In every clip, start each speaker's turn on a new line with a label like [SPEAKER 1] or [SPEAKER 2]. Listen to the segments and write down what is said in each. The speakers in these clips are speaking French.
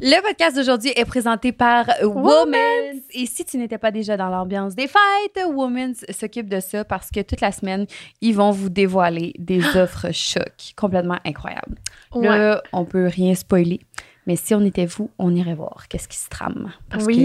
[SPEAKER 1] Le podcast d'aujourd'hui est présenté par Women's. Et si tu n'étais pas déjà dans l'ambiance des fêtes, Women's s'occupe de ça parce que toute la semaine, ils vont vous dévoiler des offres choc complètement incroyables.
[SPEAKER 2] Ouais.
[SPEAKER 1] Là, on peut rien spoiler. Mais si on était vous, on irait voir qu'est-ce qui se trame. Parce
[SPEAKER 2] oui,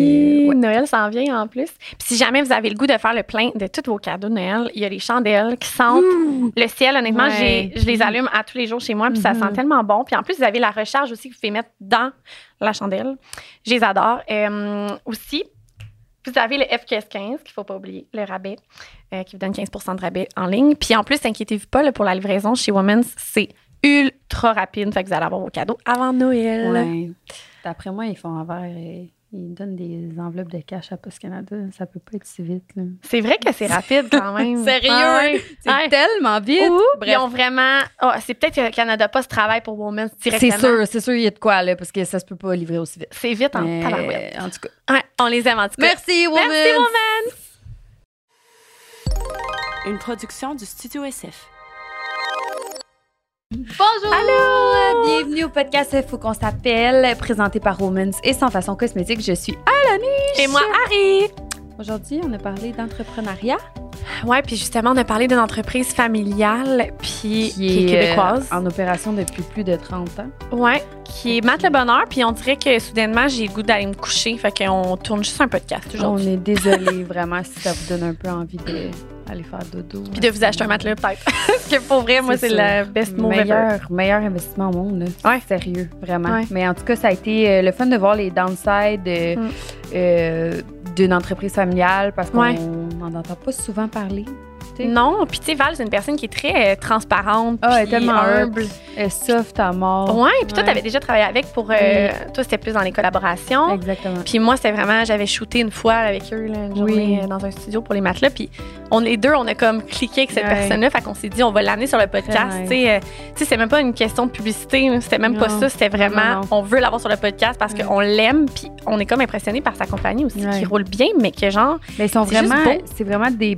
[SPEAKER 1] que, ouais.
[SPEAKER 2] Noël s'en vient en plus. Puis si jamais vous avez le goût de faire le plein de tous vos cadeaux de Noël, il y a les chandelles qui sentent le ciel. Honnêtement,
[SPEAKER 1] Ouais.
[SPEAKER 2] j'ai- je les allume à tous les jours chez moi, puis ça
[SPEAKER 1] Mhm.
[SPEAKER 2] sent tellement bon. Puis en plus, vous avez la recharge aussi que vous pouvez mettre dans la chandelle. Je les adore. Euh, aussi, vous avez le FQS 15, qu'il ne faut pas oublier, le rabais, euh, qui vous donne 15 de rabais en ligne. Puis en plus, inquiétez-vous pas, là, pour la livraison chez Women's, c'est ultra rapide. Fait que vous allez avoir vos cadeaux avant Noël.
[SPEAKER 1] Ouais. D'après moi, ils font envers et ils donnent des enveloppes de cash à Post Canada. Ça peut pas être si vite. là.
[SPEAKER 2] C'est vrai que c'est rapide quand même.
[SPEAKER 1] Sérieux?
[SPEAKER 2] Ah ouais.
[SPEAKER 1] C'est
[SPEAKER 2] Ouais.
[SPEAKER 1] tellement vite.
[SPEAKER 2] Ou
[SPEAKER 1] Bref.
[SPEAKER 2] ils ont vraiment. Ah, c'est peut-être que Canada Post travaille pour Women's
[SPEAKER 1] C'est
[SPEAKER 2] directement.
[SPEAKER 1] sûr, c'est sûr, il y a de quoi, là, parce que ça se peut pas livrer aussi vite.
[SPEAKER 2] C'est vite en
[SPEAKER 1] Mais,
[SPEAKER 2] tabarouette.
[SPEAKER 1] en tout cas.
[SPEAKER 2] Ouais, on les aime en tout cas.
[SPEAKER 1] Merci, woman.
[SPEAKER 2] Merci, woman!
[SPEAKER 3] Une production du Studio SF.
[SPEAKER 1] Bonjour. Allô. Bienvenue au podcast Faut qu'on s'appelle, présenté par Women's et sans façon cosmétique. Je suis Alanie.
[SPEAKER 2] Et moi, Harry!
[SPEAKER 1] Aujourd'hui, on a parlé d'entrepreneuriat
[SPEAKER 2] Ouais, puis justement, on a parlé d'une entreprise familiale, puis qui est
[SPEAKER 1] euh,
[SPEAKER 2] québécoise.
[SPEAKER 1] en opération depuis plus de 30 ans.
[SPEAKER 2] Ouais, qui est Mat le Bonheur, puis on dirait que soudainement, j'ai le goût d'aller me coucher. Fait qu'on tourne juste un podcast
[SPEAKER 1] On
[SPEAKER 2] aujourd'hui.
[SPEAKER 1] est désolé vraiment si ça vous donne un peu envie de aller faire dodo.
[SPEAKER 2] Puis de vous acheter un matelas, peut-être. Parce que pour vrai, moi,
[SPEAKER 1] C'est
[SPEAKER 2] c'est
[SPEAKER 1] ça.
[SPEAKER 2] le best move ever.
[SPEAKER 1] meilleur, meilleur investissement au monde. là.
[SPEAKER 2] Ouais.
[SPEAKER 1] Sérieux, vraiment.
[SPEAKER 2] Ouais.
[SPEAKER 1] Mais en tout cas, ça a été euh, le fun de voir les downsides euh,
[SPEAKER 2] Mm.
[SPEAKER 1] euh, d'une entreprise familiale parce qu'on
[SPEAKER 2] Ouais.
[SPEAKER 1] n'en entend pas souvent parler. t'sais.
[SPEAKER 2] Non, puis tu sais, Val, c'est une personne qui est très euh, transparente,
[SPEAKER 1] Ah, elle est
[SPEAKER 2] puis
[SPEAKER 1] tellement
[SPEAKER 2] humble.
[SPEAKER 1] Euh, soft à mort.
[SPEAKER 2] Ouais, puis toi,
[SPEAKER 1] Ouais.
[SPEAKER 2] t'avais déjà travaillé avec pour. euh, Toi, c'était plus dans les collaborations.
[SPEAKER 1] Exactement.
[SPEAKER 2] Puis moi, c'était vraiment. J'avais shooté une fois avec eux, là, une
[SPEAKER 1] Oui.
[SPEAKER 2] journée euh, dans un studio pour les matelas. Puis on, les deux, on a comme cliqué avec cette
[SPEAKER 1] Ouais.
[SPEAKER 2] personne-là. Fait qu'on s'est dit, on va l'amener sur le podcast.
[SPEAKER 1] Très nice.
[SPEAKER 2] Tu sais, euh, tu sais, c'était même pas une question de publicité. là, C'était même pas
[SPEAKER 1] Non.
[SPEAKER 2] ça. C'était vraiment,
[SPEAKER 1] Non, non.
[SPEAKER 2] on veut l'avoir sur le podcast parce
[SPEAKER 1] Ouais.
[SPEAKER 2] qu'on l'aime. Puis on est comme impressionné par sa compagnie aussi,
[SPEAKER 1] Ouais.
[SPEAKER 2] qui roule bien, mais que genre.
[SPEAKER 1] Mais ils sont
[SPEAKER 2] C'est juste
[SPEAKER 1] vraiment.
[SPEAKER 2] beau.
[SPEAKER 1] C'est vraiment des.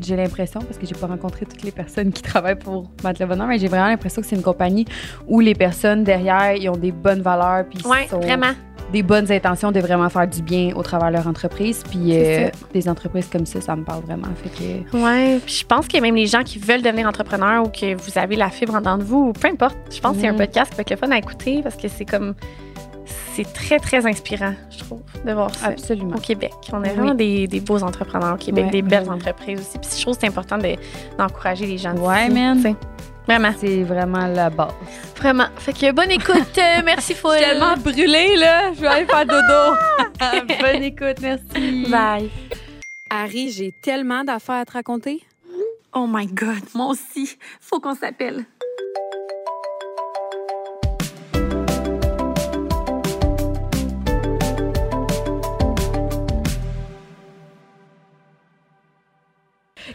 [SPEAKER 1] J'ai l'impression, parce que j'ai pas rencontré toutes les personnes qui travaillent pour Matelas Bonheur, mais j'ai vraiment l'impression que c'est une compagnie où les personnes derrière, ils ont des bonnes valeurs, puis ils
[SPEAKER 2] Ouais,
[SPEAKER 1] sont
[SPEAKER 2] vraiment.
[SPEAKER 1] des bonnes intentions de vraiment faire du bien au travers de leur entreprise. Puis
[SPEAKER 2] C'est
[SPEAKER 1] euh, des entreprises comme ça, ça me parle vraiment. Fait que,
[SPEAKER 2] Ouais, puis je pense que même les gens qui veulent devenir entrepreneurs ou que vous avez la fibre en dedans de vous, ou peu importe, je pense que c'est un
[SPEAKER 1] Mhm.
[SPEAKER 2] podcast qui va être le fun à écouter parce que c'est comme. C'est très, très inspirant, je trouve, de voir ça.
[SPEAKER 1] absolument.
[SPEAKER 2] Au Québec, on
[SPEAKER 1] Oui.
[SPEAKER 2] a vraiment des, des beaux entrepreneurs au Québec,
[SPEAKER 1] Ouais,
[SPEAKER 2] des belles
[SPEAKER 1] vraiment.
[SPEAKER 2] entreprises aussi. Puis je trouve que c'est important de- d'encourager les gens.
[SPEAKER 1] Ouais,
[SPEAKER 2] d'ici,
[SPEAKER 1] man.
[SPEAKER 2] tu sais. Vraiment,
[SPEAKER 1] C'est vraiment la base.
[SPEAKER 2] vraiment. Fait que bonne écoute, euh, merci Foul.
[SPEAKER 1] brûlée, là. Je vais aller faire dodo. Bonne écoute, merci.
[SPEAKER 2] Bye.
[SPEAKER 3] Harry, j'ai tellement d'affaires à te raconter.
[SPEAKER 4] Oh my God, moi aussi, faut qu'on s'appelle.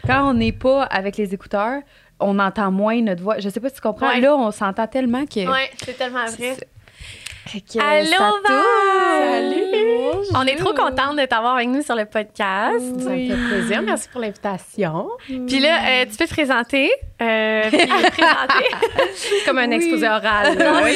[SPEAKER 1] Quand on n'est pas avec les écouteurs, on entend moins notre voix. Je sais pas si tu comprends.
[SPEAKER 2] Ouais.
[SPEAKER 1] Là, on s'entend tellement que.
[SPEAKER 2] Ouais, c'est tellement vrai.
[SPEAKER 1] C'est ça. Fait que
[SPEAKER 2] Allô,
[SPEAKER 1] ça
[SPEAKER 2] Val!
[SPEAKER 1] tourne.
[SPEAKER 2] On est trop contente de t'avoir avec nous sur le podcast.
[SPEAKER 5] Ça me fait plaisir. Merci pour l'invitation.
[SPEAKER 2] Puis là, euh, tu peux te présenter. euh, puis présenter.
[SPEAKER 5] C'est comme un
[SPEAKER 1] Oui.
[SPEAKER 5] exposé oral. là.
[SPEAKER 2] Oui,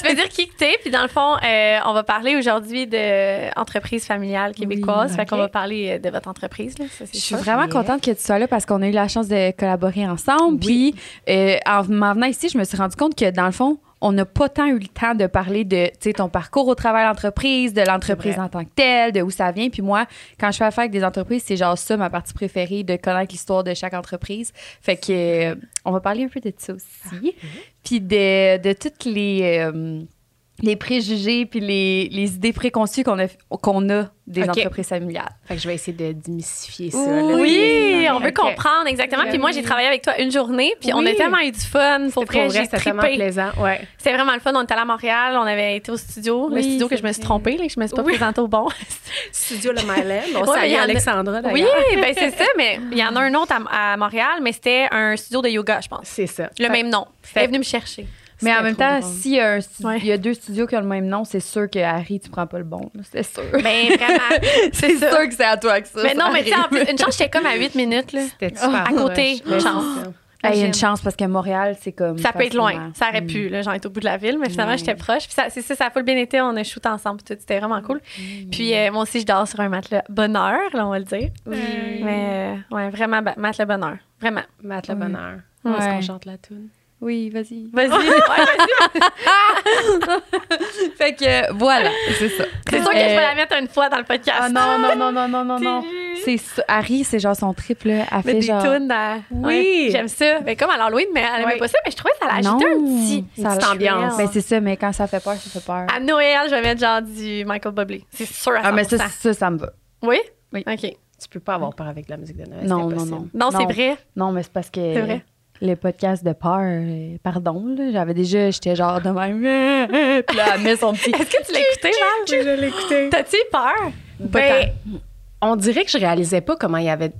[SPEAKER 2] tu peux dire qui que t'es. Puis dans le fond, euh, on va parler aujourd'hui de entreprise familiale québécoise.
[SPEAKER 1] Oui,
[SPEAKER 2] fait qu'on
[SPEAKER 5] ok.
[SPEAKER 2] va parler euh, de votre entreprise. Là, ça, c'est
[SPEAKER 1] Je suis
[SPEAKER 2] sûr.
[SPEAKER 1] vraiment
[SPEAKER 5] Yeah.
[SPEAKER 1] contente que tu sois là parce qu'on a eu la chance de collaborer ensemble. Puis, euh, en m'en venant ici, je me suis rendu compte que, dans le fond, on n'a pas tant eu le temps de parler de tu sais, ton parcours au travail de l'entreprise, de l'entreprise
[SPEAKER 5] vrai.
[SPEAKER 1] en tant que telle, de où ça vient. Puis moi, quand je fais affaire avec des entreprises, c'est genre ça ma partie préférée, de connaître l'histoire de chaque entreprise. Fait que euh, on va parler un peu de ça
[SPEAKER 2] Ah,
[SPEAKER 1] aussi. Puis de, de toutes les, euh, les préjugés puis les, les idées préconçues qu'on a, qu'on a des
[SPEAKER 5] Ok.
[SPEAKER 1] entreprises familiales.
[SPEAKER 5] Fait que je vais essayer de démystifier ça. là.
[SPEAKER 2] Oui, on veut
[SPEAKER 5] Ok.
[SPEAKER 2] comprendre exactement. Puis moi, j'ai travaillé avec toi une journée, puis on a
[SPEAKER 5] Oui.
[SPEAKER 2] tellement eu du fun. Pour
[SPEAKER 5] Pour
[SPEAKER 2] vrai,
[SPEAKER 5] vrai,
[SPEAKER 2] j'ai
[SPEAKER 5] c'était tellement
[SPEAKER 2] trippé.
[SPEAKER 5] plaisant. Ouais.
[SPEAKER 2] C'est vraiment le fun. On était allé à Montréal, on avait été au studio, le
[SPEAKER 1] Oui,
[SPEAKER 2] studio que
[SPEAKER 1] c'est
[SPEAKER 2] je me suis
[SPEAKER 1] vrai.
[SPEAKER 2] trompée, là, que je me suis pas
[SPEAKER 5] Oui.
[SPEAKER 2] présentée au bon.
[SPEAKER 5] Studio Le
[SPEAKER 2] Ouais,
[SPEAKER 5] Myland. On
[SPEAKER 2] mais il y
[SPEAKER 5] salue
[SPEAKER 2] en a-
[SPEAKER 5] Alexandra,
[SPEAKER 2] oui,
[SPEAKER 5] d'ailleurs.
[SPEAKER 2] ben c'est ça, mais il y en a un autre à, à Montréal, mais c'était un studio de yoga, je pense.
[SPEAKER 5] C'est ça.
[SPEAKER 2] Le
[SPEAKER 5] Fait-
[SPEAKER 2] même nom. Elle est venue me chercher.
[SPEAKER 1] Mais en
[SPEAKER 5] C'était
[SPEAKER 1] même
[SPEAKER 5] trop
[SPEAKER 1] temps,
[SPEAKER 5] drôle.
[SPEAKER 1] s'il y, a un stu-
[SPEAKER 2] Ouais.
[SPEAKER 1] il y a deux studios qui ont le même nom, c'est sûr que Harry, tu prends pas le bon. là, C'est sûr.
[SPEAKER 2] Ben vraiment.
[SPEAKER 1] c'est sûr que c'est à toi que ça.
[SPEAKER 2] mais
[SPEAKER 1] ça
[SPEAKER 2] non, mais tu sais, en
[SPEAKER 1] arrive.
[SPEAKER 2] plus, une chance, j'étais comme à 8 minutes, là.
[SPEAKER 5] C'était super
[SPEAKER 2] à côté,
[SPEAKER 5] proche. Ouais,
[SPEAKER 2] chance.
[SPEAKER 5] c'est ça.
[SPEAKER 1] Hey, Il y a une
[SPEAKER 2] Imagine.
[SPEAKER 1] chance parce que Montréal, c'est comme.
[SPEAKER 2] Ça peut être loin.
[SPEAKER 1] facilement-
[SPEAKER 2] Ça aurait
[SPEAKER 1] Mm.
[SPEAKER 2] pu. Là, genre, être au bout de la ville, mais finalement,
[SPEAKER 1] Ouais.
[SPEAKER 2] j'étais proche. Puis ça, c'est ça, ça a full bien été. On a shooté ensemble. puis tout, c'était vraiment cool.
[SPEAKER 5] Mm.
[SPEAKER 2] Puis euh, moi aussi, je dors sur un matelas bonheur, là, on va le dire.
[SPEAKER 5] Oui.
[SPEAKER 2] Mais euh, ouais, vraiment, ba- matelas bonheur. Vraiment.
[SPEAKER 5] Matt le
[SPEAKER 1] Ouais.
[SPEAKER 5] bonheur.
[SPEAKER 1] Ouais.
[SPEAKER 5] Est-ce qu'on chante la tune?
[SPEAKER 1] Oui, vas-y.
[SPEAKER 2] Vas-y. Ouais, vas-y.
[SPEAKER 1] Fait que euh, voilà, c'est ça.
[SPEAKER 2] c'est sûr que je vais la mettre une fois dans le podcast.
[SPEAKER 1] Euh, Ah non, non, non, non, non, non, non. C'est
[SPEAKER 2] C'est
[SPEAKER 1] ça. Harry, c'est genre son trip, là. Elle
[SPEAKER 2] mais
[SPEAKER 1] fait
[SPEAKER 2] des
[SPEAKER 1] genre.
[SPEAKER 2] tunes à-
[SPEAKER 5] Oui.
[SPEAKER 2] ouais, J'aime ça. Mais comme à l'Halloween, mais elle aimait
[SPEAKER 5] Ouais.
[SPEAKER 2] pas ça. Mais je trouvais que ça l'ajoutait
[SPEAKER 1] Non,
[SPEAKER 2] un petit, une
[SPEAKER 1] ça
[SPEAKER 2] petite
[SPEAKER 1] l'ajoute.
[SPEAKER 2] ambiance.
[SPEAKER 1] Ben, c'est ça, mais quand ça fait peur, ça fait peur.
[SPEAKER 2] à Noël, je vais mettre genre du Michael Bublé. C'est sûr à 100%.
[SPEAKER 1] Ah, mais ça, ça, ça me va.
[SPEAKER 2] Oui?
[SPEAKER 1] Oui.
[SPEAKER 2] OK.
[SPEAKER 5] Tu peux pas avoir peur avec la musique de
[SPEAKER 1] Non,
[SPEAKER 5] Noël. c'est
[SPEAKER 1] non,
[SPEAKER 5] impossible.
[SPEAKER 1] non.
[SPEAKER 2] Non, c'est vrai.
[SPEAKER 1] Non, mais c'est parce que.
[SPEAKER 2] C'est vrai.
[SPEAKER 1] Les podcasts de peur, euh, pardon, là, j'avais déjà, j'étais genre de même. Puis là, elle met son petit.
[SPEAKER 2] Est-ce que tu l'as écouté, Val?
[SPEAKER 5] Oui, je l'ai écouté.
[SPEAKER 2] T'as-tu peur?
[SPEAKER 5] Ben, on dirait que je réalisais pas comment il y avait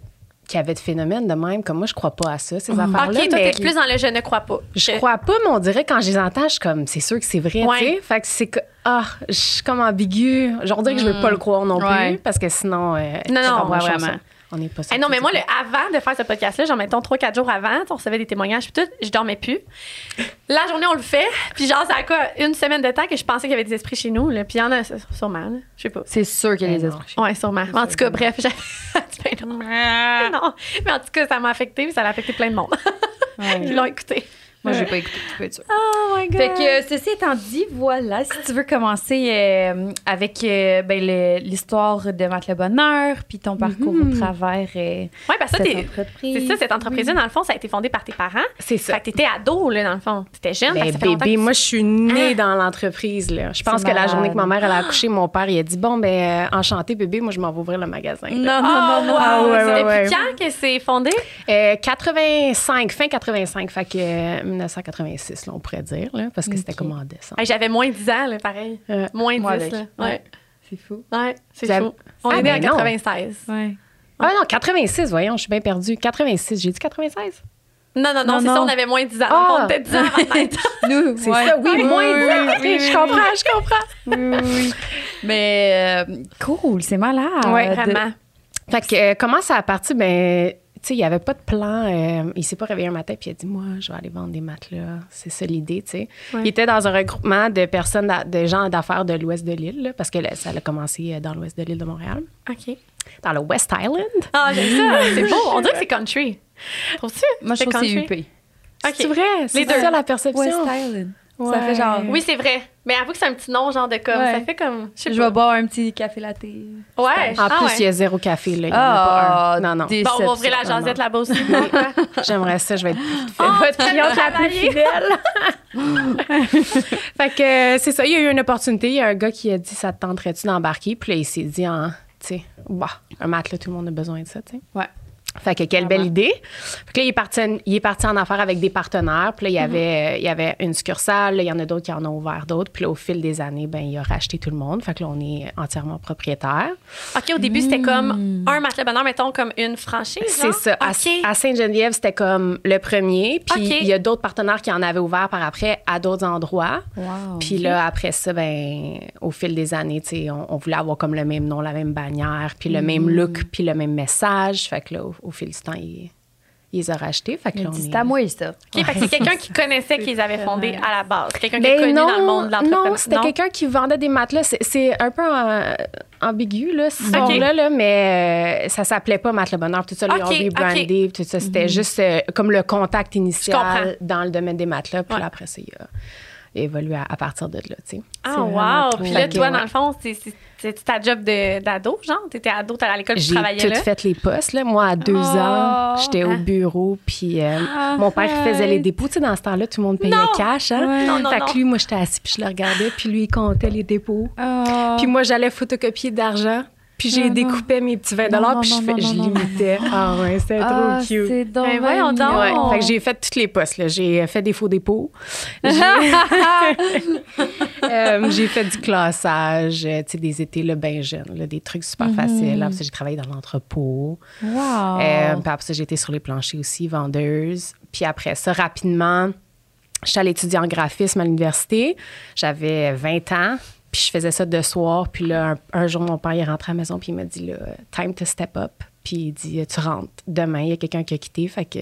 [SPEAKER 5] qu'il y avait de phénomènes de même. Comme moi, je crois pas à ça, ces affaires-là.
[SPEAKER 2] OK, toi,
[SPEAKER 5] mais
[SPEAKER 2] t'es plus dans le je ne crois pas.
[SPEAKER 5] Je crois pas, mais on dirait quand je les entends, je suis comme, c'est sûr que c'est vrai,
[SPEAKER 2] Euh, Ouais.
[SPEAKER 5] tu sais. Fait que c'est que, ah, je suis comme ambiguë. Genre, on dirait que je veux pas le croire non plus,
[SPEAKER 1] Ouais.
[SPEAKER 5] parce que sinon, euh,
[SPEAKER 2] Hmm. Non,
[SPEAKER 5] c'est
[SPEAKER 2] non,
[SPEAKER 5] comme
[SPEAKER 1] ouais,
[SPEAKER 5] une chanson.
[SPEAKER 1] vraiment.
[SPEAKER 5] On n'est pas
[SPEAKER 2] Eh non, mais moi, le, avant de faire ce podcast-là, genre, mettons, 3-4 jours avant, on recevait des témoignages, puis tout, je dormais plus. La journée, on le fait, puis genre, ça a quoi, une semaine de temps que je pensais qu'il y avait des esprits chez nous, là, puis il y en a s- sûrement, là, je sais pas.
[SPEAKER 1] C'est sûr qu'il y a
[SPEAKER 5] Eh
[SPEAKER 2] Ben
[SPEAKER 1] des
[SPEAKER 5] non.
[SPEAKER 1] esprits.
[SPEAKER 2] Ouais, sûrement. En tout cas, bref, j'avais. Ben non. Ben non. Mais en tout cas, ça m'a affecté, puis ça a affecté plein de monde. Ils l'ont écouté.
[SPEAKER 1] Moi, j'ai pas écouté, tu peux être sûre.
[SPEAKER 2] Oh my God.
[SPEAKER 1] Fait que euh, ceci étant dit, voilà, si tu veux commencer euh, avec euh, ben, le- l'histoire de Matt le Bonheur, puis ton parcours au travers euh,
[SPEAKER 2] Ouais, parce que Mm-hmm. ça,
[SPEAKER 1] cette
[SPEAKER 2] t'es-
[SPEAKER 1] entreprise.
[SPEAKER 2] c'est ça, cette entreprise-là, dans le fond, ça a été fondé par tes parents.
[SPEAKER 5] C'est
[SPEAKER 2] Fait
[SPEAKER 5] ça.
[SPEAKER 2] que t'étais ado, là, dans le fond. T'étais jeune, fait que
[SPEAKER 5] Ben,
[SPEAKER 2] ça fait longtemps que Ah!
[SPEAKER 5] bébé,
[SPEAKER 2] tu-
[SPEAKER 5] moi, je suis née dans l'entreprise, là. Je pense
[SPEAKER 1] C'est
[SPEAKER 5] que la journée que ma
[SPEAKER 1] malade.
[SPEAKER 5] mère, elle a accouché, mon père, il a dit, bon, ben, euh, enchanté, bébé, moi, je m'en vais ouvrir le magasin. là.
[SPEAKER 1] Non, non,
[SPEAKER 2] Ah,
[SPEAKER 1] non, non.
[SPEAKER 2] wow.
[SPEAKER 5] ouais,
[SPEAKER 2] C'est
[SPEAKER 5] ouais,
[SPEAKER 2] depuis
[SPEAKER 5] ouais.
[SPEAKER 2] quand que c'est fondé?
[SPEAKER 5] Euh, 85, fin 85, fait que euh, 1986, là, on pourrait dire, là, parce que c'était
[SPEAKER 1] Ok.
[SPEAKER 5] comme en décembre.
[SPEAKER 2] Hey, J'avais moins 10 ans, là, pareil.
[SPEAKER 5] Euh,
[SPEAKER 2] Moins 10,
[SPEAKER 1] moi
[SPEAKER 2] là.
[SPEAKER 1] avec.
[SPEAKER 2] Ouais,
[SPEAKER 1] C'est fou.
[SPEAKER 2] ouais, c'est
[SPEAKER 5] Vous avez-
[SPEAKER 2] chaud. On
[SPEAKER 5] Ah,
[SPEAKER 2] est né en
[SPEAKER 5] ben non.
[SPEAKER 2] 96.
[SPEAKER 1] Ouais.
[SPEAKER 5] Ah non, 86, voyons, je suis bien perdue. 86, j'ai dit 96?
[SPEAKER 2] Non, non, non,
[SPEAKER 1] Non,
[SPEAKER 2] c'est
[SPEAKER 1] non.
[SPEAKER 2] ça, on avait moins 10 ans.
[SPEAKER 5] Ah.
[SPEAKER 2] On était 10 ans avant d'être-
[SPEAKER 1] Nous,
[SPEAKER 5] C'est
[SPEAKER 1] ouais.
[SPEAKER 5] ça, oui, moins
[SPEAKER 1] oui,
[SPEAKER 5] 10.
[SPEAKER 1] oui,
[SPEAKER 5] Ok,
[SPEAKER 1] oui,
[SPEAKER 5] je comprends, je comprends.
[SPEAKER 1] oui, oui. Mais euh, cool, c'est malade.
[SPEAKER 2] Ouais, vraiment.
[SPEAKER 5] Fait que euh, comment ça a parti? Ben, tu sais, il n'y avait pas de plan. euh, il s'est pas réveillé un matin puis il a dit Moi, je vais aller vendre des matelas. C'est ça l'idée, tu sais.
[SPEAKER 2] Ouais.
[SPEAKER 5] Il était dans un regroupement de personnes, d'a- de gens d'affaires de l'ouest de l'île, là, parce que là, ça a commencé euh, dans l'ouest de l'île de Montréal,
[SPEAKER 2] OK.
[SPEAKER 5] dans le West Island.
[SPEAKER 2] Ah, j'aime ça. C'est beau. On dirait que c'est country. Trouves-tu?
[SPEAKER 1] Moi, je
[SPEAKER 2] C'est
[SPEAKER 1] trouve que c'est
[SPEAKER 2] country.
[SPEAKER 1] UP.
[SPEAKER 2] OK.
[SPEAKER 5] C'est vrai, c'est
[SPEAKER 2] Les deux.
[SPEAKER 5] ça la perception.
[SPEAKER 1] West Island. Ça
[SPEAKER 5] Ouais.
[SPEAKER 1] fait genre.
[SPEAKER 2] Oui, c'est vrai. Mais avoue que c'est un petit nom, genre de comme.
[SPEAKER 1] Ouais.
[SPEAKER 2] Ça fait comme. Je sais
[SPEAKER 1] je
[SPEAKER 2] pas.
[SPEAKER 1] vais boire un petit café latte.
[SPEAKER 2] Ouais.
[SPEAKER 5] En
[SPEAKER 2] ah
[SPEAKER 5] plus, il y
[SPEAKER 2] ouais.
[SPEAKER 5] a zéro café, là. Il y en a pas un. Non, non.
[SPEAKER 2] Bon, on va ouvrir la
[SPEAKER 5] Non, non.
[SPEAKER 2] jasette là-bas aussi.
[SPEAKER 5] J'aimerais ça, je vais être plus
[SPEAKER 2] Oh,
[SPEAKER 5] fidèle.
[SPEAKER 2] tu vas travailler.
[SPEAKER 5] Fait que euh, c'est ça, il y a eu une opportunité. Il y a un gars qui a dit Ça te tenterait-tu d'embarquer Puis là, il s'est dit en, tu sais, bah, un matelas, tout le monde a besoin de ça, tu sais.
[SPEAKER 1] Ouais.
[SPEAKER 5] Fait que quelle belle
[SPEAKER 1] Vraiment.
[SPEAKER 5] idée. Puis là, il est, parti, en- il est parti en affaires avec des partenaires. Puis là, il y avait, euh, il y avait une succursale. là, il y en a d'autres qui en ont ouvert d'autres. Puis là, au fil des années, ben, il a racheté tout le monde. Fait que là, on est entièrement propriétaire.
[SPEAKER 2] OK, au début, c'était comme un matelas bonheur, mettons, comme une franchise.
[SPEAKER 5] C'est
[SPEAKER 2] genre?
[SPEAKER 5] ça. À-
[SPEAKER 2] OK.
[SPEAKER 5] À, Sainte-Geneviève, c'était comme le premier. Puis
[SPEAKER 2] OK.
[SPEAKER 5] il y a d'autres partenaires qui en avaient ouvert par après à d'autres endroits.
[SPEAKER 1] Wow.
[SPEAKER 5] Puis là, après ça, ben, au fil des années, tu sais, on, on voulait avoir comme le même nom, la même bannière, puis le
[SPEAKER 2] Mm.
[SPEAKER 5] même look, puis le même message. Fait que là, au, au fil du temps, ils, ils les ont rachetés. Fait que
[SPEAKER 1] Il
[SPEAKER 5] là,
[SPEAKER 1] dit,
[SPEAKER 5] on
[SPEAKER 1] c'est
[SPEAKER 5] est-
[SPEAKER 1] à moi, ça.
[SPEAKER 2] OK, fait que c'est quelqu'un qui connaissait qu'ils avaient fondé à la base. Quelqu'un qui est
[SPEAKER 5] Ben
[SPEAKER 2] connu dans le monde de l'entrepreneuriat.
[SPEAKER 5] non, c'était quelqu'un qui vendait des matelas. C'est- C'est un peu euh, ambigu, là, ce
[SPEAKER 2] Ok.
[SPEAKER 5] là mais euh, ça s'appelait pas Matelas Bonheur. Tout ça, ils
[SPEAKER 2] Ok,
[SPEAKER 5] ont rebrandé,
[SPEAKER 2] ok.
[SPEAKER 5] puis tout ça. C'était juste euh, comme le contact
[SPEAKER 2] comprends.
[SPEAKER 5] initial dans le domaine des matelas. Puis
[SPEAKER 2] Ouais.
[SPEAKER 5] là, après ça, il a évolué à, à partir de là, tu sais.
[SPEAKER 2] Ah,
[SPEAKER 5] C'est vraiment
[SPEAKER 2] wow.
[SPEAKER 5] trop-
[SPEAKER 2] Puis là,
[SPEAKER 5] Fait que,
[SPEAKER 2] toi,
[SPEAKER 5] ouais.
[SPEAKER 2] dans le fond, c'est- c'est c'est ta job de- d'ado, genre? T'étais ado, t'allais à l'école, tu
[SPEAKER 5] J'ai
[SPEAKER 2] travaillais
[SPEAKER 5] tout
[SPEAKER 2] là?
[SPEAKER 5] fait les postes. Là. Moi, à deux
[SPEAKER 1] Oh. Ah,
[SPEAKER 5] ans, j'étais au
[SPEAKER 2] Ah.
[SPEAKER 5] bureau, puis euh, mon père il faisait les dépôts. Tu sais, dans ce temps-là, tout le monde payait
[SPEAKER 2] Non.
[SPEAKER 5] cash. Hein?
[SPEAKER 1] Ouais.
[SPEAKER 2] Non, non,
[SPEAKER 5] fait
[SPEAKER 2] non.
[SPEAKER 5] que lui, moi, j'étais assis, puis je le regardais, puis lui, il comptait les dépôts. Puis moi, j'allais photocopier d'argent. Puis
[SPEAKER 1] Oh.
[SPEAKER 5] j'ai
[SPEAKER 1] Ah, Non,
[SPEAKER 5] découpé mes petits 20
[SPEAKER 1] Non,
[SPEAKER 5] puis
[SPEAKER 1] non,
[SPEAKER 5] je, fais-
[SPEAKER 1] non,
[SPEAKER 5] je
[SPEAKER 1] non, non,
[SPEAKER 5] l'imitais. Ah ouais, c'était
[SPEAKER 1] ah,
[SPEAKER 5] trop cute.
[SPEAKER 1] C'est donc
[SPEAKER 2] Ben voyons
[SPEAKER 1] bien
[SPEAKER 2] donc.
[SPEAKER 5] Ouais,
[SPEAKER 1] mignon.
[SPEAKER 5] fait que j'ai fait tous les postes. là. J'ai fait des faux dépôts. J'ai Euh, j'ai fait du classage, euh, tu sais, des étés là, ben jeunes, là, des trucs super
[SPEAKER 2] Mhm.
[SPEAKER 5] faciles. Après ça, j'ai travaillé dans l'entrepôt.
[SPEAKER 1] Wow.
[SPEAKER 5] Euh,
[SPEAKER 2] Ah.
[SPEAKER 5] puis après ça, j'ai été sur les planchers aussi, vendeuse. Puis après ça, rapidement, je suis allée étudier en graphisme à l'université. J'avais 20 ans. Puis je faisais ça de soir. Puis là, un, un jour, mon père il est rentré à la maison. Puis il m'a dit, là, time to step up. Puis il dit, tu rentres. Demain, il y a quelqu'un qui a quitté. Fait que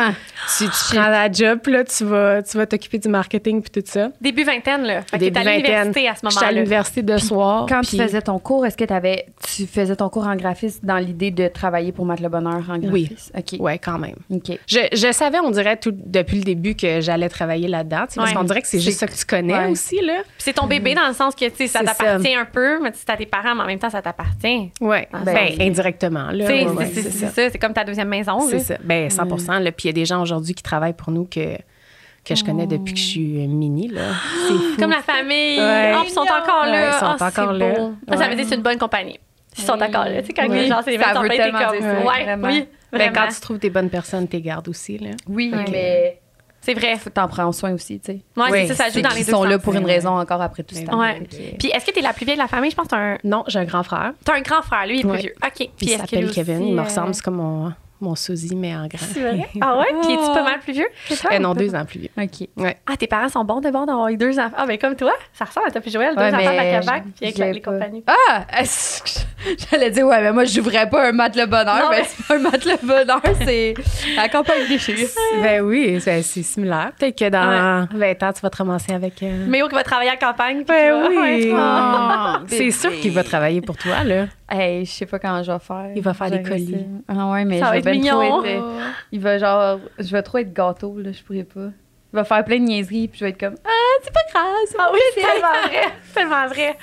[SPEAKER 1] Ah,
[SPEAKER 5] Tu, tu prends la job, puis là, tu vas tu vas t'occuper du marketing puis tout ça.
[SPEAKER 2] Début vingtaine, là. Fait que
[SPEAKER 5] Début
[SPEAKER 2] t'es à l'université à ce
[SPEAKER 5] vingtaine, J'étais à
[SPEAKER 2] moment-là.
[SPEAKER 5] l'université de soir.
[SPEAKER 1] Quand
[SPEAKER 5] Ah, puis-
[SPEAKER 1] tu faisais ton cours, est-ce que t'avais, tu faisais ton cours en graphisme dans l'idée de travailler pour mettre le bonheur en
[SPEAKER 5] Oui.
[SPEAKER 1] graphisme? Oui. OK.
[SPEAKER 5] Ouais, quand même.
[SPEAKER 1] OK.
[SPEAKER 5] Je, je savais, on dirait, tout, depuis le début que j'allais travailler là-dedans. tu sais, Parce
[SPEAKER 2] Ouais.
[SPEAKER 5] qu'on dirait que c'est juste ça que tu connais
[SPEAKER 1] Ouais.
[SPEAKER 5] aussi, là.
[SPEAKER 2] Puis c'est ton bébé dans le sens que, tu sais, ça
[SPEAKER 5] Mm. C'est
[SPEAKER 2] t'appartient un peu, mais c'est à tes parents, mais en même temps, ça t'appartient.
[SPEAKER 5] Oui,
[SPEAKER 2] Ah,
[SPEAKER 5] ben,
[SPEAKER 2] c'est-
[SPEAKER 5] indirectement. Là,
[SPEAKER 2] Tu sais,
[SPEAKER 5] ouais, ouais,
[SPEAKER 2] c'est- c'est
[SPEAKER 5] ça.
[SPEAKER 2] c'est ça. C'est comme ta deuxième maison, là.
[SPEAKER 5] C'est ça. Ben, 100 là. Puis il y a des gens aujourd'hui qui travaillent pour nous que, que je connais depuis que je suis mini. Là. C'est fou.
[SPEAKER 2] Comme la famille.
[SPEAKER 5] Ouais.
[SPEAKER 2] Oh, puis ils sont encore
[SPEAKER 5] Ouais,
[SPEAKER 2] là.
[SPEAKER 5] ils sont
[SPEAKER 2] Oh, c'est
[SPEAKER 5] encore là.
[SPEAKER 2] beau. Ça, Ça
[SPEAKER 5] Ouais.
[SPEAKER 2] veut dire que c'est une bonne compagnie. Ils sont encore là. Tu sais, quand
[SPEAKER 1] Oui.
[SPEAKER 2] les gens, c'est les
[SPEAKER 1] Ça veut
[SPEAKER 2] mêmes compagnies, t'es
[SPEAKER 1] tellement
[SPEAKER 2] comme.
[SPEAKER 1] dire ça.
[SPEAKER 2] Ouais,
[SPEAKER 1] Vraiment.
[SPEAKER 2] oui.
[SPEAKER 5] Ben,
[SPEAKER 2] Vraiment.
[SPEAKER 5] quand tu trouves des bonnes personnes, t'es gardes aussi. Là.
[SPEAKER 1] Oui,
[SPEAKER 2] Ouais.
[SPEAKER 1] mais
[SPEAKER 2] C'est vrai.
[SPEAKER 1] faut t'en prendre soin aussi, tu sais.
[SPEAKER 2] Ouais,
[SPEAKER 5] Oui,
[SPEAKER 2] c'est ça, ça joue
[SPEAKER 1] Ceux
[SPEAKER 2] dans
[SPEAKER 1] qui
[SPEAKER 2] les deux
[SPEAKER 1] sont là
[SPEAKER 2] sens.
[SPEAKER 1] pour une raison encore après tout ce
[SPEAKER 5] Ben Ouais.
[SPEAKER 1] temps.
[SPEAKER 2] Ouais.
[SPEAKER 1] Fait que-
[SPEAKER 2] Puis est-ce que t'es la plus vieille de la famille? Je pense que t'as un,
[SPEAKER 5] Non, j'ai un grand frère.
[SPEAKER 2] t'as un grand frère, lui, il est plus
[SPEAKER 5] Ouais.
[SPEAKER 2] vieux. OK.
[SPEAKER 5] Puis il
[SPEAKER 2] est-ce que lui
[SPEAKER 5] s'appelle
[SPEAKER 2] aussi,
[SPEAKER 5] Kevin. Il me
[SPEAKER 2] euh,
[SPEAKER 5] ressemble. C'est comme mon, mon sosie, mais en grand.
[SPEAKER 2] C'est vrai? Ah ouais? Puis es-tu pas mal plus vieux? que toi?
[SPEAKER 5] Eh non, deux ans plus vieux.
[SPEAKER 1] OK.
[SPEAKER 2] Ah, tes parents sont bons de bord d'avoir eu deux enfants. Ah, ben comme toi, ça ressemble à toi puis Joël, deux
[SPEAKER 1] Ouais,
[SPEAKER 2] enfants
[SPEAKER 1] mais
[SPEAKER 2] back à back, puis avec la-
[SPEAKER 1] j'ai
[SPEAKER 2] les
[SPEAKER 1] pas-
[SPEAKER 2] compagnies.
[SPEAKER 1] Ah! est-ce que- J'allais dire, ouais, mais moi, j'ouvrais pas un mat le bonheur.
[SPEAKER 2] Non,
[SPEAKER 1] mais
[SPEAKER 2] mais-
[SPEAKER 1] c'est pas un mat le bonheur, c'est la campagne des chiffres.
[SPEAKER 5] Ben oui, c'est c'est similaire. Peut-être que dans 20 ans, tu vas te ramasser avec. euh,
[SPEAKER 2] Méo qui va travailler à la campagne. puis tu
[SPEAKER 5] Ben
[SPEAKER 2] vois,
[SPEAKER 5] oui.
[SPEAKER 2] ouais.
[SPEAKER 5] Ah, C'est sûr qu'il va travailler pour toi, là.
[SPEAKER 1] Hey, je sais pas quand je vais faire.
[SPEAKER 5] Il va faire des
[SPEAKER 1] J'aurais
[SPEAKER 5] colis.
[SPEAKER 1] ça. Ah ouais, mais je
[SPEAKER 2] Ça va
[SPEAKER 1] vais
[SPEAKER 2] être
[SPEAKER 1] ben
[SPEAKER 2] mignon.
[SPEAKER 1] trop être, euh, Il va genre. Je vais trop être gâteau, là, je pourrais pas. Il va faire plein de niaiseries, puis je vais être comme. Ah, c'est pas grave, c'est
[SPEAKER 2] Ah
[SPEAKER 1] pas
[SPEAKER 2] oui, c'est
[SPEAKER 1] grave.
[SPEAKER 2] tellement vrai. c'est tellement vrai.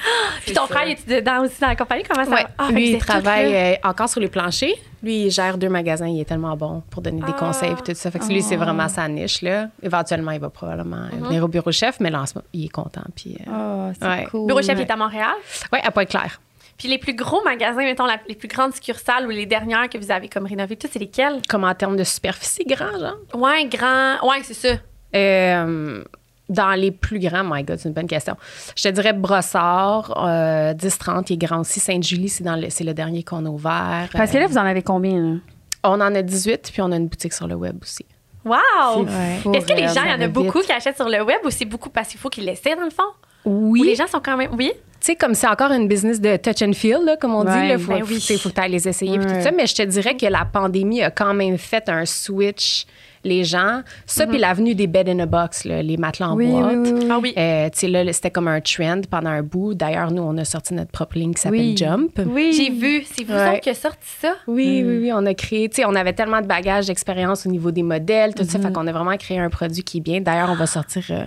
[SPEAKER 2] Puis ton frère, est dedans aussi dans la compagnie? Comment ça va? Ah, fait que
[SPEAKER 5] lui,
[SPEAKER 2] vous
[SPEAKER 5] il
[SPEAKER 2] êtes toutes
[SPEAKER 5] travaille
[SPEAKER 2] là.
[SPEAKER 5] euh, encore sur les planchers. Lui, il gère deux magasins. Il est tellement bon pour donner des
[SPEAKER 2] Ah.
[SPEAKER 5] conseils et tout ça. Fait que lui, c'est vraiment sa niche. Là. Éventuellement, il va probablement euh, venir au bureau chef, mais là, en ce moment, il est content. Puis, euh,
[SPEAKER 1] Ah, c'est
[SPEAKER 5] Ouais.
[SPEAKER 1] cool.
[SPEAKER 2] Bureau chef il est à Montréal.
[SPEAKER 5] ouais, à Pointe-Claire.
[SPEAKER 2] Puis les plus gros magasins, mettons, la- les plus grandes succursales ou les dernières que vous avez comme rénovées, tout, c'est lesquelles?
[SPEAKER 5] Comme en termes de superficie, grand, genre?
[SPEAKER 2] Ouais, grand. Ouais, c'est ça.
[SPEAKER 5] Euh, dans les plus grands, my God, c'est une bonne question. Je te dirais Brossard, euh, 10-30, il est grand aussi. Sainte-Julie, c'est dans le, c'est le dernier qu'on a ouvert.
[SPEAKER 1] Parce que
[SPEAKER 5] Euh,
[SPEAKER 1] là, vous en avez combien, là?
[SPEAKER 5] on en a 18, puis on a une boutique sur le web aussi.
[SPEAKER 2] Wow!
[SPEAKER 1] C'est
[SPEAKER 2] Est-ce que les
[SPEAKER 1] fou,
[SPEAKER 2] gens, il y en
[SPEAKER 1] raide,
[SPEAKER 2] a
[SPEAKER 1] vite.
[SPEAKER 2] beaucoup qui achètent sur le web ou c'est beaucoup parce qu'il faut qu'ils l'essaient dans le fond?
[SPEAKER 5] Oui.
[SPEAKER 2] Ou les gens sont quand même. Oui?
[SPEAKER 5] tu sais, comme c'est encore une business de touch and feel, là, comme on
[SPEAKER 1] Ouais.
[SPEAKER 5] dit, il faut,
[SPEAKER 2] Ben oui.
[SPEAKER 5] tu sais, faut que tu les essayer puis
[SPEAKER 1] Ouais.
[SPEAKER 5] tout ça. Mais je te dirais que la pandémie a quand même fait un switch, les gens. Ça, puis l'avenue des bed in a box, là, les matelas en
[SPEAKER 1] Mm-hmm. Oui,
[SPEAKER 5] boîte.
[SPEAKER 1] oui, oui, oui.
[SPEAKER 2] Ah oui.
[SPEAKER 5] Euh, tu sais, là, c'était comme un trend pendant un bout. D'ailleurs, nous, on a sorti notre propre ligne qui s'appelle
[SPEAKER 1] Oui.
[SPEAKER 5] Jump.
[SPEAKER 1] Oui. Mm.
[SPEAKER 2] J'ai vu. C'est vous
[SPEAKER 5] Ouais.
[SPEAKER 2] autres qui a sorti ça?
[SPEAKER 5] Oui, oui, oui, on a créé, tu sais, on avait tellement de bagages d'expérience au niveau des modèles, tout
[SPEAKER 1] Mm-hmm.
[SPEAKER 5] ça, fait qu'on a vraiment créé un produit qui est bien. D'ailleurs, on va sortir euh,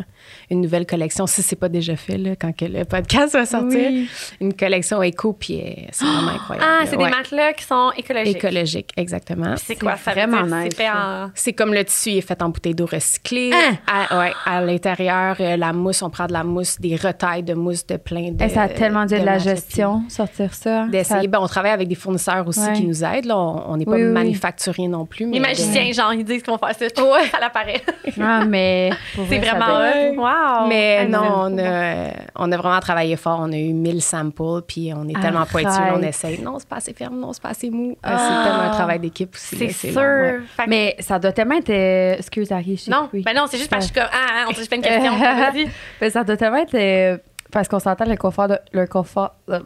[SPEAKER 5] une nouvelle collection, si c'est pas déjà fait, là, quand que le podcast va sortir,
[SPEAKER 1] Oui.
[SPEAKER 5] une collection éco, puis euh, c'est vraiment incroyable.
[SPEAKER 2] Ah,
[SPEAKER 5] là.
[SPEAKER 2] c'est
[SPEAKER 5] Ouais.
[SPEAKER 2] des matelas qui sont écologiques.
[SPEAKER 5] écologique, exactement.
[SPEAKER 2] Puis C'est quoi
[SPEAKER 1] C'est
[SPEAKER 2] ça? veut dire
[SPEAKER 1] vraiment
[SPEAKER 2] que
[SPEAKER 1] nice,
[SPEAKER 2] C'est fait
[SPEAKER 1] ça.
[SPEAKER 2] en.
[SPEAKER 5] C'est comme le tissu, il est fait en bouteille d'eau recyclée.
[SPEAKER 2] Hein?
[SPEAKER 5] À, ouais, à l'intérieur, euh, la mousse, on prend de la mousse, des retailles de mousse de plein de.
[SPEAKER 1] Eh,
[SPEAKER 2] Euh,
[SPEAKER 1] ça a tellement dû être de la
[SPEAKER 5] matières.
[SPEAKER 1] gestion, sortir ça.
[SPEAKER 5] D'essayer.
[SPEAKER 1] Ça-
[SPEAKER 5] Ben, on travaille avec des fournisseurs aussi
[SPEAKER 1] Ouais.
[SPEAKER 5] qui nous aident. là. On on n'est pas
[SPEAKER 1] Oui, oui, oui.
[SPEAKER 5] manufacturier non plus. Mais
[SPEAKER 2] Les magiciens, genre, ils disent qu'ils vont faire ça. Ouais. Ça l'apparaît.
[SPEAKER 1] Ah, mais. pour
[SPEAKER 2] C'est
[SPEAKER 1] vrai, ça
[SPEAKER 2] vraiment
[SPEAKER 1] doit être- Oh,
[SPEAKER 2] eux. Wow.
[SPEAKER 5] Mais
[SPEAKER 2] Ah,
[SPEAKER 5] non,
[SPEAKER 2] c'est
[SPEAKER 5] on
[SPEAKER 2] fou.
[SPEAKER 5] a, euh, on a vraiment travaillé fort. On a eu 1000 samples, puis on est tellement
[SPEAKER 1] Arrête.
[SPEAKER 5] pointueux. là, On essaye. Non, c'est pas assez ferme, non, c'est pas assez mou. Euh,
[SPEAKER 1] Ah.
[SPEAKER 5] C'est tellement un travail d'équipe aussi. là,
[SPEAKER 2] C'est
[SPEAKER 5] long, ouais.
[SPEAKER 2] sûr. Fait que-
[SPEAKER 1] Mais ça doit tellement être. euh, Excuse, Harry, je sais
[SPEAKER 2] Non,
[SPEAKER 1] que oui.
[SPEAKER 2] ben non, c'est juste parce que je suis comme. Ah, ah, on se fait une
[SPEAKER 1] Euh,
[SPEAKER 2] question. vas-y.
[SPEAKER 1] Ben, ça doit tellement être. euh, parce qu'on s'entend le confort de, le confort le,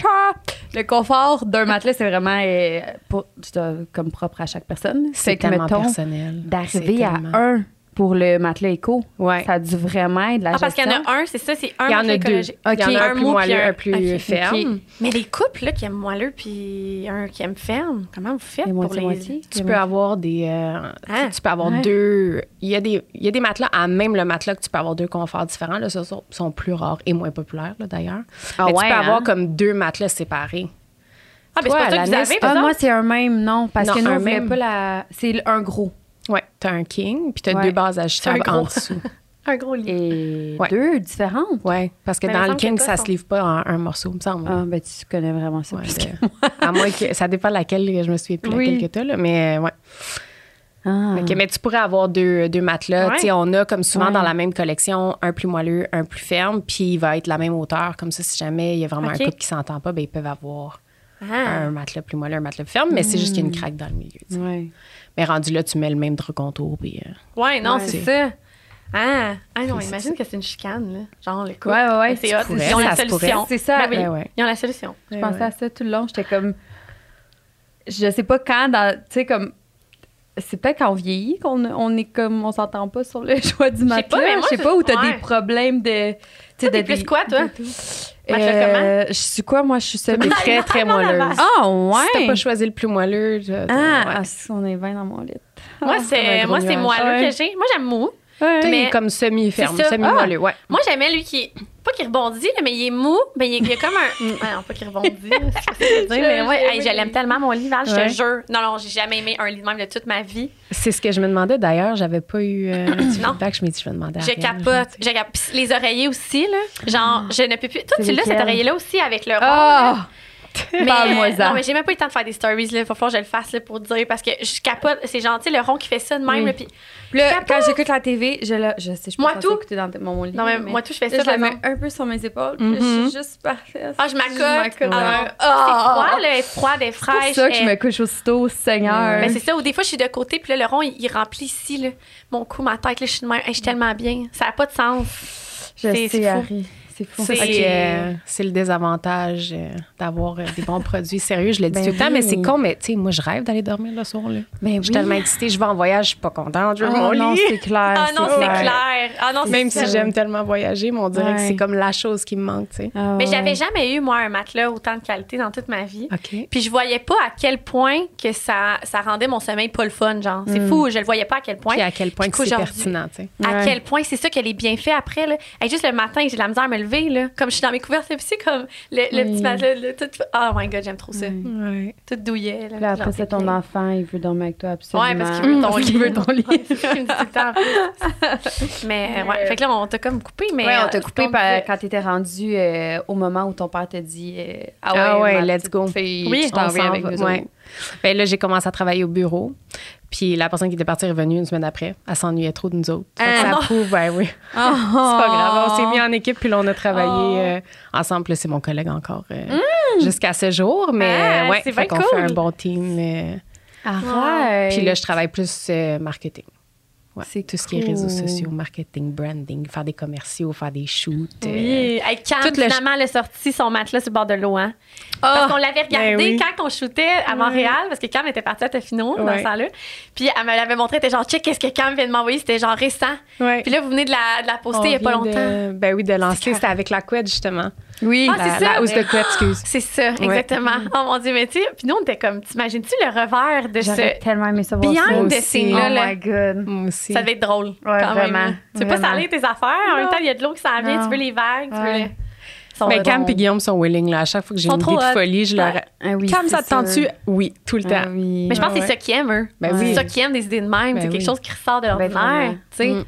[SPEAKER 1] le- le confort d'un matelas c'est vraiment euh, pour- c'est, euh, comme propre à chaque personne
[SPEAKER 5] C'est
[SPEAKER 1] c'est que
[SPEAKER 5] tellement
[SPEAKER 1] mettons
[SPEAKER 5] personnel.
[SPEAKER 1] d'arriver à un pour le matelas éco
[SPEAKER 5] Ouais.
[SPEAKER 1] ça a dû vraiment être de la
[SPEAKER 2] Ah, parce qu'il y en
[SPEAKER 1] gestion.
[SPEAKER 2] a un, c'est ça, c'est un.
[SPEAKER 5] Il y en
[SPEAKER 2] matelas
[SPEAKER 5] a deux.
[SPEAKER 2] écologique.
[SPEAKER 5] Il y en a un plus
[SPEAKER 2] mou, puis
[SPEAKER 5] moelleux, un plus
[SPEAKER 2] ok.
[SPEAKER 5] ferme.
[SPEAKER 1] ok.
[SPEAKER 2] Mais les couples là, qui aiment moelleux puis un qui aime ferme, comment vous faites
[SPEAKER 1] Et
[SPEAKER 2] pour
[SPEAKER 1] moitié,
[SPEAKER 2] les.
[SPEAKER 1] moitié.
[SPEAKER 5] Tu peux avoir des. euh, tu sais, Tu peux avoir
[SPEAKER 1] Ouais.
[SPEAKER 5] deux. Il y, a des, il y a des matelas, à même le matelas, que tu peux avoir deux conforts différents. Là, ça sont, sont plus rares et moins populaires, là, d'ailleurs.
[SPEAKER 1] Ah ouais,
[SPEAKER 5] Mais tu peux
[SPEAKER 1] hein?
[SPEAKER 5] avoir comme deux matelas séparés.
[SPEAKER 2] Ah, ben c'est
[SPEAKER 5] Toi,
[SPEAKER 2] pour ça que vous
[SPEAKER 5] Alanis,
[SPEAKER 2] avez, par
[SPEAKER 1] ah, moi
[SPEAKER 2] exemple.
[SPEAKER 1] c'est un même non parce
[SPEAKER 5] Non,
[SPEAKER 1] que nous
[SPEAKER 5] un
[SPEAKER 1] on voulait
[SPEAKER 5] même.
[SPEAKER 1] pas la c'est le- un gros
[SPEAKER 5] Ouais, tu as un king, puis tu as
[SPEAKER 1] Ouais.
[SPEAKER 5] deux bases ajustables
[SPEAKER 2] C'est un
[SPEAKER 5] en
[SPEAKER 2] gros.
[SPEAKER 5] dessous.
[SPEAKER 2] Un gros lit.
[SPEAKER 1] et
[SPEAKER 5] Ouais.
[SPEAKER 1] deux différentes
[SPEAKER 5] Ouais, parce que
[SPEAKER 2] Mais il me
[SPEAKER 5] dans le
[SPEAKER 2] semble que
[SPEAKER 5] king,
[SPEAKER 2] toi,
[SPEAKER 5] ça
[SPEAKER 2] sont-
[SPEAKER 5] se livre pas en un morceau, il me semble.
[SPEAKER 1] ah ben tu connais vraiment ça
[SPEAKER 5] Ouais,
[SPEAKER 1] plus
[SPEAKER 5] de-
[SPEAKER 1] que-
[SPEAKER 5] à moins que ça dépend de laquelle je me souviens plus
[SPEAKER 1] Oui.
[SPEAKER 5] laquelle que t'as là, mais euh, ouais.
[SPEAKER 1] Ah.
[SPEAKER 5] Ok, mais tu pourrais avoir deux, deux matelas.
[SPEAKER 2] Mm. Ouais.
[SPEAKER 5] Tu sais, on a comme souvent
[SPEAKER 1] Ouais.
[SPEAKER 5] dans la même collection un plus moelleux, un plus ferme, puis il va être la même hauteur. Comme ça, si jamais il y a vraiment
[SPEAKER 2] Ok.
[SPEAKER 5] un couple qui s'entend pas, ben ils peuvent avoir
[SPEAKER 2] Ah. Mm.
[SPEAKER 5] un matelas plus moelleux, un matelas plus ferme, mais c'est juste qu'il y a une craque dans le milieu. tu sais.
[SPEAKER 1] Ouais.
[SPEAKER 5] Mais rendu là, tu mets le même truc contour, puis euh,
[SPEAKER 2] Ouais, non,
[SPEAKER 5] Ouais.
[SPEAKER 2] c'est ça. Ah, ah non,
[SPEAKER 5] C'est
[SPEAKER 2] imagine que c'est une chicane, là. Genre, les coups.
[SPEAKER 1] Ouais, ouais, ouais.
[SPEAKER 2] C'est hot.
[SPEAKER 5] pourrais,
[SPEAKER 2] Ils ont la
[SPEAKER 5] ça se pourrait.
[SPEAKER 2] solution.
[SPEAKER 1] C'est ça.
[SPEAKER 2] Ben oui,
[SPEAKER 5] Ouais, ouais.
[SPEAKER 2] Ils ont la solution.
[SPEAKER 1] Je
[SPEAKER 5] Ouais,
[SPEAKER 1] pensais
[SPEAKER 5] ouais.
[SPEAKER 1] à ça tout le long. J'étais comme. Je sais pas quand, dans- tu sais, comme. c'est peut-être quand on vieillit qu'on on est comme on s'entend pas sur le choix du matelas.
[SPEAKER 2] mais moi,
[SPEAKER 1] je sais
[SPEAKER 2] je-
[SPEAKER 1] pas où t'as
[SPEAKER 2] ouais.
[SPEAKER 1] des problèmes de. Tu
[SPEAKER 2] Toi, t'es plus quoi, toi? Matelas
[SPEAKER 1] Euh, je suis quoi, moi? Je suis semi
[SPEAKER 5] Mais très, très moelleuse.
[SPEAKER 1] Ah,
[SPEAKER 5] Si t'as pas
[SPEAKER 1] ouais!
[SPEAKER 5] choisi le plus moelleux, je-
[SPEAKER 1] Ah,
[SPEAKER 5] ouais.
[SPEAKER 1] ah, si on est 20 dans mon lit.
[SPEAKER 2] Moi,
[SPEAKER 5] Ah, comme un
[SPEAKER 2] c'est
[SPEAKER 5] gros
[SPEAKER 2] moi, c'est
[SPEAKER 5] nuage.
[SPEAKER 2] moelleux
[SPEAKER 1] Ouais.
[SPEAKER 2] que j'ai. Moi, j'aime mou.
[SPEAKER 5] Toi, il
[SPEAKER 2] mais-
[SPEAKER 5] est comme semi-ferme,
[SPEAKER 2] C'est ça. Ah.
[SPEAKER 5] semi-moelleux, ouais.
[SPEAKER 2] Moi, j'aimais lui qui. Pas qu'il rebondit, là, mais il est mou. Ben, il, est- il y a comme un. Ah non, pas qu'il rebondit. c'est pas ça que je veux dire, mais
[SPEAKER 1] J'aime-
[SPEAKER 2] ouais,
[SPEAKER 1] j'aimais
[SPEAKER 2] hey, je l'aime
[SPEAKER 1] les-
[SPEAKER 2] tellement, mon lit, Val, je
[SPEAKER 1] Ouais.
[SPEAKER 2] te jure. Non, non, j'ai jamais aimé un lit de même de toute ma vie.
[SPEAKER 5] C'est ce que je me demandais d'ailleurs. J'avais pas eu euh, du
[SPEAKER 2] Non.
[SPEAKER 5] feedback. Je me dis, je vais demander à
[SPEAKER 2] Je
[SPEAKER 5] Ariane.
[SPEAKER 2] capote. Je capote. Puis les oreillers aussi, là. Genre, je ne peux plus. Toi,
[SPEAKER 1] Ah. C'est
[SPEAKER 2] tu l'as, cet
[SPEAKER 1] lesquels?
[SPEAKER 2] oreiller-là aussi, avec le
[SPEAKER 1] Ah!
[SPEAKER 2] Mais-
[SPEAKER 1] Parle-moi ça.
[SPEAKER 2] Non, mais j'ai même pas eu le temps de faire des stories. Là. Faut falloir que je le fasse là, pour dire parce que je capote. C'est gentil, le rond qui fait ça de même.
[SPEAKER 1] Oui.
[SPEAKER 2] là, puis-
[SPEAKER 1] Puis là,
[SPEAKER 2] Capote!
[SPEAKER 1] quand j'écoute la TV, je, la- je sais, je peux
[SPEAKER 2] Moi,
[SPEAKER 1] pas
[SPEAKER 2] tout.
[SPEAKER 1] écouter dans t- mon mon lit.
[SPEAKER 2] non, mais,
[SPEAKER 1] mais-
[SPEAKER 2] moi, tout, je fais ça.
[SPEAKER 1] Là, je la
[SPEAKER 2] par
[SPEAKER 1] mets
[SPEAKER 2] exemple. Mm-hmm.
[SPEAKER 1] un peu sur mes épaules. puis là, Je
[SPEAKER 5] Mhm.
[SPEAKER 1] suis juste parfaite.
[SPEAKER 2] Ah, je m'accote. Ah,
[SPEAKER 1] Ah, ah,
[SPEAKER 2] C'est
[SPEAKER 1] ah.
[SPEAKER 2] froid, là, elle est froide, elle est
[SPEAKER 1] C'est
[SPEAKER 2] fraîche.
[SPEAKER 1] pour ça que je
[SPEAKER 2] elle-
[SPEAKER 1] me couche aussitôt, Seigneur.
[SPEAKER 2] Ben, c'est ça, ou des fois, je suis de côté, puis là, le rond, il, il remplit ici, là, mon cou, ma tête, là, je suis de même. Hey, je suis tellement bien. Ça n'a pas de sens. c'est-
[SPEAKER 1] je
[SPEAKER 2] c'est
[SPEAKER 1] sais,
[SPEAKER 2] fou.
[SPEAKER 1] Harry. C'est fou.
[SPEAKER 5] Ça,
[SPEAKER 2] C'est-
[SPEAKER 5] c'est euh, c'est le désavantage euh, d'avoir euh, des bons produits sérieux. Je le dis
[SPEAKER 1] Ben
[SPEAKER 5] tout le temps,
[SPEAKER 1] oui.
[SPEAKER 5] mais c'est con. Mais tu sais, moi, je rêve d'aller dormir le soir. Là.
[SPEAKER 1] Mais
[SPEAKER 5] Je suis tellement excitée. Je vais en voyage, je suis pas contente. Je veux mon
[SPEAKER 1] Ah non,
[SPEAKER 5] lit.
[SPEAKER 1] c'est clair.
[SPEAKER 2] Ah non, c'est
[SPEAKER 5] clair.
[SPEAKER 2] clair. Ah non, c'est
[SPEAKER 5] Même
[SPEAKER 2] ça.
[SPEAKER 5] si j'aime tellement voyager, mais on dirait que
[SPEAKER 1] Ouais.
[SPEAKER 5] c'est comme la chose qui me manque. tu sais.
[SPEAKER 1] Ah
[SPEAKER 2] Mais
[SPEAKER 1] ouais.
[SPEAKER 2] j'avais jamais eu, moi, un matelas autant de qualité dans toute ma vie.
[SPEAKER 5] OK.
[SPEAKER 2] Puis je voyais pas à quel point que ça, ça rendait mon sommeil pas le fun, genre. C'est fou, je le voyais pas à quel point.
[SPEAKER 5] Puis à quel point
[SPEAKER 2] Puis
[SPEAKER 5] que c'est
[SPEAKER 2] qu'aujourd'hui-
[SPEAKER 5] pertinent. tu sais.
[SPEAKER 2] À
[SPEAKER 1] Ouais.
[SPEAKER 2] quel point c'est ça que les bienfaits après. Là. Hey, juste le matin, j'ai de la misère à me lever. Là. Comme je suis dans mes couvertes, c'est c'est comme le, le
[SPEAKER 1] Oui.
[SPEAKER 2] petit matelas. le tout... Oh my god, j'aime trop ça.
[SPEAKER 5] Mm.
[SPEAKER 1] Oui.
[SPEAKER 2] Tout douillet. Là,
[SPEAKER 1] Puis après
[SPEAKER 2] Genre,
[SPEAKER 1] ça,
[SPEAKER 2] c'est
[SPEAKER 1] ton
[SPEAKER 2] bien.
[SPEAKER 1] enfant, il veut dormir avec toi absolument.
[SPEAKER 2] Ouais, parce qu'il veut ton
[SPEAKER 1] Parce
[SPEAKER 2] lit.
[SPEAKER 1] qu'il veut ton lit.
[SPEAKER 2] Ouais, c'est ce qu'il me dit tout le temps, en plus. mais ouais, fait que là, on t'a comme coupé. Mais,
[SPEAKER 1] Ouais, on
[SPEAKER 2] euh,
[SPEAKER 1] t'a coupé
[SPEAKER 2] on
[SPEAKER 1] par-
[SPEAKER 2] disait-
[SPEAKER 1] quand t'étais rendu au moment où ton père t'a dit euh,
[SPEAKER 5] Ah ouais,
[SPEAKER 1] ma
[SPEAKER 5] let's
[SPEAKER 1] petite
[SPEAKER 5] go.
[SPEAKER 1] fille,
[SPEAKER 2] Oui,
[SPEAKER 1] tu t'en
[SPEAKER 5] on
[SPEAKER 1] viens
[SPEAKER 5] s'en
[SPEAKER 1] avec
[SPEAKER 5] va,
[SPEAKER 1] nous
[SPEAKER 5] ouais.
[SPEAKER 1] autres.
[SPEAKER 5] Ben là, j'ai commencé à travailler au bureau. Puis la personne qui était partie est revenue une semaine après. Elle s'ennuyait trop de nous autres. Fait que
[SPEAKER 1] Ah
[SPEAKER 5] ça
[SPEAKER 1] non.
[SPEAKER 5] prouve, ben oui. C'est pas grave. On s'est mis en équipe, puis là, on a travaillé euh, ensemble. Là, c'est mon collègue encore euh, jusqu'à ce jour. Mais
[SPEAKER 2] Ah,
[SPEAKER 5] ouais,
[SPEAKER 2] c'est
[SPEAKER 5] fait
[SPEAKER 2] bien
[SPEAKER 5] qu'on fait
[SPEAKER 2] cool.
[SPEAKER 5] un bon team. euh,
[SPEAKER 1] Arrête.
[SPEAKER 5] Puis là, je travaille plus euh, marketing. Ouais,
[SPEAKER 1] C'est
[SPEAKER 5] tout ce qui est réseaux
[SPEAKER 1] cool.
[SPEAKER 5] sociaux, marketing, branding, faire des commerciaux, faire des shoots. euh,
[SPEAKER 2] Oui, hey, quand
[SPEAKER 5] Tout le-
[SPEAKER 2] finalement elle a sorti son matelas sur le bord de l'eau, hein? parce qu'on l'avait regardé
[SPEAKER 5] ben oui.
[SPEAKER 2] quand on shootait à Montréal, parce que Cam était partie à Tofino dans
[SPEAKER 5] Ouais.
[SPEAKER 2] ce temps-là. Puis elle me l'avait montré, elle était genre, check, qu'est-ce que Cam vient de m'envoyer, c'était genre récent.
[SPEAKER 5] Ouais.
[SPEAKER 2] Puis là, vous venez de la, de la
[SPEAKER 5] On
[SPEAKER 2] poster il n'y a pas
[SPEAKER 5] vient
[SPEAKER 2] longtemps.
[SPEAKER 5] de- ben oui, de lancer, c'était avec la couette, justement.
[SPEAKER 1] Oui,
[SPEAKER 2] Ah,
[SPEAKER 5] la,
[SPEAKER 2] c'est ça,
[SPEAKER 5] la housse
[SPEAKER 2] mais-
[SPEAKER 5] de couette, excuse.
[SPEAKER 2] C'est ça, exactement. Oh mon Dieu, mais tu sais, puis nous, on était comme, t'imagines-tu le revers de
[SPEAKER 1] j'aurais
[SPEAKER 2] ce.
[SPEAKER 1] tellement aimé savoir
[SPEAKER 2] Behind
[SPEAKER 1] ça.
[SPEAKER 2] the
[SPEAKER 1] aussi.
[SPEAKER 2] scene, là,
[SPEAKER 1] Oh
[SPEAKER 2] là.
[SPEAKER 1] my God.
[SPEAKER 5] Moi aussi.
[SPEAKER 2] Ça devait être drôle. Ouais,
[SPEAKER 1] vraiment,
[SPEAKER 2] Tu veux pas
[SPEAKER 1] vraiment.
[SPEAKER 2] saler tes affaires. En même temps, il y a de l'eau qui s'en vient.
[SPEAKER 1] Non.
[SPEAKER 2] Tu veux les vagues. Tu veux
[SPEAKER 1] Ouais.
[SPEAKER 2] les... Ils sont
[SPEAKER 5] Ben, Cam
[SPEAKER 2] bons.
[SPEAKER 5] et Guillaume sont willing, là. À chaque fois que j'ai
[SPEAKER 2] Sont
[SPEAKER 5] une
[SPEAKER 2] trop
[SPEAKER 5] idée de
[SPEAKER 2] hot.
[SPEAKER 5] folie, je leur.
[SPEAKER 1] Ah oui,
[SPEAKER 5] Cam,
[SPEAKER 1] c'est
[SPEAKER 5] ça te tente-tu? Oui, tout le
[SPEAKER 1] Ah
[SPEAKER 5] temps.
[SPEAKER 1] oui.
[SPEAKER 2] Mais je pense que
[SPEAKER 5] Ouais.
[SPEAKER 2] c'est ça qu'ils aiment, eux.
[SPEAKER 5] Ben
[SPEAKER 2] C'est
[SPEAKER 5] oui.
[SPEAKER 2] ça qu'ils aiment des idées de même.
[SPEAKER 5] Ben
[SPEAKER 2] c'est quelque
[SPEAKER 5] oui.
[SPEAKER 2] chose qui ressort de l'ordinaire.
[SPEAKER 1] vraiment.
[SPEAKER 2] tu sais.
[SPEAKER 5] Mm.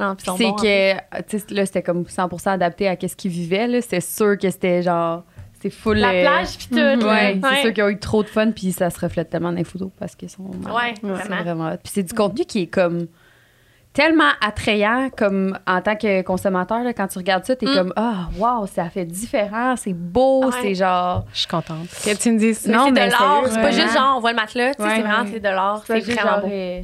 [SPEAKER 2] Non, puis ils sont
[SPEAKER 1] c'est
[SPEAKER 2] bons, hein.
[SPEAKER 1] que tu sais, là c'était comme 100% adapté à qu'est-ce qu'ils vivaient là c'était sûr que c'était genre c'est full
[SPEAKER 2] La
[SPEAKER 1] euh,
[SPEAKER 2] plage, puis tout.
[SPEAKER 5] Mm,
[SPEAKER 1] ouais,
[SPEAKER 2] là.
[SPEAKER 1] c'est sûr qu'ils ont eu trop de fun puis ça se reflète tellement dans les photos parce qu'ils sont
[SPEAKER 2] Ouais,
[SPEAKER 1] c'est
[SPEAKER 2] vraiment.
[SPEAKER 1] vraiment hot. puis c'est du contenu qui est comme tellement attrayant comme en tant que consommateur là, quand tu regardes ça t'es
[SPEAKER 2] Mm.
[SPEAKER 1] comme ah wow ça fait différent c'est beau
[SPEAKER 2] Ouais.
[SPEAKER 1] c'est genre
[SPEAKER 5] Je suis contente. Que tu me dises.
[SPEAKER 2] Mais
[SPEAKER 1] Non,
[SPEAKER 2] c'est
[SPEAKER 1] mais
[SPEAKER 2] de l'art.
[SPEAKER 1] sérieux,
[SPEAKER 2] C'est pas
[SPEAKER 1] vraiment.
[SPEAKER 2] juste genre, on voit le matelas. tu sais,
[SPEAKER 1] Ouais,
[SPEAKER 2] c'est vraiment,
[SPEAKER 1] ouais.
[SPEAKER 2] c'est de l'art. C'est
[SPEAKER 1] juste
[SPEAKER 2] vraiment
[SPEAKER 1] genre,
[SPEAKER 2] beau.
[SPEAKER 1] euh,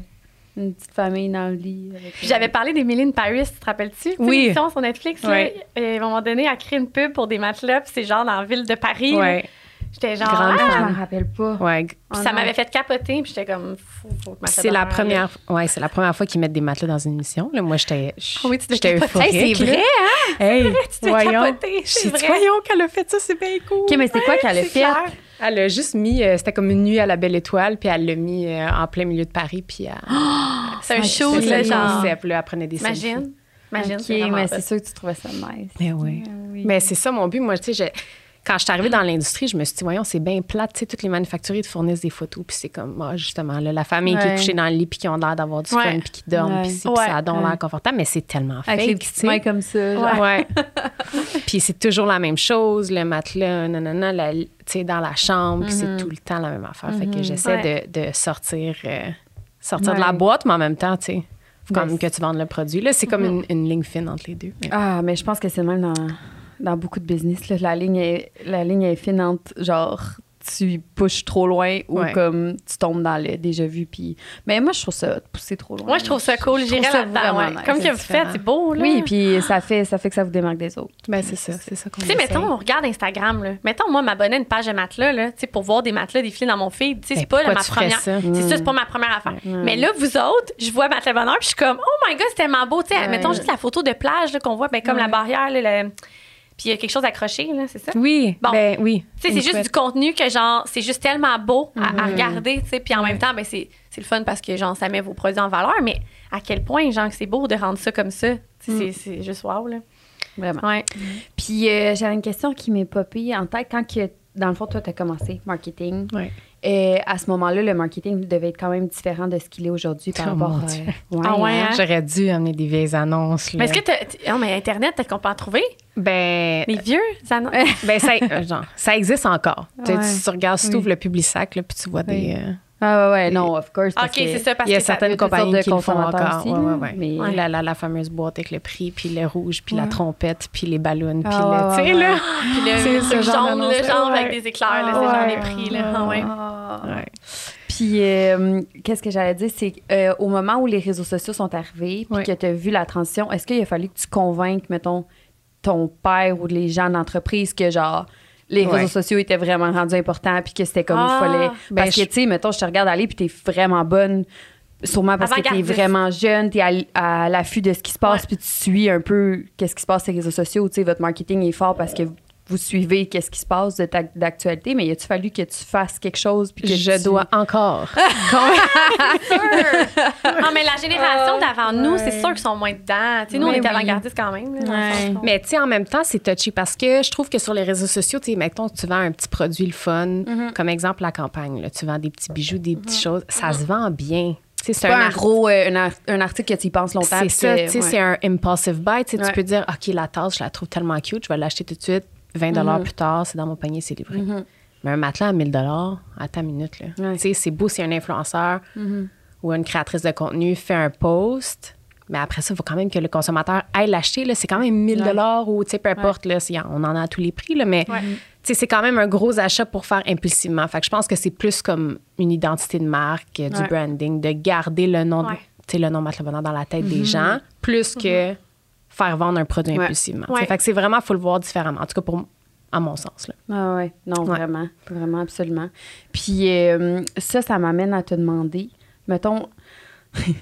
[SPEAKER 1] une petite famille dans le lit avec-
[SPEAKER 2] Puis j'avais parlé d'Emily in Paris, tu te rappelles-tu? Tu sais,
[SPEAKER 5] Oui.
[SPEAKER 2] l'émission sur Netflix, là,
[SPEAKER 5] Ouais.
[SPEAKER 2] et à un moment donné, elle crée une pub pour des matelas, puis c'est genre dans la ville de Paris. là.
[SPEAKER 5] Ouais,
[SPEAKER 2] J'étais genre,
[SPEAKER 5] Grande
[SPEAKER 1] ah,
[SPEAKER 2] ah!
[SPEAKER 1] je m'en rappelle pas
[SPEAKER 5] ouais.
[SPEAKER 2] Puis
[SPEAKER 1] Oh
[SPEAKER 2] ça
[SPEAKER 1] non.
[SPEAKER 2] m'avait fait capoter, puis j'étais comme, faut, faut que ma
[SPEAKER 5] C'est la première, ouais, c'est la première fois qu'ils mettent des matelas dans une émission. Là, moi, j'étais,
[SPEAKER 2] Ah oui, tu devais
[SPEAKER 5] j'étais
[SPEAKER 2] capoter.
[SPEAKER 5] euphorique.
[SPEAKER 1] Hey, c'est
[SPEAKER 5] là.
[SPEAKER 1] vrai,
[SPEAKER 5] Hey,
[SPEAKER 2] devais
[SPEAKER 5] voyons,
[SPEAKER 2] capoter,
[SPEAKER 5] Je
[SPEAKER 2] c'est
[SPEAKER 5] dis,
[SPEAKER 2] vrai.
[SPEAKER 5] voyons qu'elle a fait ça, c'est bien cool.
[SPEAKER 1] ok mais c'est quoi qu'elle a
[SPEAKER 2] C'est
[SPEAKER 1] fait
[SPEAKER 2] clair.
[SPEAKER 5] Elle a juste mis, euh, c'était comme une nuit à la Belle Étoile, puis elle l'a mis euh, en plein milieu de Paris, puis elle,
[SPEAKER 2] C'est un
[SPEAKER 1] Ouais,
[SPEAKER 2] show,
[SPEAKER 5] c'est
[SPEAKER 2] là,
[SPEAKER 5] le
[SPEAKER 2] genre.
[SPEAKER 5] concept, là, elle prenait des selfies.
[SPEAKER 2] Imagine. Imagine.
[SPEAKER 1] ok
[SPEAKER 2] c'est vraiment
[SPEAKER 1] mais
[SPEAKER 2] hot.
[SPEAKER 1] c'est sûr que tu trouvais ça nice
[SPEAKER 5] Mais oui.
[SPEAKER 1] Ah oui.
[SPEAKER 5] Mais c'est ça mon but. Moi, tu sais, j'ai- quand je suis arrivée dans l'industrie, je me suis dit, voyons, c'est bien plate. Tu sais, toutes les manufacturiers te fournissent des photos, puis c'est comme, ah, justement, là, la famille qui
[SPEAKER 1] Ouais.
[SPEAKER 5] est couchée dans le lit, puis qui ont l'air d'avoir du
[SPEAKER 2] Ouais.
[SPEAKER 5] fun, puis qui dorment,
[SPEAKER 1] Ouais.
[SPEAKER 5] puis c'est- puis ça a donc
[SPEAKER 1] Ouais.
[SPEAKER 5] l'air confortable, mais c'est tellement fake.
[SPEAKER 1] Avec les
[SPEAKER 5] tu
[SPEAKER 1] petites
[SPEAKER 5] sais.
[SPEAKER 1] mains comme ça. genre.
[SPEAKER 5] Ouais. puis c'est toujours la même chose, le matelas, nanana, la- tu sais, dans la chambre, puis
[SPEAKER 1] Mhm.
[SPEAKER 5] c'est tout le temps la même affaire. Fait que j'essaie
[SPEAKER 2] Ouais.
[SPEAKER 5] de, de sortir, euh, sortir de
[SPEAKER 1] Ouais.
[SPEAKER 5] la boîte, mais en même temps, tu sais, faut quand
[SPEAKER 1] Ben,
[SPEAKER 5] même que tu vendes le produit. Là, c'est comme une, une ligne fine entre les deux. Mais-
[SPEAKER 1] Mhm. Ah, mais je pense que c'est même dans, dans beaucoup de business. là. La, ligne est, la ligne est fine entre, genre, tu pushes trop loin ou
[SPEAKER 5] Ouais.
[SPEAKER 1] comme tu tombes dans le déjà vu. Puis... Mais moi, je trouve ça pousser trop loin.
[SPEAKER 2] Moi, je trouve ça cool.
[SPEAKER 1] Je
[SPEAKER 2] J'irai
[SPEAKER 1] trouve ça
[SPEAKER 2] là-dedans.
[SPEAKER 1] vraiment
[SPEAKER 2] ouais.
[SPEAKER 1] nice,
[SPEAKER 2] Comme
[SPEAKER 5] c'est
[SPEAKER 2] que vous faites,
[SPEAKER 5] différent.
[SPEAKER 2] c'est beau, là.
[SPEAKER 1] Oui, puis ça fait, ça fait que ça vous démarque des autres.
[SPEAKER 5] Ben, c'est ça, c'est ça qu'on
[SPEAKER 2] Tu sais,
[SPEAKER 5] essaie.
[SPEAKER 2] mettons, on regarde Instagram, là. Mettons, moi, m'abonner à une page de matelas, là, tu sais, pour voir des matelas défiler dans mon feed. Tu sais,
[SPEAKER 5] Ben,
[SPEAKER 2] c'est pas là,
[SPEAKER 5] pourquoi
[SPEAKER 2] ma
[SPEAKER 5] tu
[SPEAKER 2] première.
[SPEAKER 5] ferais ça?
[SPEAKER 2] C'est ça, c'est
[SPEAKER 1] Hmm.
[SPEAKER 2] pas ma première affaire. Mais là, vous autres, je vois Matelas Bonheur, puis je suis comme, oh my god, c'est tellement beau. Tu sais, mettons juste la photo de plage, là, qu'on voit, ben, comme la barrière, là, le- puis il y a quelque chose accroché, là, c'est ça?
[SPEAKER 5] Oui,
[SPEAKER 2] Bon.
[SPEAKER 5] ben oui.
[SPEAKER 2] Tu sais,
[SPEAKER 5] Une
[SPEAKER 2] c'est juste
[SPEAKER 5] chouette.
[SPEAKER 2] du contenu que, genre, c'est juste tellement beau à,
[SPEAKER 5] Mm-hmm.
[SPEAKER 2] à regarder, tu sais. Puis en même temps, ben, c'est c'est le fun parce que, genre, ça met vos produits en valeur, mais à quel point, genre, que c'est beau de rendre ça comme ça. Tu sais,
[SPEAKER 5] Mm.
[SPEAKER 2] c'est- c'est juste wow, là.
[SPEAKER 1] Vraiment.
[SPEAKER 2] Ouais.
[SPEAKER 1] Puis euh, j'avais une question qui m'est popée en tête quand que, dans le fond, toi, tu as commencé marketing.
[SPEAKER 5] Ouais.
[SPEAKER 1] Et à ce moment-là, le marketing devait être quand même différent de ce qu'il est aujourd'hui par
[SPEAKER 5] Oh,
[SPEAKER 1] rapport euh,
[SPEAKER 5] mon
[SPEAKER 1] à.
[SPEAKER 5] Dieu.
[SPEAKER 2] Ah ouais, hein?
[SPEAKER 5] J'aurais dû amener des vieilles annonces. Là.
[SPEAKER 2] Mais est-ce que t'as- t- Non, mais Internet, peut-être qu'on peut en trouver.
[SPEAKER 5] Ben,
[SPEAKER 2] Les vieux annonces.
[SPEAKER 5] ben ça, euh, genre, ça existe encore. Tu sais,
[SPEAKER 1] Ouais.
[SPEAKER 5] Tu, tu regardes, tu
[SPEAKER 1] Oui.
[SPEAKER 5] ouvres le public sac, là, puis tu vois des. euh,
[SPEAKER 1] Ah ouais, ouais, non, of course.
[SPEAKER 2] OK, c'est ça, parce
[SPEAKER 5] il y a
[SPEAKER 2] que ça-
[SPEAKER 1] il
[SPEAKER 5] certaines
[SPEAKER 1] y a toutes
[SPEAKER 5] compagnies
[SPEAKER 1] sortes de
[SPEAKER 5] qui le font
[SPEAKER 1] consommateurs
[SPEAKER 5] encore.
[SPEAKER 1] aussi,
[SPEAKER 5] Ouais,
[SPEAKER 1] là,
[SPEAKER 5] ouais, ouais.
[SPEAKER 1] mais- euh,
[SPEAKER 5] Ouais. La, la, la fameuse boîte avec le prix, puis le rouge, puis la
[SPEAKER 1] Ouais.
[SPEAKER 5] trompette, puis les ballons, puis
[SPEAKER 1] Ah,
[SPEAKER 5] le.
[SPEAKER 1] ouais,
[SPEAKER 5] tu sais,
[SPEAKER 1] ouais,
[SPEAKER 5] là.
[SPEAKER 2] Puis le,
[SPEAKER 5] C'est
[SPEAKER 2] le
[SPEAKER 5] ce genre
[SPEAKER 2] jaune, le
[SPEAKER 5] d'annonce-là,
[SPEAKER 2] genre
[SPEAKER 5] ouais.
[SPEAKER 2] avec des éclairs, là, c'est
[SPEAKER 5] Ouais.
[SPEAKER 2] genre les prix, là. Ah ouais.
[SPEAKER 5] Ouais.
[SPEAKER 1] Puis, euh, qu'est-ce que j'allais dire? C'est euh, au moment où les réseaux sociaux sont arrivés, puis
[SPEAKER 5] Ouais.
[SPEAKER 1] que tu as vu la transition, est-ce qu'il a fallu que tu convainques, mettons, ton père ou les gens d'entreprise que, genre, les
[SPEAKER 5] Ouais.
[SPEAKER 1] réseaux sociaux étaient vraiment rendus importants, puis que c'était comme
[SPEAKER 2] Ah,
[SPEAKER 1] il fallait.
[SPEAKER 5] ben,
[SPEAKER 1] parce que,
[SPEAKER 5] je-
[SPEAKER 1] tu sais, mettons, je te regarde aller, puis t'es vraiment bonne. Sûrement parce que t'es
[SPEAKER 2] Avant-gardiste.
[SPEAKER 1] vraiment jeune, t'es à, l- à l'affût de ce qui se passe,
[SPEAKER 2] Ouais.
[SPEAKER 1] puis tu suis un peu qu'est-ce qui se passe sur les réseaux sociaux. Tu sais, votre marketing est fort parce que vous suivez qu'est-ce qui se passe de ta- d'actualité, mais y a-tu fallu que tu fasses quelque chose puis que tu-
[SPEAKER 5] Je
[SPEAKER 1] Ah!
[SPEAKER 5] dois encore.
[SPEAKER 2] Non, Ah, mais la
[SPEAKER 5] Ah,
[SPEAKER 2] génération d'avant nous, c'est sûr qu'ils sont moins dedans. Tu sais, nous, on
[SPEAKER 1] Mais
[SPEAKER 2] était
[SPEAKER 1] oui.
[SPEAKER 2] avant-gardistes quand même. là, dans le
[SPEAKER 1] Ouais.
[SPEAKER 2] sens qu'on-
[SPEAKER 5] Mais tu sais, en même temps, c'est touchy parce que je trouve que sur les réseaux sociaux, tu sais, mettons que tu vends un petit produit le fun,
[SPEAKER 1] Mm-hmm.
[SPEAKER 5] comme exemple la campagne, là, tu vends des petits bijoux, des petites choses, ça se vend bien. Tu sais, C'est
[SPEAKER 1] Mm-hmm. pas un,
[SPEAKER 5] art-
[SPEAKER 1] gros euh, un, ar- un article que tu y penses longtemps.
[SPEAKER 5] C'est
[SPEAKER 1] puis
[SPEAKER 5] ça,
[SPEAKER 1] que-
[SPEAKER 5] tu sais,
[SPEAKER 1] ouais.
[SPEAKER 5] c'est un impulsive buy. tu sais,
[SPEAKER 1] Ouais.
[SPEAKER 5] Tu peux dire, OK, la tasse, je la trouve tellement cute, je vais l'acheter tout de suite. 20
[SPEAKER 1] Mm-hmm.
[SPEAKER 5] plus tard, c'est dans mon panier, c'est livré. Mais un matelas à 1000 à ta minute, là.
[SPEAKER 1] Ouais. Mm-hmm.
[SPEAKER 5] Tu sais, c'est beau si un influenceur ou une créatrice de contenu fait un post, mais après ça, il faut quand même que le consommateur aille l'acheter. là. C'est quand même 1000 ou tu sais, peu importe, là, c'est- on en a à tous les prix, là, mais tu sais, c'est quand même un gros achat pour faire impulsivement. Fait que je pense que c'est plus comme une identité de marque, euh, du
[SPEAKER 1] Ouais.
[SPEAKER 5] branding, de garder le nom, de-
[SPEAKER 2] Ouais.
[SPEAKER 5] tu sais, le nom Matelas Bonheur dans la tête des gens, plus que faire vendre un produit
[SPEAKER 1] Mhm. Ouais.
[SPEAKER 5] impulsivement. tu sais.
[SPEAKER 2] Ouais.
[SPEAKER 5] Fait que c'est vraiment, il faut le voir différemment, en tout cas pour, m- à mon sens. Là.
[SPEAKER 1] Ah ouais, non,
[SPEAKER 5] Ouais.
[SPEAKER 1] vraiment, vraiment, absolument. Puis euh, ça, ça m'amène à te demander, mettons,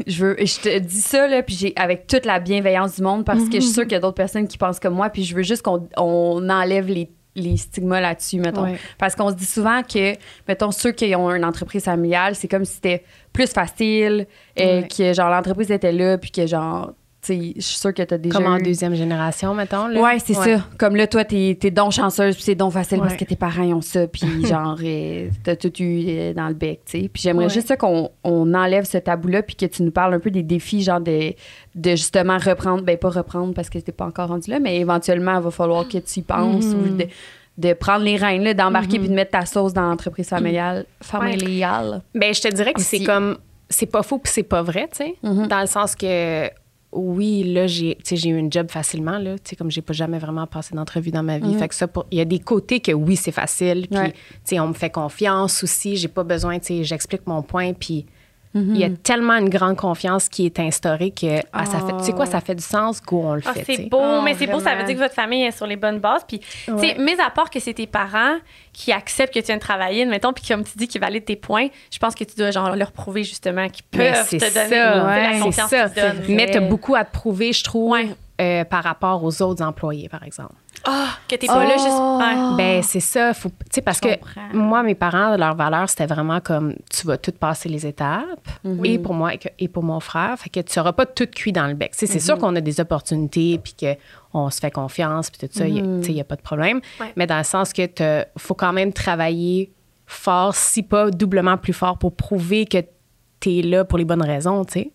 [SPEAKER 1] je veux, je te dis ça là, puis j'ai avec toute la bienveillance du monde parce que je suis sûre qu'il y a d'autres personnes qui pensent comme moi, puis je veux juste qu'on on enlève les les stigmas là-dessus, mettons.
[SPEAKER 5] Ouais.
[SPEAKER 1] Parce qu'on se dit souvent que, mettons, ceux qui ont une entreprise familiale, c'est comme si c'était plus facile, et
[SPEAKER 5] Ouais.
[SPEAKER 1] que, genre, l'entreprise était là, puis que, genre, tu sais, je suis sûre que tu as déjà
[SPEAKER 5] Comme en
[SPEAKER 1] eu-
[SPEAKER 5] deuxième génération, mettons. Là.
[SPEAKER 1] Ouais, c'est ça. Comme là, toi, t'es, t'es donc chanceuse, puis c'est donc facile parce
[SPEAKER 5] Ouais.
[SPEAKER 1] que tes parents ils ont ça, puis genre, euh, t'as tout eu euh, dans le bec, tu sais. Puis j'aimerais
[SPEAKER 5] Ouais.
[SPEAKER 1] juste ça qu'on on enlève ce tabou-là, puis que tu nous parles un peu des défis, genre de, de justement reprendre, ben pas reprendre parce que t'es pas encore rendu là, mais éventuellement, il va falloir que tu y penses
[SPEAKER 5] Mm-hmm.
[SPEAKER 1] ou de, de prendre les rênes, là, d'embarquer puis de mettre ta sauce dans l'entreprise
[SPEAKER 5] Mm.
[SPEAKER 1] familiale. familiale.
[SPEAKER 5] Ben, je te dirais que c'est
[SPEAKER 1] Aussi.
[SPEAKER 5] comme. C'est pas faux puis c'est pas vrai, tu sais.
[SPEAKER 2] Mm-hmm.
[SPEAKER 5] Dans le sens que, oui, là, j'ai tu sais, j'ai eu une job facilement, là. Tu sais, comme j'ai pas jamais vraiment passé d'entrevue dans ma vie.
[SPEAKER 2] Mm-hmm.
[SPEAKER 5] Fait que ça, pour- il y a des côtés que, oui, c'est facile. Puis,
[SPEAKER 1] Ouais.
[SPEAKER 5] tu sais, on me fait confiance aussi. J'ai pas besoin, tu sais, j'explique mon point. Puis,
[SPEAKER 2] Mm-hmm.
[SPEAKER 5] il y a tellement une grande confiance qui est instaurée que, ah, ça fait. Tu sais quoi, ça fait du sens, go, on le
[SPEAKER 2] Ah,
[SPEAKER 5] fait. tu sais.
[SPEAKER 2] c'est beau,
[SPEAKER 1] Oh,
[SPEAKER 2] mais c'est beau, ça veut
[SPEAKER 1] vraiment.
[SPEAKER 2] dire que votre famille est sur les bonnes bases. Puis, tu sais,
[SPEAKER 5] Ouais.
[SPEAKER 2] mis à part que c'est tes parents qui acceptent que tu viennes travailler, mettons, puis comme tu dis, qui valident tes points, je pense que tu dois genre leur prouver justement qu'ils
[SPEAKER 5] Mais
[SPEAKER 2] peuvent te
[SPEAKER 5] c'est
[SPEAKER 2] donner
[SPEAKER 5] ça,
[SPEAKER 2] la
[SPEAKER 5] ouais,
[SPEAKER 2] confiance
[SPEAKER 5] c'est ça.
[SPEAKER 2] qu'ils te donnent.
[SPEAKER 5] Mais tu as beaucoup à te prouver, je trouve,
[SPEAKER 2] Ouais.
[SPEAKER 5] euh, par rapport aux autres employés, par exemple.
[SPEAKER 2] Ah, que t'es pas là juste. Ah. Ouais.
[SPEAKER 5] Ben, c'est ça. Faut, tu sais, parce que moi, mes parents, leur valeur, c'était vraiment comme tu vas tout passer les étapes. Et pour moi et, que- et pour mon frère. Fait que tu seras pas tout cuit dans le bec. Tu sais, C'est sûr qu'on a des opportunités puis qu'on se fait confiance puis tout ça. il y a- tu sais, Il n'y a pas de problème.
[SPEAKER 2] Ouais.
[SPEAKER 5] Mais dans le sens que il faut quand même travailler fort, si pas doublement plus fort pour prouver que tu es là pour les bonnes raisons, tu sais.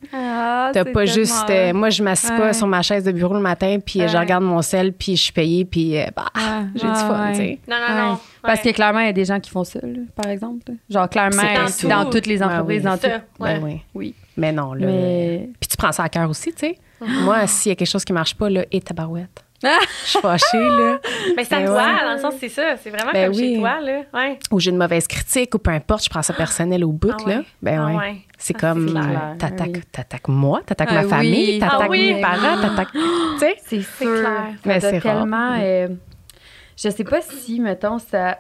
[SPEAKER 5] T'as pas juste. euh, moi, je m'assieds pas sur ma chaise de bureau le matin, puis euh, je regarde mon sel, puis je suis payée, puis euh, bah, j'ai du
[SPEAKER 1] Ah,
[SPEAKER 5] fun,
[SPEAKER 1] ouais.
[SPEAKER 5] tu sais.
[SPEAKER 2] Non, non, non.
[SPEAKER 1] Ouais. Parce que
[SPEAKER 2] Ouais.
[SPEAKER 1] clairement, il y a des gens qui font ça, là, par exemple. là. Genre, clairement,
[SPEAKER 5] C'est
[SPEAKER 2] dans
[SPEAKER 1] c'est
[SPEAKER 2] tout.
[SPEAKER 1] dans, toutes les
[SPEAKER 5] Ben
[SPEAKER 1] entreprises,
[SPEAKER 5] oui.
[SPEAKER 1] dans
[SPEAKER 2] Ça,
[SPEAKER 1] tout.
[SPEAKER 5] Ben
[SPEAKER 2] ouais.
[SPEAKER 5] oui.
[SPEAKER 1] Oui.
[SPEAKER 5] Mais Uh-huh. non, là. euh,
[SPEAKER 1] Mais.
[SPEAKER 5] Puis tu prends ça à cœur aussi, tu sais. Moi, s'il y a quelque chose qui marche pas, là, et tabarouette. Je suis fâchée, là.
[SPEAKER 2] Mais ça
[SPEAKER 5] Mais
[SPEAKER 2] doit,
[SPEAKER 5] Ben ouais.
[SPEAKER 2] dans le sens, c'est ça. C'est vraiment
[SPEAKER 5] Ben
[SPEAKER 2] comme
[SPEAKER 5] oui.
[SPEAKER 2] chez toi, là. Ouais.
[SPEAKER 5] Ou j'ai une mauvaise critique, ou peu importe, je prends ça personnel au bout,
[SPEAKER 2] Ah ouais.
[SPEAKER 5] là. Ben
[SPEAKER 2] Ah
[SPEAKER 5] ouais.
[SPEAKER 2] ouais.
[SPEAKER 5] C'est
[SPEAKER 2] Ah,
[SPEAKER 5] comme,
[SPEAKER 1] c'est clair.
[SPEAKER 5] euh, t'attaques
[SPEAKER 1] Ah oui.
[SPEAKER 5] t'attaques moi, t'attaques
[SPEAKER 1] Ah
[SPEAKER 5] ma
[SPEAKER 1] oui.
[SPEAKER 5] famille,
[SPEAKER 1] Ah
[SPEAKER 5] t'attaques
[SPEAKER 2] oui.
[SPEAKER 5] mes parents, t'attaques. tu sais?
[SPEAKER 1] C'est sûr.
[SPEAKER 2] clair.
[SPEAKER 1] Ça
[SPEAKER 5] Mais
[SPEAKER 1] doit
[SPEAKER 5] c'est rare.
[SPEAKER 1] tellement. euh, je sais pas si, mettons, ça,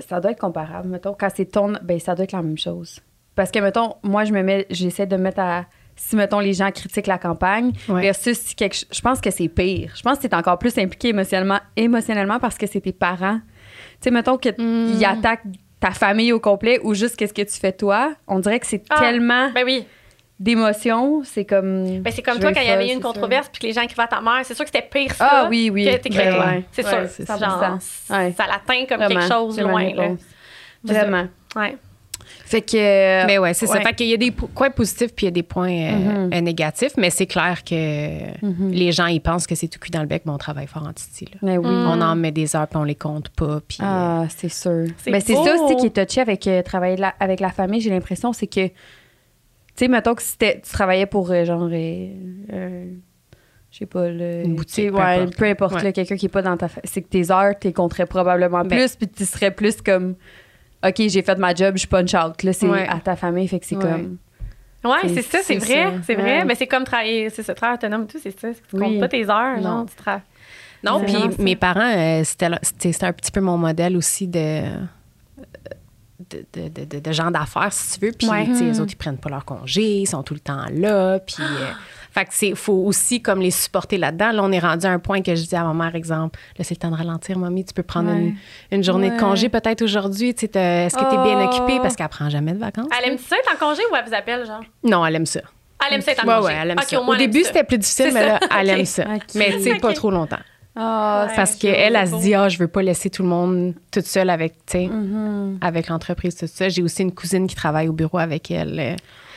[SPEAKER 1] ça doit être comparable. Mettons, quand c'est ton. Ben, ça doit être la même chose. Parce que, mettons, moi, je me mets. J'essaie de me mettre à. Si, mettons, les gens critiquent la campagne,
[SPEAKER 5] Ouais.
[SPEAKER 1] versus si quelque ch- Je pense que c'est pire. Je pense que t'es encore plus impliqué émotionnellement, émotionnellement parce que c'est tes parents. Tu sais, mettons qu'ils
[SPEAKER 2] Hmm.
[SPEAKER 5] Mm.
[SPEAKER 1] attaquent ta famille au complet ou juste qu'est-ce que tu fais toi. On dirait que c'est
[SPEAKER 2] Ah.
[SPEAKER 1] tellement
[SPEAKER 2] Ben oui.
[SPEAKER 1] d'émotions. C'est comme.
[SPEAKER 2] Ben, c'est comme
[SPEAKER 1] Je
[SPEAKER 2] toi
[SPEAKER 1] vais
[SPEAKER 2] quand il y avait
[SPEAKER 1] folle,
[SPEAKER 2] eu une
[SPEAKER 1] c'est ça.
[SPEAKER 2] controverse puis que les gens écrivaient à ta mère. C'est sûr que c'était pire ça.
[SPEAKER 1] Ah oui, oui.
[SPEAKER 2] Que t'écrivais.
[SPEAKER 5] Ben ouais.
[SPEAKER 2] C'est
[SPEAKER 1] Ouais,
[SPEAKER 2] sûr.
[SPEAKER 1] c'est
[SPEAKER 2] Genre,
[SPEAKER 1] 100%. Ouais.
[SPEAKER 2] ça l'atteint comme
[SPEAKER 1] Vraiment,
[SPEAKER 2] quelque chose
[SPEAKER 1] c'est ma
[SPEAKER 2] loin, là.
[SPEAKER 1] réponse. Vraiment.
[SPEAKER 2] Ouais.
[SPEAKER 1] Fait que. euh,
[SPEAKER 5] Mais Ben ouais, c'est ça.
[SPEAKER 1] ouais.
[SPEAKER 5] Fait qu'il y a des po- points positifs puis il y a des points euh,
[SPEAKER 1] Mhm.
[SPEAKER 5] euh, négatifs, mais c'est clair que les gens, ils pensent que c'est tout cuit dans le bec, mais on travaille fort en titi. là.
[SPEAKER 1] Mais oui.
[SPEAKER 5] On en met des heures puis on les compte pas. Puis, euh,
[SPEAKER 1] Ah, c'est sûr.
[SPEAKER 2] C'est
[SPEAKER 1] Mais c'est
[SPEAKER 2] beau.
[SPEAKER 1] ça aussi qui est touché avec euh, travailler la- avec la famille, j'ai l'impression, c'est que. Tu sais, mettons que si t'es- tu travaillais pour euh, genre. euh, euh, je sais pas, le,
[SPEAKER 5] Une boutique,
[SPEAKER 1] tu sais,
[SPEAKER 5] peu
[SPEAKER 1] ouais,
[SPEAKER 5] importe.
[SPEAKER 1] peu importe,
[SPEAKER 5] Ouais.
[SPEAKER 1] là, quelqu'un qui est pas dans ta fa- C'est que tes heures, tu compterais probablement
[SPEAKER 5] Ben.
[SPEAKER 1] plus, puis tu serais plus comme. OK, j'ai fait ma job, je punch out. Là, c'est
[SPEAKER 5] Ouais.
[SPEAKER 1] à ta famille, fait que c'est
[SPEAKER 5] Ouais.
[SPEAKER 1] comme.
[SPEAKER 2] Ouais,
[SPEAKER 1] C'est-
[SPEAKER 2] c'est ça,
[SPEAKER 1] c'est
[SPEAKER 2] c'est vrai.
[SPEAKER 1] ça.
[SPEAKER 2] C'est vrai.
[SPEAKER 1] Ouais.
[SPEAKER 2] Mais c'est comme travailler, c'est ça, travail autonome et tout, c'est ça. c'est que Tu
[SPEAKER 1] Oui.
[SPEAKER 2] comptes pas tes heures,
[SPEAKER 5] Non.
[SPEAKER 2] non, tu travailles.
[SPEAKER 5] Non,
[SPEAKER 1] C'est
[SPEAKER 5] puis
[SPEAKER 1] vraiment ça.
[SPEAKER 5] mes parents, euh, c'était leur- c'était c'était un petit peu mon modèle aussi de. De, de, de- de- de gens d'affaires, si tu veux. Puis,
[SPEAKER 2] Ouais. Hmm.
[SPEAKER 5] tu sais, les autres, ils prennent pas leur congé, ils sont tout le temps là. Puis,
[SPEAKER 2] Ah!
[SPEAKER 5] euh, fait que c'est, faut aussi, comme, les supporter là-dedans. Là, on est rendu à un point que je dis à ma mère, exemple, là, c'est le temps de ralentir, mamie, tu peux prendre une, une journée de
[SPEAKER 1] Ouais.
[SPEAKER 5] congé peut-être aujourd'hui. Tu sais, t'as- est-ce que t'es bien
[SPEAKER 1] Oh.
[SPEAKER 5] occupée? Parce qu'elle prend jamais de vacances.
[SPEAKER 2] Elle aime ça être en congé ou elle vous appelle, genre?
[SPEAKER 5] Non, elle aime ça.
[SPEAKER 2] Elle aime ça être en
[SPEAKER 5] Ouais,
[SPEAKER 2] congé.
[SPEAKER 5] ouais, elle aime
[SPEAKER 2] Ok,
[SPEAKER 5] ça.
[SPEAKER 2] au moins, elle aime
[SPEAKER 5] début,
[SPEAKER 2] ça.
[SPEAKER 5] c'était plus difficile,
[SPEAKER 2] C'est
[SPEAKER 5] mais là,
[SPEAKER 2] ça.
[SPEAKER 5] elle
[SPEAKER 2] Ok.
[SPEAKER 5] aime ça.
[SPEAKER 1] Ok.
[SPEAKER 5] Mais, tu sais, pas
[SPEAKER 2] Ok.
[SPEAKER 5] trop longtemps.
[SPEAKER 1] Ah,
[SPEAKER 2] Ouais.
[SPEAKER 5] Parce
[SPEAKER 2] je
[SPEAKER 5] qu'elle, elle
[SPEAKER 2] comprends.
[SPEAKER 5] se dit, ah, je veux pas laisser tout le monde toute seule avec, tu sais,
[SPEAKER 1] mhm.
[SPEAKER 5] avec l'entreprise, tout ça. J'ai aussi une cousine qui travaille au bureau avec elle. euh.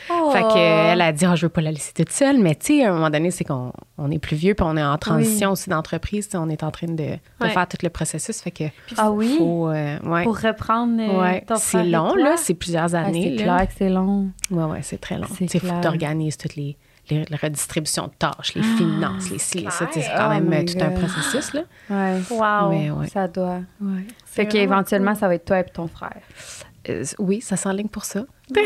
[SPEAKER 1] Oh.
[SPEAKER 5] Fait qu'elle a dit, ah, je veux pas la laisser toute seule. Mais, tu sais, à un moment donné, c'est qu'on on est plus vieux, puis on est en transition aussi d'entreprise. tu sais, On est en train de, de
[SPEAKER 2] Ouais.
[SPEAKER 5] faire tout le processus. Fait que,
[SPEAKER 1] Ah oui?
[SPEAKER 5] faut, euh, ouais.
[SPEAKER 1] Pour reprendre euh,
[SPEAKER 5] Ouais.
[SPEAKER 1] ton
[SPEAKER 5] C'est
[SPEAKER 1] frère et
[SPEAKER 5] long,
[SPEAKER 1] toi.
[SPEAKER 5] là. C'est plusieurs
[SPEAKER 1] Ah,
[SPEAKER 5] années.
[SPEAKER 1] c'est
[SPEAKER 5] là.
[SPEAKER 1] clair que c'est long.
[SPEAKER 5] Ouais, ouais, c'est très long.
[SPEAKER 1] C'est
[SPEAKER 5] Tu sais, faut
[SPEAKER 1] clair.
[SPEAKER 5] que t'organises toutes les, les, les redistributions de tâches, les finances, les ci, les ça. Tu sais, C'est
[SPEAKER 2] clair.
[SPEAKER 5] quand
[SPEAKER 1] Oh
[SPEAKER 5] même
[SPEAKER 1] my
[SPEAKER 5] euh, tout un
[SPEAKER 1] God.
[SPEAKER 5] processus, là.
[SPEAKER 1] Ouais.
[SPEAKER 2] Wow.
[SPEAKER 5] Mais ouais.
[SPEAKER 1] Ça doit.
[SPEAKER 5] Ouais.
[SPEAKER 1] Fait qu'éventuellement, ça va être toi et ton frère.
[SPEAKER 5] Euh, oui, ça s'enligne pour ça.
[SPEAKER 1] Oh,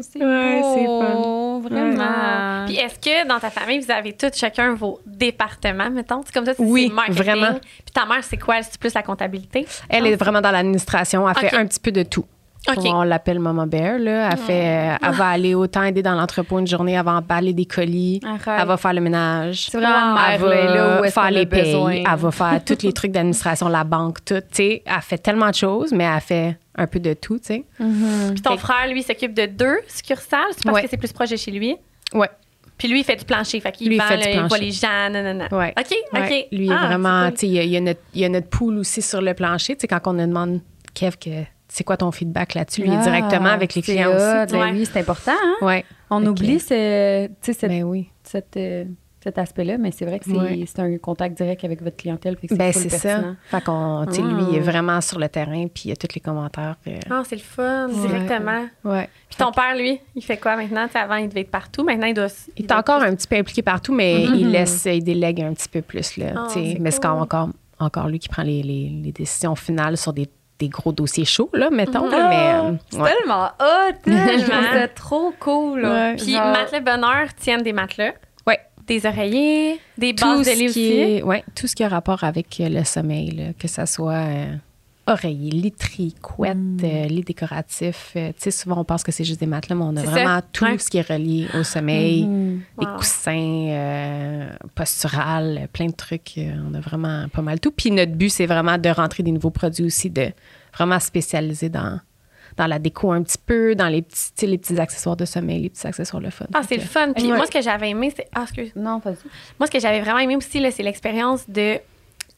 [SPEAKER 1] c'est
[SPEAKER 2] Ouais, c'est
[SPEAKER 1] beau,
[SPEAKER 2] Wow. Puis est-ce que dans ta famille, vous avez tous chacun vos départements, mettons? C'est comme ça, c'est
[SPEAKER 5] Oui,
[SPEAKER 2] c'est marketing.
[SPEAKER 5] vraiment.
[SPEAKER 2] Puis ta mère, c'est quoi? C'est plus la comptabilité?
[SPEAKER 5] Elle
[SPEAKER 1] Ah.
[SPEAKER 5] est vraiment dans l'administration. Elle fait
[SPEAKER 2] Ok.
[SPEAKER 5] un petit peu de tout.
[SPEAKER 2] Ok.
[SPEAKER 5] On l'appelle Maman Bear. Là. Elle, fait, euh, elle
[SPEAKER 1] Ah.
[SPEAKER 5] va aller autant aider dans l'entrepôt une journée, elle va emballer des colis,
[SPEAKER 1] Arrête.
[SPEAKER 5] elle va faire le ménage.
[SPEAKER 1] C'est vraiment une
[SPEAKER 5] elle
[SPEAKER 1] mère,
[SPEAKER 5] va
[SPEAKER 1] là, là, où est-ce qu'on
[SPEAKER 5] faire
[SPEAKER 1] a
[SPEAKER 5] les payes,
[SPEAKER 1] besoin.
[SPEAKER 5] elle va faire tous les trucs d'administration, la banque, tout. Tu sais, elle fait tellement de choses, mais elle fait un peu de tout. tu sais.
[SPEAKER 2] Puis ton frère, lui, s'occupe de deux succursales. C'est parce
[SPEAKER 5] Ouais.
[SPEAKER 2] que c'est plus proche de chez lui.
[SPEAKER 5] Ouais.
[SPEAKER 2] Puis lui, il fait du plancher. Fait qu'il
[SPEAKER 5] Lui, il
[SPEAKER 2] vend,
[SPEAKER 5] fait du
[SPEAKER 2] là, il voit
[SPEAKER 5] plancher.
[SPEAKER 2] les gens, nanana.
[SPEAKER 5] Ouais.
[SPEAKER 2] OK,
[SPEAKER 5] Ouais.
[SPEAKER 2] OK.
[SPEAKER 5] Lui, il est
[SPEAKER 2] Ah,
[SPEAKER 5] vraiment.
[SPEAKER 2] c'est
[SPEAKER 5] tu sais, Il y, a- il y a notre- il y a notre poule aussi sur le plancher. Tu sais, quand on nous demande, Kev, que, c'est quoi ton feedback là-dessus? Lui, il est directement avec les
[SPEAKER 1] Ah, c'est
[SPEAKER 5] clients
[SPEAKER 1] hot.
[SPEAKER 5] aussi.
[SPEAKER 1] Ben
[SPEAKER 2] Ouais.
[SPEAKER 1] oui, c'est important. hein?
[SPEAKER 5] Ouais.
[SPEAKER 1] On
[SPEAKER 5] Ok.
[SPEAKER 1] oublie ce, tu sais, cette-
[SPEAKER 5] Ben oui.
[SPEAKER 1] cette, euh, cet aspect-là, mais c'est vrai que c'est
[SPEAKER 5] Ouais.
[SPEAKER 1] c'est un contact direct avec votre clientèle. Fait que
[SPEAKER 5] Ben,
[SPEAKER 1] full
[SPEAKER 5] c'est ça.
[SPEAKER 1] pertinent.
[SPEAKER 5] Fait qu'on, tu sais, lui, il est
[SPEAKER 1] Ah.
[SPEAKER 5] vraiment sur le terrain, puis il y a tous les commentaires. euh,
[SPEAKER 2] cool. Ah, c'est le fun, directement.
[SPEAKER 5] ouais.
[SPEAKER 2] Puis ton père, lui, il fait quoi maintenant? Tu sais, avant, il devait être partout. Maintenant, il doit.
[SPEAKER 5] Il est
[SPEAKER 2] doit
[SPEAKER 5] encore
[SPEAKER 2] plus-
[SPEAKER 5] un petit peu impliqué partout, mais il laisse, il délègue un petit peu plus, là,
[SPEAKER 2] Ah,
[SPEAKER 5] tu sais.
[SPEAKER 2] c'est
[SPEAKER 5] Mais c'est quand
[SPEAKER 2] cool.
[SPEAKER 5] encore, encore lui qui prend les, les- les décisions finales sur des, des gros dossiers chauds, là, mettons. là, mais,
[SPEAKER 1] C'est
[SPEAKER 5] euh, ouais.
[SPEAKER 1] tellement hot!
[SPEAKER 2] Tellement.
[SPEAKER 1] C'est trop cool.
[SPEAKER 5] Ouais.
[SPEAKER 2] Puis
[SPEAKER 1] Genre-
[SPEAKER 2] matelas bonheur tiennent des matelas.
[SPEAKER 5] Ouais.
[SPEAKER 2] Des oreillers, des bases de
[SPEAKER 5] ce
[SPEAKER 2] lait
[SPEAKER 5] qui
[SPEAKER 2] aussi.
[SPEAKER 5] est- ouais, tout ce qui a rapport avec euh, le sommeil, là, que ça soit euh, oreiller, literie, couette, euh, lit décoratif. euh, tu sais, souvent, on pense que c'est juste des matelas, mais on a
[SPEAKER 2] C'est
[SPEAKER 5] vraiment
[SPEAKER 2] ça,
[SPEAKER 5] tout
[SPEAKER 2] ouais.
[SPEAKER 5] ce qui est relié au sommeil.
[SPEAKER 1] Mm-hmm.
[SPEAKER 5] Des
[SPEAKER 2] Wow.
[SPEAKER 5] coussins euh, posturales, euh, plein de trucs. euh, on a vraiment pas mal tout. Puis notre but, c'est vraiment de rentrer des nouveaux produits aussi, de vraiment spécialiser dans dans la déco un petit peu, dans les petits, tu sais, les petits accessoires de sommeil, les petits accessoires le fun.
[SPEAKER 2] Ah, c'est
[SPEAKER 5] Fait
[SPEAKER 2] le
[SPEAKER 5] que-
[SPEAKER 2] fun. Puis
[SPEAKER 1] Ouais.
[SPEAKER 2] moi, ce que j'avais aimé, c'est. Ah, excuse.
[SPEAKER 1] Non, vas-y.
[SPEAKER 2] Moi, ce que j'avais vraiment aimé aussi, là, c'est l'expérience de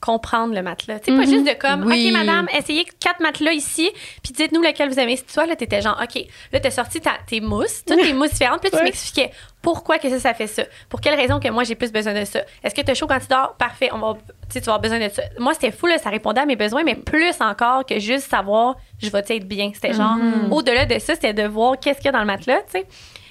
[SPEAKER 2] comprendre le matelas. Tu sais, pas juste de comme,
[SPEAKER 1] Mm-hmm. Oui.
[SPEAKER 2] OK, madame, essayez quatre matelas ici, puis dites-nous lequel vous aimez. Si toi, là, t'étais genre, OK, là, t'as sorti ta- tes mousses, toutes tes mousses différentes, puis là, tu m'expliquais pourquoi que ça, ça fait ça. Pour quelle raison que moi, j'ai plus besoin de ça. Est-ce que t'as chaud quand tu dors? Parfait, on va, tu sais, tu vas avoir besoin de ça. Moi, c'était fou, là, ça répondait à mes besoins, mais plus encore que juste savoir, je vais être bien. C'était genre,
[SPEAKER 1] Mm-hmm.
[SPEAKER 2] au-delà de ça, c'était de voir qu'est-ce qu'il y a dans le matelas, tu sais.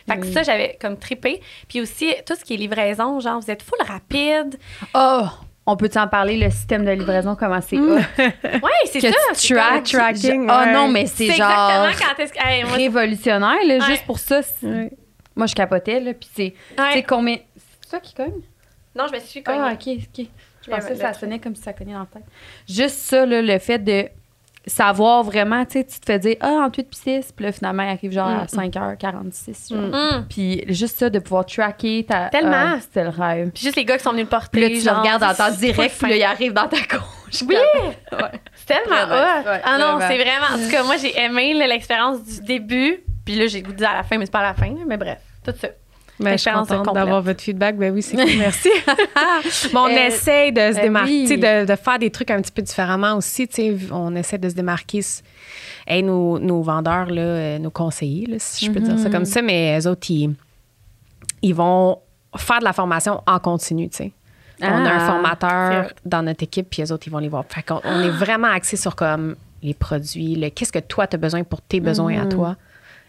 [SPEAKER 2] Fait
[SPEAKER 1] Mm.
[SPEAKER 2] que ça, j'avais comme trippé. Puis aussi, tout ce qui est livraison, genre, vous êtes full rapide.
[SPEAKER 1] Oh! on peut en parler, le système de livraison, comment c'est hot,
[SPEAKER 2] Ouais, c'est
[SPEAKER 1] que
[SPEAKER 2] ça.
[SPEAKER 1] tu
[SPEAKER 2] c'est comme-
[SPEAKER 1] track,
[SPEAKER 5] tracking,
[SPEAKER 1] Ah
[SPEAKER 5] ouais.
[SPEAKER 1] non, mais c'est genre
[SPEAKER 2] exactement quand est-ce que. Hey, moi,
[SPEAKER 1] révolutionnaire, là,
[SPEAKER 2] Ouais.
[SPEAKER 1] juste pour ça. c'est- Moi, je capotais, là, puis c'est...
[SPEAKER 2] Ouais.
[SPEAKER 1] Tu sais combien... C'est ça qui cogne?
[SPEAKER 2] Non, je me suis cognée.
[SPEAKER 1] Ah, OK, OK. Je
[SPEAKER 2] Le-
[SPEAKER 1] pensais que
[SPEAKER 2] le
[SPEAKER 1] ça
[SPEAKER 2] truc.
[SPEAKER 1] sonnait comme si ça cognait dans la tête. Juste ça, là, le fait de savoir vraiment, tu sais, tu te fais dire « Ah, entre 8 puis 6 », puis là, finalement, il arrive genre à
[SPEAKER 5] Mm.
[SPEAKER 1] 5h46, genre.
[SPEAKER 2] Hum.
[SPEAKER 1] Puis juste ça, de pouvoir tracker ta...
[SPEAKER 2] Tellement.
[SPEAKER 1] Ah, C'était le rêve.
[SPEAKER 2] Puis juste les gars qui sont venus le porter.
[SPEAKER 1] Puis là, tu le
[SPEAKER 2] genre,
[SPEAKER 1] regardes en temps
[SPEAKER 2] c'est
[SPEAKER 1] direct,
[SPEAKER 2] full
[SPEAKER 1] puis là,
[SPEAKER 2] fin.
[SPEAKER 1] il arrive dans ta couche.
[SPEAKER 2] Oui! C'est tellement
[SPEAKER 1] Vraiment,
[SPEAKER 2] hot.
[SPEAKER 1] ouais,
[SPEAKER 2] ah non,
[SPEAKER 1] vraiment. Mm.
[SPEAKER 2] c'est vraiment. En tout cas, moi, j'ai aimé là, l'expérience du début. Puis là, j'ai goûté à la fin, mais c'est pas à la fin. là, Mais bref, tout ça.
[SPEAKER 5] Ben, je suis
[SPEAKER 2] Expérience
[SPEAKER 5] contente
[SPEAKER 2] complète.
[SPEAKER 5] d'avoir votre feedback. Ben oui, c'est cool, merci. Bon, on
[SPEAKER 1] Euh,
[SPEAKER 5] essaie de se
[SPEAKER 1] ben
[SPEAKER 5] démarquer,
[SPEAKER 1] oui.
[SPEAKER 5] tu sais, de, de faire des trucs un petit peu différemment aussi. tu sais. On essaie de se démarquer. s- Hey, nos, nos vendeurs, là, euh, nos conseillers, là, si je peux dire ça
[SPEAKER 1] Mhm.
[SPEAKER 5] comme ça, mais eux autres, ils, ils vont faire de la formation en continu. tu sais. On a un
[SPEAKER 1] Ah,
[SPEAKER 5] formateur dans notre équipe, puis les autres, ils vont les voir. Fait qu'on on est
[SPEAKER 1] Ah.
[SPEAKER 5] vraiment axé sur comme les produits, le, qu'est-ce que toi, tu as besoin pour tes besoins
[SPEAKER 1] Mhm.
[SPEAKER 5] à toi.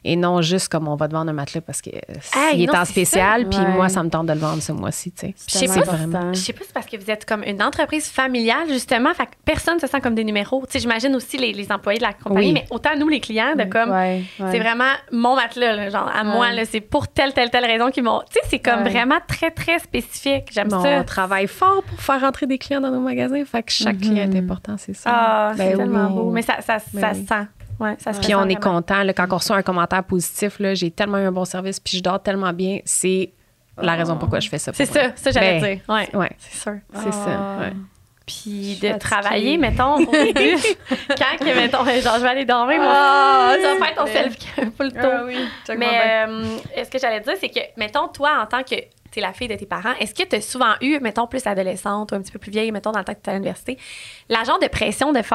[SPEAKER 5] Et non juste comme on va te vendre un matelas parce que euh,
[SPEAKER 2] Hey,
[SPEAKER 5] il
[SPEAKER 2] non,
[SPEAKER 5] est en
[SPEAKER 2] c'est ça.
[SPEAKER 5] spécial, puis
[SPEAKER 1] Ouais.
[SPEAKER 5] moi, ça me tente de le vendre ce mois-ci, tu sais.
[SPEAKER 1] Je
[SPEAKER 2] sais
[SPEAKER 5] C'est
[SPEAKER 2] pas
[SPEAKER 5] vraiment-
[SPEAKER 2] Je sais pas si c'est parce que vous êtes comme une entreprise familiale, justement. Fait que personne se sent comme des numéros. Tu sais, j'imagine aussi les, les employés de la compagnie,
[SPEAKER 5] Oui.
[SPEAKER 2] mais autant nous, les clients, de comme.
[SPEAKER 1] Mm. Ouais,
[SPEAKER 2] C'est
[SPEAKER 1] ouais.
[SPEAKER 2] vraiment mon matelas, là, genre à
[SPEAKER 1] Ouais.
[SPEAKER 2] moi, là, c'est pour telle, telle, telle raison qu'ils m'ont. Tu sais, c'est comme
[SPEAKER 1] Ouais.
[SPEAKER 2] vraiment très, très spécifique. J'aime
[SPEAKER 5] Bon,
[SPEAKER 2] ça.
[SPEAKER 5] on travaille fort pour faire rentrer des clients dans nos magasins. Fait que chaque client
[SPEAKER 2] Mhm.
[SPEAKER 5] est important, c'est ça.
[SPEAKER 2] Ah, c'est
[SPEAKER 5] Ben
[SPEAKER 2] tellement
[SPEAKER 5] oui.
[SPEAKER 2] beau. Mais ça, ça,
[SPEAKER 5] Ben
[SPEAKER 2] ça
[SPEAKER 5] oui.
[SPEAKER 2] se sent. Ouais, ça se
[SPEAKER 5] Puis on est
[SPEAKER 2] content.
[SPEAKER 5] content. là, quand on reçoit un commentaire positif, là, j'ai tellement eu un bon service, puis je dors tellement bien. C'est la raison pourquoi je fais ça. pour
[SPEAKER 2] Ah. C'est
[SPEAKER 5] vrai.
[SPEAKER 2] ça, ça j'allais
[SPEAKER 5] Ben,
[SPEAKER 2] dire. Ouais.
[SPEAKER 5] Ouais,
[SPEAKER 2] C'est sûr.
[SPEAKER 5] c'est ça.
[SPEAKER 1] Ah.
[SPEAKER 5] ouais.
[SPEAKER 2] Puis
[SPEAKER 1] suis
[SPEAKER 2] de
[SPEAKER 1] fatiguée.
[SPEAKER 2] travailler, mettons, au début, quand que, mettons, genre, je vais aller dormir, moi,
[SPEAKER 1] Ah,
[SPEAKER 2] tu vas faire ton
[SPEAKER 1] s'il te plaît.
[SPEAKER 2] self pour le tour.
[SPEAKER 1] Ah oui, check my back.
[SPEAKER 2] Mais euh, ce que j'allais dire, c'est que, mettons, toi, en tant que tu es la fille de tes parents, est-ce que tu as souvent eu, mettons, plus adolescente ou un petit peu plus vieille, mettons, dans le temps que tu à l'université, l'agent de pression de faire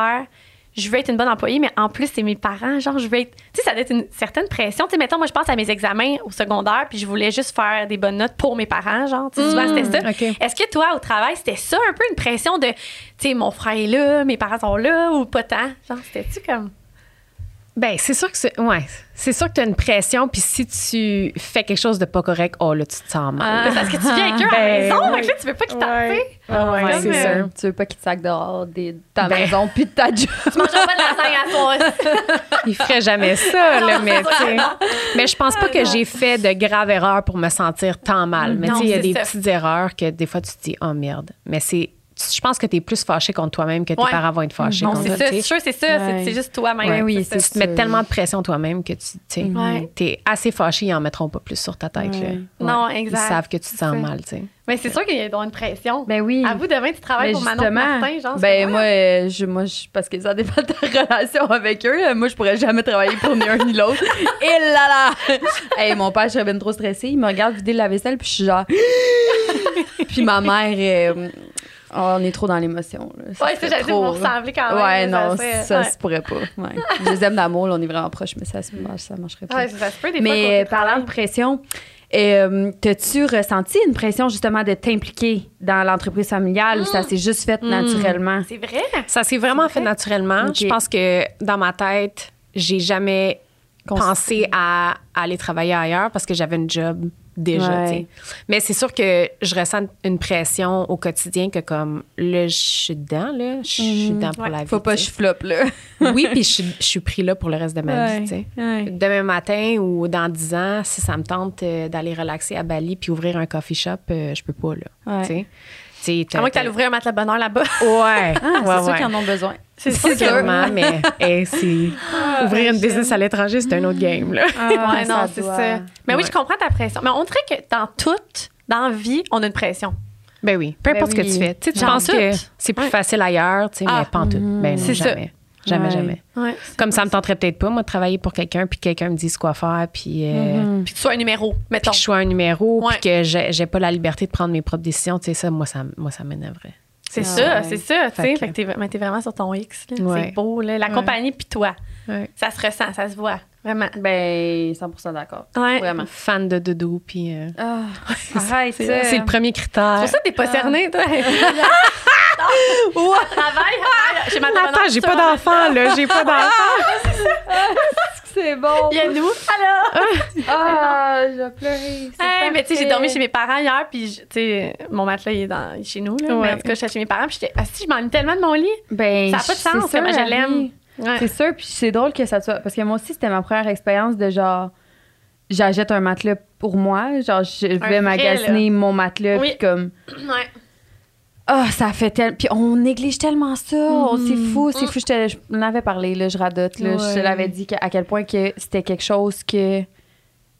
[SPEAKER 2] je veux être une bonne employée, mais en plus, c'est mes parents, genre, je veux être. Tu sais, ça doit être une certaine pression. Tu sais, mettons, moi, je pense à mes examens au secondaire, puis je voulais juste faire des bonnes notes pour mes parents, genre, tu sais, souvent, c'était ça.
[SPEAKER 5] Hmm. OK.
[SPEAKER 2] Est-ce que toi, au travail, c'était ça un peu une pression de, tu sais, mon frère est là, mes parents sont là, ou pas tant? Genre, c'était-tu comme.
[SPEAKER 5] Ben, c'est sûr que c'est, ouais, c'est sûr que tu as une pression, puis si tu fais quelque chose de pas correct, oh là, tu te sens mal.
[SPEAKER 2] Parce que tu viens avec eux à la
[SPEAKER 5] Ben,
[SPEAKER 2] maison, fait que là, tu veux pas qu'ils t'en. tu sais.
[SPEAKER 5] Ah ouais,
[SPEAKER 1] Ouais,
[SPEAKER 5] c'est
[SPEAKER 1] mais euh,
[SPEAKER 2] euh,
[SPEAKER 1] Ben.
[SPEAKER 5] sûr.
[SPEAKER 1] Tu veux pas qu'il te sac dehors des- de ta maison puis de ta job.
[SPEAKER 2] Tu mangeras pas de lasagne à toi
[SPEAKER 5] Il ferait jamais ça, là,
[SPEAKER 2] Non,
[SPEAKER 5] mais,
[SPEAKER 2] c'est
[SPEAKER 5] tu sais.
[SPEAKER 2] ça,
[SPEAKER 5] mais je pense pas que j'ai fait de graves erreurs pour me sentir tant mal. Mais
[SPEAKER 2] Ah, Non,
[SPEAKER 5] tu sais, il y a
[SPEAKER 2] c'est
[SPEAKER 5] des
[SPEAKER 2] ça.
[SPEAKER 5] petites erreurs que des fois tu te dis, oh merde. Mais c'est, tu- je pense que tu es plus fâché contre toi-même que tes
[SPEAKER 2] Ouais.
[SPEAKER 5] parents vont être fâchés
[SPEAKER 2] Non,
[SPEAKER 5] contre
[SPEAKER 2] c'est
[SPEAKER 5] toi.
[SPEAKER 2] ça,
[SPEAKER 5] tu
[SPEAKER 2] c'est
[SPEAKER 5] sais.
[SPEAKER 2] sûr, c'est ça. c'est-
[SPEAKER 1] Ouais.
[SPEAKER 2] C'est juste toi-même.
[SPEAKER 1] Ouais, oui,
[SPEAKER 5] Tu te
[SPEAKER 1] c'est
[SPEAKER 5] mets
[SPEAKER 1] sûr.
[SPEAKER 5] tellement de pression toi-même que tu tu sais,
[SPEAKER 2] Ouais.
[SPEAKER 5] t'es assez fâché, ils en mettront pas plus sur ta tête. là.
[SPEAKER 1] Ouais.
[SPEAKER 2] Non,
[SPEAKER 5] Ils
[SPEAKER 2] exact.
[SPEAKER 5] savent que tu te
[SPEAKER 2] ça.
[SPEAKER 5] sens mal. tu sais.
[SPEAKER 2] Mais c'est sûr qu'il y a donc une pression.
[SPEAKER 1] Ben oui.
[SPEAKER 2] À vous, demain, tu travailles
[SPEAKER 1] Ben
[SPEAKER 2] pour Manon Martin, genre. c'est
[SPEAKER 1] ben
[SPEAKER 2] vrai.
[SPEAKER 1] moi, euh, je, moi je, parce que ça dépend de ta relation avec eux. là. Moi, je pourrais jamais travailler pour ni un ni l'autre. Et là là! hey, mon père, je serais bien trop stressée. Il me regarde vider la vaisselle, puis je suis genre. puis ma mère, euh, oh, on est trop dans l'émotion. là.
[SPEAKER 2] Ouais, c'est
[SPEAKER 1] serait
[SPEAKER 2] ça, j'allais dire, vous
[SPEAKER 1] trop-
[SPEAKER 2] vous ressemblez quand même.
[SPEAKER 1] Ouais,
[SPEAKER 2] là,
[SPEAKER 1] non,
[SPEAKER 2] serait-
[SPEAKER 1] ça
[SPEAKER 2] ouais.
[SPEAKER 1] se pourrait pas. Ouais. Je les aime d'amour, là, on est vraiment proches, mais ça, se- ça marcherait pas.
[SPEAKER 2] Ouais, ça se peut des fois.
[SPEAKER 1] Mais
[SPEAKER 2] Mais
[SPEAKER 1] euh, parlant de pression, euh, t'as-tu ressenti une pression justement de t'impliquer dans l'entreprise familiale ou ça s'est juste fait naturellement?
[SPEAKER 2] Mm. C'est vrai.
[SPEAKER 5] Ça s'est vraiment fait naturellement.
[SPEAKER 1] Ok.
[SPEAKER 5] Je pense que dans ma tête, j'ai jamais
[SPEAKER 1] Cons-
[SPEAKER 5] pensé à aller travailler ailleurs parce que j'avais une job déjà.
[SPEAKER 1] Ouais.
[SPEAKER 5] tu sais. Mais c'est sûr que je ressens une pression au quotidien que comme là, je suis dedans, là, je suis dedans pour
[SPEAKER 2] Ouais,
[SPEAKER 5] la vie.
[SPEAKER 1] Mm-hmm. Faut pas que
[SPEAKER 5] tu
[SPEAKER 1] je
[SPEAKER 5] sais.
[SPEAKER 1] floppe, là.
[SPEAKER 5] Oui, puis je, suis- je suis pris là pour le reste de ma vie. tu sais. Demain matin ou dans 10 ans, si ça me tente euh, d'aller relaxer à Bali puis ouvrir un coffee shop, euh, je peux pas là.
[SPEAKER 1] Ouais.
[SPEAKER 5] Tu sais. Tu sais, t'as-
[SPEAKER 2] À moins que t'allais ouvrir un matelas bonheur là-bas.
[SPEAKER 5] Ouais.
[SPEAKER 1] Ah, c'est
[SPEAKER 5] ouais,
[SPEAKER 1] sûr
[SPEAKER 5] ouais.
[SPEAKER 1] qu'ils en ont besoin.
[SPEAKER 2] C'est
[SPEAKER 5] C'est sûrement, mais hey, c'est- ouvrir une business à l'étranger, c'est un autre game. Là.
[SPEAKER 2] Ouais, non, c'est Ah, ça. Mais oui,
[SPEAKER 5] Ouais.
[SPEAKER 2] je comprends ta pression. Mais on dirait que dans toute, dans la vie, on a une pression.
[SPEAKER 5] Ben oui, peu
[SPEAKER 1] Ben
[SPEAKER 5] importe ce
[SPEAKER 1] oui.
[SPEAKER 5] que tu fais. Tu sais, tu
[SPEAKER 2] J'en
[SPEAKER 5] penses
[SPEAKER 2] doute.
[SPEAKER 5] que c'est plus
[SPEAKER 2] Ouais.
[SPEAKER 5] facile ailleurs, tu sais,
[SPEAKER 2] Ah,
[SPEAKER 5] mais pas en tout. Ben non,
[SPEAKER 2] C'est ça.
[SPEAKER 5] jamais. Jamais,
[SPEAKER 1] Ouais.
[SPEAKER 5] jamais.
[SPEAKER 2] Ouais.
[SPEAKER 5] Comme ça me tenterait peut-être pas, moi, de travailler pour quelqu'un, puis que quelqu'un me dise quoi faire, puis, euh,
[SPEAKER 2] Puis que tu sois un numéro,
[SPEAKER 5] puis
[SPEAKER 2] mettons.
[SPEAKER 5] que je sois un numéro,
[SPEAKER 2] Mm-hmm. Ouais.
[SPEAKER 5] puis que j'ai j'ai pas la liberté de prendre mes propres décisions. Tu sais, ça, moi, ça, moi, ça m'énerverait.
[SPEAKER 2] C'est
[SPEAKER 1] Ah
[SPEAKER 2] ça,
[SPEAKER 1] ouais.
[SPEAKER 2] c'est ça, tu sais.
[SPEAKER 5] Fait que-
[SPEAKER 2] Fait que t'es, mais t'es vraiment sur ton X. là.
[SPEAKER 5] Ouais.
[SPEAKER 2] C'est beau, là. La compagnie puis toi.
[SPEAKER 5] Ouais.
[SPEAKER 2] Ça se ressent, ça se voit. Vraiment.
[SPEAKER 1] Ben, 100 d'accord.
[SPEAKER 2] Ouais.
[SPEAKER 1] Vraiment.
[SPEAKER 5] Fan de dodo, puis... euh,
[SPEAKER 1] Ah, arrête, ça.
[SPEAKER 5] c'est le premier
[SPEAKER 2] C'est
[SPEAKER 5] critère.
[SPEAKER 2] pour ça que t'es pas cerné, toi. Travail, travail. J'ai ma
[SPEAKER 5] Attends, j'ai pas d'enfant, là, j'ai pas d'enfant.
[SPEAKER 1] C'est bon.
[SPEAKER 2] Il y a nous. Allô?
[SPEAKER 1] Ah, je vais pleurer. c'est
[SPEAKER 2] Hey, mais tu sais, j'ai
[SPEAKER 1] parfait.
[SPEAKER 2] dormi chez mes parents hier, puis je- tu sais, mon matelas, il est dans- il est chez nous. Là,
[SPEAKER 1] Ouais.
[SPEAKER 2] Mais en tout cas, j'étais chez mes parents, puis j'étais, ah si, je m'ennuie tellement de mon lit.
[SPEAKER 1] Ben,
[SPEAKER 2] Ça a pas de
[SPEAKER 1] c'est
[SPEAKER 2] sens,
[SPEAKER 1] sûr,
[SPEAKER 2] moi, je
[SPEAKER 1] Harry.
[SPEAKER 2] l'aime. Ouais.
[SPEAKER 1] C'est sûr, puis c'est drôle que ça te soit. Parce que moi aussi, c'était ma première expérience de genre, j'achète un matelas pour moi. Genre, je vais
[SPEAKER 2] vrai,
[SPEAKER 1] magasiner mon matelas,
[SPEAKER 2] Oui.
[SPEAKER 1] puis comme,
[SPEAKER 2] Ouais.
[SPEAKER 1] ah, ça fait tellement. Puis on néglige tellement ça. Oh, c'est fou, c'est fou. Je te je l'avais parlé, là, je radote, là. Je te
[SPEAKER 2] Mm-hmm. Mm. Ouais.
[SPEAKER 1] l'avais dit que- à quel point que c'était quelque chose que.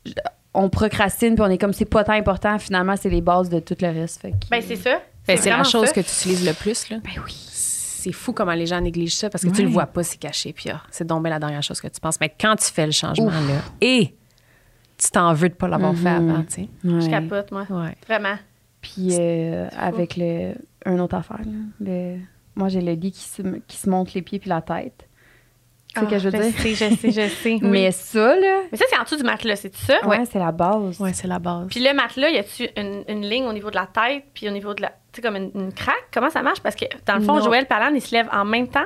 [SPEAKER 1] je- on procrastine, puis on est comme, c'est pas tant important. Finalement, c'est les bases de tout le reste. Fait que- Ben
[SPEAKER 2] Ben, c'est ça.
[SPEAKER 5] Ben, c'est la
[SPEAKER 2] vraiment
[SPEAKER 5] chose
[SPEAKER 2] ça.
[SPEAKER 5] que tu utilises le plus. Là. C'est fou comment les gens négligent ça parce que tu le vois pas, c'est caché. Puis ah, c'est donc bien la dernière chose que tu penses. Mais quand tu fais le changement, là, et tu t'en veux de pas l'avoir fait avant, tu sais.
[SPEAKER 2] Je
[SPEAKER 1] Ouais.
[SPEAKER 2] capote, moi.
[SPEAKER 5] Mm-hmm. Ouais.
[SPEAKER 2] Vraiment.
[SPEAKER 1] Puis euh, avec le, un autre affaire, là, le- moi j'ai le lit qui se, qui se monte les pieds puis la tête. Tu sais ce
[SPEAKER 2] Ah,
[SPEAKER 1] que je veux dire?
[SPEAKER 2] Je sais, je sais, je sais. oui.
[SPEAKER 1] Mais ça, là,
[SPEAKER 2] Mais ça, c'est en dessous du matelas, c'est ça?
[SPEAKER 1] ouais, c'est la base.
[SPEAKER 5] Ouais, c'est la base.
[SPEAKER 2] Puis le matelas, y a-tu une, une ligne au niveau de la tête, puis au niveau de la. Tu sais, comme une, une craque? Comment ça marche? Parce que, dans le fond,
[SPEAKER 5] Non.
[SPEAKER 2] Joël Palane, ils se lèvent en même temps.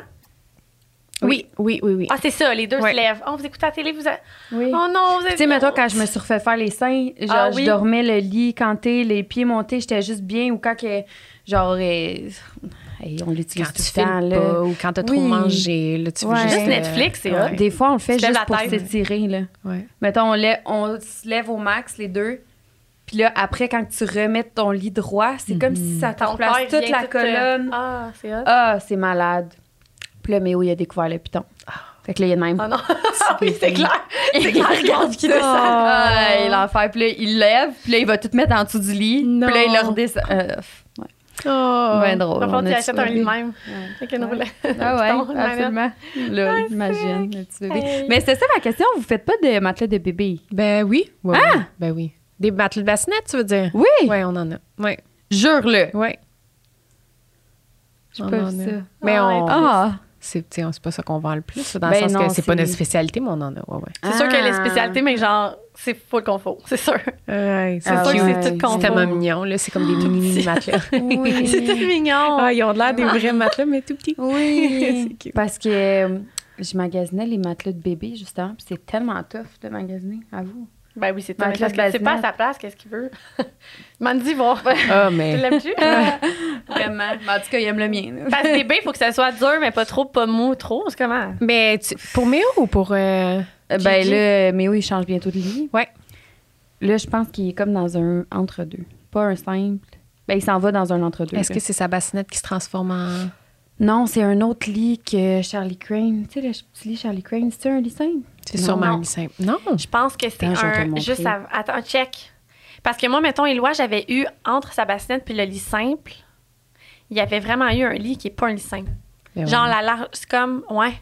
[SPEAKER 5] oui, oui, oui, oui.
[SPEAKER 2] Ah, c'est ça, les deux
[SPEAKER 5] Ouais.
[SPEAKER 2] se lèvent. Oh, vous écoutez la télé, vous. a-
[SPEAKER 1] Oui.
[SPEAKER 2] Oh non, vous avez.
[SPEAKER 1] Tu sais, mais toi, quand je me suis refait faire les seins, genre,
[SPEAKER 2] Ah
[SPEAKER 1] je
[SPEAKER 2] oui.
[SPEAKER 1] dormais le lit canté, les pieds montés, j'étais juste bien. Ou quand que, genre, euh, hey, on l'utilise
[SPEAKER 5] quand
[SPEAKER 1] tout
[SPEAKER 5] tu
[SPEAKER 1] le temps,
[SPEAKER 5] filmes
[SPEAKER 1] là.
[SPEAKER 5] pas ou quand t'as trop
[SPEAKER 1] Oui.
[SPEAKER 5] mangé, là, tu veux
[SPEAKER 1] Ouais.
[SPEAKER 5] juste... euh,
[SPEAKER 1] Juste
[SPEAKER 2] Netflix, c'est
[SPEAKER 5] ouais.
[SPEAKER 2] hot.
[SPEAKER 1] Des fois, on le fait
[SPEAKER 2] Tu te lèves
[SPEAKER 1] juste
[SPEAKER 2] la
[SPEAKER 1] pour
[SPEAKER 2] tête.
[SPEAKER 1] s'étirer, là.
[SPEAKER 5] Ouais.
[SPEAKER 1] Mettons, on, lè- on se lève au max, les deux. Puis là, après, quand tu remets ton lit droit, c'est comme si ça
[SPEAKER 2] Mhm. Ton
[SPEAKER 1] t'emplace
[SPEAKER 2] corps
[SPEAKER 1] toute
[SPEAKER 2] vient
[SPEAKER 1] la
[SPEAKER 2] tout, euh,
[SPEAKER 1] colonne.
[SPEAKER 2] Ah, c'est hot.
[SPEAKER 1] Ah, c'est malade. Puis là, Méo, il a découvert le piton.
[SPEAKER 2] Ah.
[SPEAKER 1] Fait que là, il est de même.
[SPEAKER 2] Oh non. Ah oui, c'est clair. C'est clair, regarde qui descend.
[SPEAKER 1] Ah, il en fait. Puis là, il lève. Puis là, il va tout mettre en dessous du lit.
[SPEAKER 5] Non.
[SPEAKER 1] Puis là, il le redescend. Euh, pff, ouais.
[SPEAKER 2] Oh.
[SPEAKER 1] Ben drôle,
[SPEAKER 2] Par
[SPEAKER 1] on a
[SPEAKER 2] contre, il
[SPEAKER 1] tout
[SPEAKER 2] achète un
[SPEAKER 1] trouvé.
[SPEAKER 2] lui-même. Avec une
[SPEAKER 1] Ouais.
[SPEAKER 2] roulette.
[SPEAKER 1] Ah ouais,
[SPEAKER 2] Piton, une manette.
[SPEAKER 1] absolument.
[SPEAKER 2] Ah,
[SPEAKER 1] Là, imagine, le petit bébé.
[SPEAKER 2] Hey.
[SPEAKER 1] Mais c'était ça ma question. Vous faites pas de matelas de bébé?
[SPEAKER 5] Ben oui. Ouais, oui. Ben oui. Des battles de bassinette, tu veux dire?
[SPEAKER 1] Oui!
[SPEAKER 5] Ouais, on en a. Ouais.
[SPEAKER 1] Jure-le!
[SPEAKER 5] Ouais.
[SPEAKER 1] Je
[SPEAKER 5] On
[SPEAKER 1] peux
[SPEAKER 5] en a.
[SPEAKER 1] ça.
[SPEAKER 5] Mais on...
[SPEAKER 1] Ah!
[SPEAKER 5] C'est tu sais, c'est pas ça qu'on vend le plus, là, dans
[SPEAKER 1] Ben
[SPEAKER 5] le sens
[SPEAKER 1] non,
[SPEAKER 5] que c'est pas
[SPEAKER 1] c'est-
[SPEAKER 5] notre spécialité, mais on en a. Ouais, ouais.
[SPEAKER 2] C'est sûr qu'il y a les
[SPEAKER 1] Ah.
[SPEAKER 2] spécialités, mais genre, c'est full confort, c'est sûr.
[SPEAKER 5] c'est
[SPEAKER 1] Ah
[SPEAKER 5] sûr que
[SPEAKER 1] ouais.
[SPEAKER 5] c'est tout
[SPEAKER 2] C'est
[SPEAKER 5] confort.
[SPEAKER 2] tellement
[SPEAKER 5] mignon, là. C'est comme des mini mini matelas.
[SPEAKER 1] Oui.
[SPEAKER 2] C'est tout mignon.
[SPEAKER 5] ils ont l'air des vrais matelas, mais tout petits.
[SPEAKER 1] Oui.
[SPEAKER 5] C'est cute.
[SPEAKER 1] Parce que euh, je magasinais les matelas de bébé, justement, puis c'est tellement tough de magasiner, à vous.
[SPEAKER 2] Ben oui, c'est tout.
[SPEAKER 1] Ma
[SPEAKER 2] Mais Parce
[SPEAKER 1] classe
[SPEAKER 2] que c'est pas à
[SPEAKER 1] basinette.
[SPEAKER 2] sa place, qu'est-ce qu'il veut. Mandy, voir.
[SPEAKER 5] Ah,
[SPEAKER 2] Tu
[SPEAKER 5] mais.
[SPEAKER 2] l'aimes-tu?
[SPEAKER 1] Vraiment. en tout cas, il aime le mien.
[SPEAKER 2] Parce que bébé, il faut que ça soit dur, mais pas trop, pas mou, trop. C'est comment?
[SPEAKER 5] Mais tu- pour Méo ou pour. euh,
[SPEAKER 1] Ben
[SPEAKER 5] Gigi?
[SPEAKER 1] là, Méo, il change bientôt de lit.
[SPEAKER 5] Ouais.
[SPEAKER 1] Là, je pense qu'il est comme dans un entre-deux. Pas un simple. Ben, il s'en va dans un entre-deux.
[SPEAKER 5] Est-ce
[SPEAKER 1] là.
[SPEAKER 5] que c'est sa bassinette qui se transforme en.
[SPEAKER 1] Non, c'est un autre lit que Charlie Crane. Tu sais, le petit lit Charlie Crane, c'est un lit simple?
[SPEAKER 5] C'est
[SPEAKER 1] Non.
[SPEAKER 5] sûrement
[SPEAKER 2] Non.
[SPEAKER 5] un lit simple. Non.
[SPEAKER 2] Je pense que c'est
[SPEAKER 1] Attends, je vais te le
[SPEAKER 2] un.
[SPEAKER 1] montrer.
[SPEAKER 2] Juste avant- Attends, check. Parce que moi, mettons, Éloi, j'avais eu entre sa bassinette puis le lit simple. Il y avait vraiment eu un lit qui est pas un lit simple.
[SPEAKER 5] Ben
[SPEAKER 2] Genre,
[SPEAKER 5] ouais.
[SPEAKER 2] la large. C'est comme. Ouais.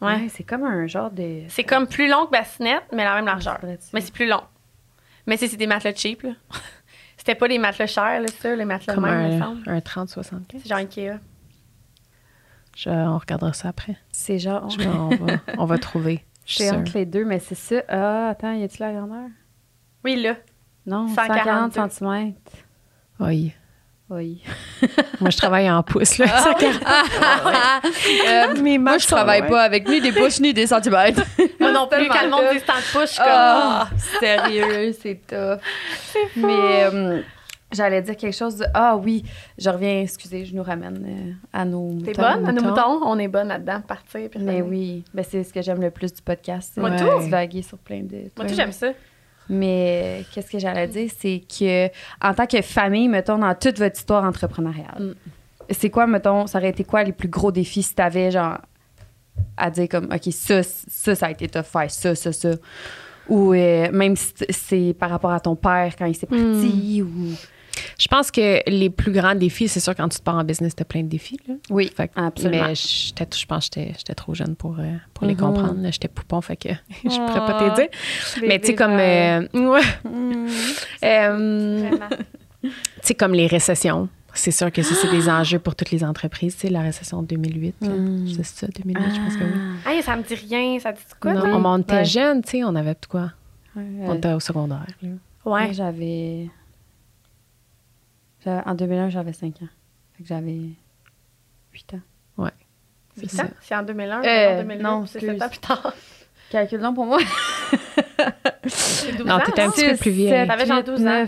[SPEAKER 2] Ouais.
[SPEAKER 1] c'est comme un genre de.
[SPEAKER 2] C'est comme plus long que bassinette, mais la même largeur.
[SPEAKER 1] Ouais, c'est vrai,
[SPEAKER 2] Mais c'est plus long. Mais c'est c'est des matelas cheap, là. C'était pas des matelas chers, là, ça, les matelas de
[SPEAKER 5] Comme
[SPEAKER 2] même, il me
[SPEAKER 5] un,
[SPEAKER 2] semble.
[SPEAKER 5] un 30-75.
[SPEAKER 2] C'est genre Ikea.
[SPEAKER 5] Je- on regardera ça après.
[SPEAKER 1] C'est genre.
[SPEAKER 5] Je- on, va, on va trouver. Je suis
[SPEAKER 1] C'est
[SPEAKER 5] sûre.
[SPEAKER 1] entre les deux, mais c'est ça. Ah, attends, y a-t-il la grandeur?
[SPEAKER 2] Oui, là.
[SPEAKER 1] Non,
[SPEAKER 2] 142.
[SPEAKER 1] 140 cm.
[SPEAKER 5] Oui.
[SPEAKER 1] Oui.
[SPEAKER 5] Moi, je travaille en pouces, là. Ça garde-
[SPEAKER 1] Ah
[SPEAKER 5] Mes
[SPEAKER 1] Euh, moi,
[SPEAKER 5] marches
[SPEAKER 1] je
[SPEAKER 5] sont
[SPEAKER 1] travaille
[SPEAKER 5] loin.
[SPEAKER 1] pas avec ni des pouces ni des centimètres.
[SPEAKER 2] Moi non plus,
[SPEAKER 1] Tellement
[SPEAKER 2] quand le monde
[SPEAKER 1] tough.
[SPEAKER 2] dit tant de pouces, je suis comme.
[SPEAKER 1] Ah,
[SPEAKER 2] ah.
[SPEAKER 1] sérieux, c'est tough. Mais euh, j'allais dire quelque chose de... Ah oui, je reviens, excusez, je nous ramène euh, à nos
[SPEAKER 2] T'es
[SPEAKER 1] moutons.
[SPEAKER 2] bonne, à nos
[SPEAKER 5] mouton.
[SPEAKER 2] moutons? On est bonne là-dedans, partir. Puis
[SPEAKER 1] Mais
[SPEAKER 2] revenir.
[SPEAKER 1] oui, ben, c'est ce que j'aime le plus du podcast.
[SPEAKER 5] Moi
[SPEAKER 1] c'est
[SPEAKER 5] tout.
[SPEAKER 1] de divaguer sur plein de...
[SPEAKER 2] Moi,
[SPEAKER 1] trucs.
[SPEAKER 2] tout,
[SPEAKER 5] Ben
[SPEAKER 2] j'aime ça.
[SPEAKER 1] Mais euh, qu'est-ce que j'allais dire, c'est que en tant que famille, mettons, dans toute votre histoire entrepreneuriale,
[SPEAKER 5] Mm.
[SPEAKER 1] c'est quoi, mettons, ça aurait été quoi les plus gros défis si t'avais, genre, à dire comme, OK, ça, ça, ça a été tough faire, ça, ça, ça. Ou euh, même si t- c'est par rapport à ton père quand il s'est parti, ou.
[SPEAKER 5] Je pense que les plus grands défis, c'est sûr, quand tu te pars en business, t'as plein de défis. Là.
[SPEAKER 1] Oui,
[SPEAKER 5] Fait que-
[SPEAKER 1] absolument.
[SPEAKER 5] Mais j'étais, je pense que j'étais, j'étais trop jeune pour, euh, pour
[SPEAKER 2] Mm-hmm.
[SPEAKER 5] les
[SPEAKER 1] Mhm.
[SPEAKER 5] comprendre. là. J'étais poupon, fait que je pourrais pas
[SPEAKER 2] Ah.
[SPEAKER 5] te dire. Mais tu
[SPEAKER 1] bébé
[SPEAKER 5] sais, comme,
[SPEAKER 1] Val.
[SPEAKER 5] euh, ouais. Euh,
[SPEAKER 2] Mm. Vraiment.
[SPEAKER 5] tu sais, comme les récessions. C'est sûr que ça, c'est des enjeux pour toutes les entreprises. Tu sais, la récession de 2008, là. c'est ça, 2008, je pense que oui.
[SPEAKER 2] Mm. Ah, ça me dit rien. Ça dit quoi,
[SPEAKER 5] Non,
[SPEAKER 2] toi?
[SPEAKER 5] on était
[SPEAKER 1] Ouais.
[SPEAKER 5] jeune, tu sais, on avait de quoi?
[SPEAKER 1] Ouais,
[SPEAKER 5] On
[SPEAKER 1] euh,
[SPEAKER 5] était au secondaire. là.
[SPEAKER 1] moi,
[SPEAKER 2] Ouais.
[SPEAKER 1] j'avais. j'avais- En 2001, j'avais 5 ans. Fait que j'avais 8 ans.
[SPEAKER 5] Ouais. C'est
[SPEAKER 2] Huit ans? C'est en 2001.
[SPEAKER 1] Euh,
[SPEAKER 2] en 2008,
[SPEAKER 1] non,
[SPEAKER 2] c'est
[SPEAKER 1] excuse.
[SPEAKER 2] sept ans plus tard.
[SPEAKER 1] Calcule-donc pour moi.
[SPEAKER 2] J'ai 12
[SPEAKER 5] Non,
[SPEAKER 2] ans,
[SPEAKER 5] t'étais un
[SPEAKER 2] hein?
[SPEAKER 5] petit peu plus vieille.
[SPEAKER 2] T'avais genre 12 ans.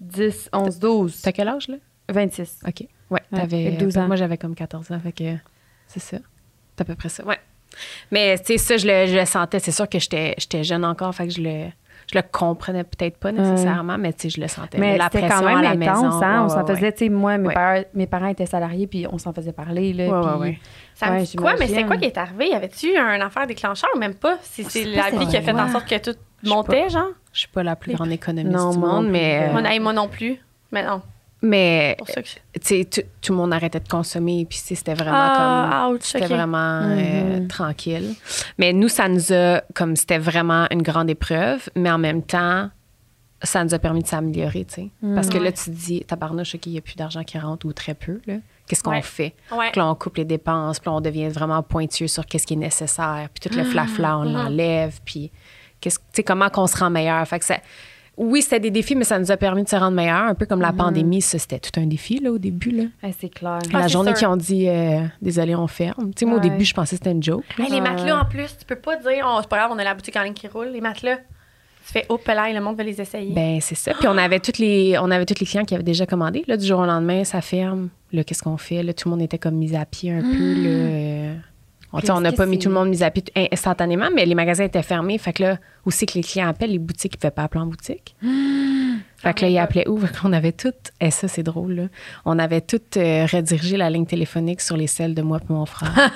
[SPEAKER 1] 10, 11, 12,
[SPEAKER 5] T'as quel âge, là?
[SPEAKER 1] 26.
[SPEAKER 5] OK. Ouais,
[SPEAKER 1] Ouais,
[SPEAKER 5] t'avais euh,
[SPEAKER 1] fait 12 ans.
[SPEAKER 5] Moi, j'avais comme 14 ans, fait que c'est ça. C'est à peu près ça, ouais. Mais, tu sais, ça, je le, je le sentais. C'est sûr que j'étais j'étais jeune encore, fait que je le, je le comprenais peut-être pas nécessairement, mais, tu sais, je le sentais.
[SPEAKER 1] Mais
[SPEAKER 5] la
[SPEAKER 1] c'était
[SPEAKER 5] pression
[SPEAKER 1] quand même
[SPEAKER 5] à la
[SPEAKER 1] intense,
[SPEAKER 5] maison,
[SPEAKER 1] hein?
[SPEAKER 5] ouais,
[SPEAKER 1] on s'en
[SPEAKER 5] ouais, ouais.
[SPEAKER 1] faisait, tu sais, moi, mes,
[SPEAKER 5] Ouais.
[SPEAKER 1] parents, mes parents étaient salariés, puis on s'en faisait parler, là.
[SPEAKER 5] Ouais,
[SPEAKER 1] puis-
[SPEAKER 5] ouais, ouais.
[SPEAKER 2] Ça me
[SPEAKER 1] Ouais,
[SPEAKER 2] dit quoi, mais c'est
[SPEAKER 1] j'imagine.
[SPEAKER 2] quoi qui est arrivé? Y avait-tu un affaire déclencheur ou même pas? Si c'est
[SPEAKER 1] sait
[SPEAKER 2] la
[SPEAKER 1] pas
[SPEAKER 2] vie qui a fait
[SPEAKER 1] savoir.
[SPEAKER 2] en sorte que tout
[SPEAKER 5] Je sais
[SPEAKER 2] montait, genre?
[SPEAKER 5] Je suis pas la plus
[SPEAKER 2] Les-
[SPEAKER 5] grande économiste
[SPEAKER 1] Non,
[SPEAKER 5] du
[SPEAKER 1] moi non
[SPEAKER 5] monde,
[SPEAKER 1] plus.
[SPEAKER 5] mais,
[SPEAKER 1] Euh,
[SPEAKER 2] Moi, non, moi non plus. Mais non,
[SPEAKER 5] mais euh,
[SPEAKER 2] pour ça que...
[SPEAKER 5] tu sais, tout, tout le monde arrêtait de consommer, puis tu sais, c'était vraiment comme...
[SPEAKER 2] Ah, ouch,
[SPEAKER 5] C'était
[SPEAKER 2] ok. Mm-hmm.
[SPEAKER 5] vraiment euh, tranquille. Mais nous, ça nous a, comme c'était vraiment une grande épreuve, mais en même temps, ça nous a permis de s'améliorer, tu sais.
[SPEAKER 2] Mm.
[SPEAKER 5] Parce que là, tu te dis, tabarnouche, OK, il n'y a plus d'argent qui rentre ou très peu, là. Qu'est-ce qu'on
[SPEAKER 2] Ouais.
[SPEAKER 5] fait?
[SPEAKER 2] Ouais.
[SPEAKER 5] Puis là, on coupe les dépenses, puis là, on devient vraiment pointueux sur qu'est-ce qui est nécessaire, puis tout le flafla,
[SPEAKER 2] Mm-hmm.
[SPEAKER 5] on l'enlève, puis qu'est-ce, tu sais, comment qu'on se rend meilleur. Fait que ça, oui, c'était des défis, mais ça nous a permis de se rendre meilleur, un peu comme
[SPEAKER 2] Mm-hmm.
[SPEAKER 5] la pandémie, ça, c'était tout un défi, là, au début, là.
[SPEAKER 1] Ouais, c'est clair.
[SPEAKER 2] Ah,
[SPEAKER 5] la
[SPEAKER 2] c'est
[SPEAKER 5] journée
[SPEAKER 2] sûr.
[SPEAKER 5] qui ont dit euh, désolé on ferme. Tu sais moi
[SPEAKER 1] Ouais.
[SPEAKER 5] au début je pensais que c'était une joke.
[SPEAKER 2] Hey, les matelas, en plus, tu peux pas dire, oh, c'est pas grave, on a la boutique en ligne qui roule. Les matelas, tu fais, oh, là, le monde va les essayer.
[SPEAKER 5] Ben c'est ça. Puis on avait toutes les on avait tous les clients qui avaient déjà commandé. Là du jour au lendemain ça ferme. Là qu'est-ce qu'on fait Là tout le monde était comme mis à pied un peu. Là, euh, on tu sais, on n'a
[SPEAKER 1] Ah. Qu'est-ce
[SPEAKER 5] pas
[SPEAKER 1] que
[SPEAKER 5] mis
[SPEAKER 1] c'est?
[SPEAKER 5] tout le monde mis à pied in- instantanément, mais les magasins étaient fermés. Fait que là aussi que les clients appellent les boutiques ils pouvaient pas appeler en boutique.
[SPEAKER 1] Ah.
[SPEAKER 5] Fait que là, ils appelaient où? Fait qu'on avait toutes, et ça, c'est drôle, là. On avait toutes euh, redirigé la ligne téléphonique sur les selles de moi et mon frère.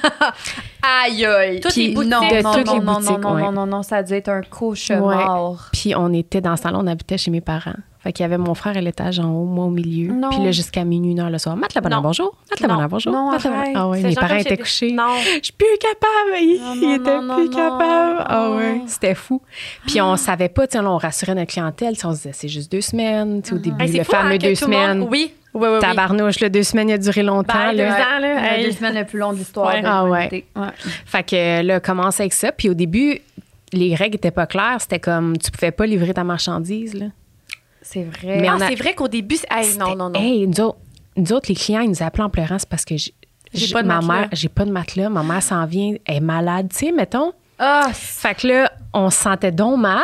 [SPEAKER 1] Aïe, aïe.
[SPEAKER 2] Toutes
[SPEAKER 1] Puis
[SPEAKER 2] les boutiques.
[SPEAKER 1] Non,
[SPEAKER 5] De
[SPEAKER 1] non,
[SPEAKER 5] toutes
[SPEAKER 1] non,
[SPEAKER 5] les
[SPEAKER 1] non,
[SPEAKER 5] boutiques,
[SPEAKER 1] non,
[SPEAKER 5] ouais.
[SPEAKER 1] non, non, non, ça a dû être un cauchemar.
[SPEAKER 5] Puis on était dans ce temps-là, on habitait chez mes parents. Fait qu'il y avait mon frère à l'étage en haut, moi au milieu.
[SPEAKER 1] Non.
[SPEAKER 5] Puis là, jusqu'à minuit, une heure le soir. Mate la bonne
[SPEAKER 2] Non.
[SPEAKER 5] bonjour. Mate la
[SPEAKER 2] Non.
[SPEAKER 5] bonne bonjour.
[SPEAKER 1] Non,
[SPEAKER 5] Mate la bonne-
[SPEAKER 1] arrête.
[SPEAKER 5] Ah ouais,
[SPEAKER 2] C'est
[SPEAKER 5] mes
[SPEAKER 2] genre comme
[SPEAKER 5] parents
[SPEAKER 2] chez
[SPEAKER 5] étaient
[SPEAKER 2] des-
[SPEAKER 5] couchés.
[SPEAKER 2] Non.
[SPEAKER 5] Je suis plus capable. Ils
[SPEAKER 1] Non, non,
[SPEAKER 5] ils étaient
[SPEAKER 1] non,
[SPEAKER 5] plus
[SPEAKER 1] non,
[SPEAKER 5] capables. Ah
[SPEAKER 1] non.
[SPEAKER 5] ouais, c'était fou. Puis on savait pas, tu sais, là, on rassurait notre clientèle. Tu sais, on se disait, c'est juste deux semaines. Tu sais, au début,
[SPEAKER 2] Hey, c'est
[SPEAKER 5] le
[SPEAKER 2] fou, hein,
[SPEAKER 5] fameux
[SPEAKER 2] que
[SPEAKER 5] deux
[SPEAKER 2] tout le monde-
[SPEAKER 5] semaines.
[SPEAKER 2] Oui, oui, oui. oui.
[SPEAKER 5] Tabarnouche, le deux semaines, il a duré longtemps.
[SPEAKER 2] Ben, deux
[SPEAKER 5] là.
[SPEAKER 2] ans, là.
[SPEAKER 1] La
[SPEAKER 2] hey.
[SPEAKER 1] deux semaines la plus longue de l'histoire
[SPEAKER 2] Ouais.
[SPEAKER 1] de
[SPEAKER 5] Ah ouais.
[SPEAKER 1] l'humanité. Ouais.
[SPEAKER 5] Fait que là, commence avec ça. Puis au début, les règles étaient pas claires. C'était comme, tu pouvais pas livrer ta marchandise, là.
[SPEAKER 1] C'est vrai.
[SPEAKER 5] Mais
[SPEAKER 2] Ah,
[SPEAKER 5] on a-
[SPEAKER 2] c'est vrai qu'au début, c'est- hey, non,
[SPEAKER 5] C'était-
[SPEAKER 2] non, non.
[SPEAKER 5] Hey, nous autres, nous autres, les clients, ils nous appelaient en pleurant, c'est parce que j'ai
[SPEAKER 2] J'ai
[SPEAKER 5] j'ai-
[SPEAKER 2] pas de
[SPEAKER 5] ma
[SPEAKER 2] matelas.
[SPEAKER 5] mère, j'ai pas de matelas, ma mère s'en vient, elle est malade, tu sais, mettons.
[SPEAKER 1] Ah,
[SPEAKER 5] Fait que là, on se sentait donc mal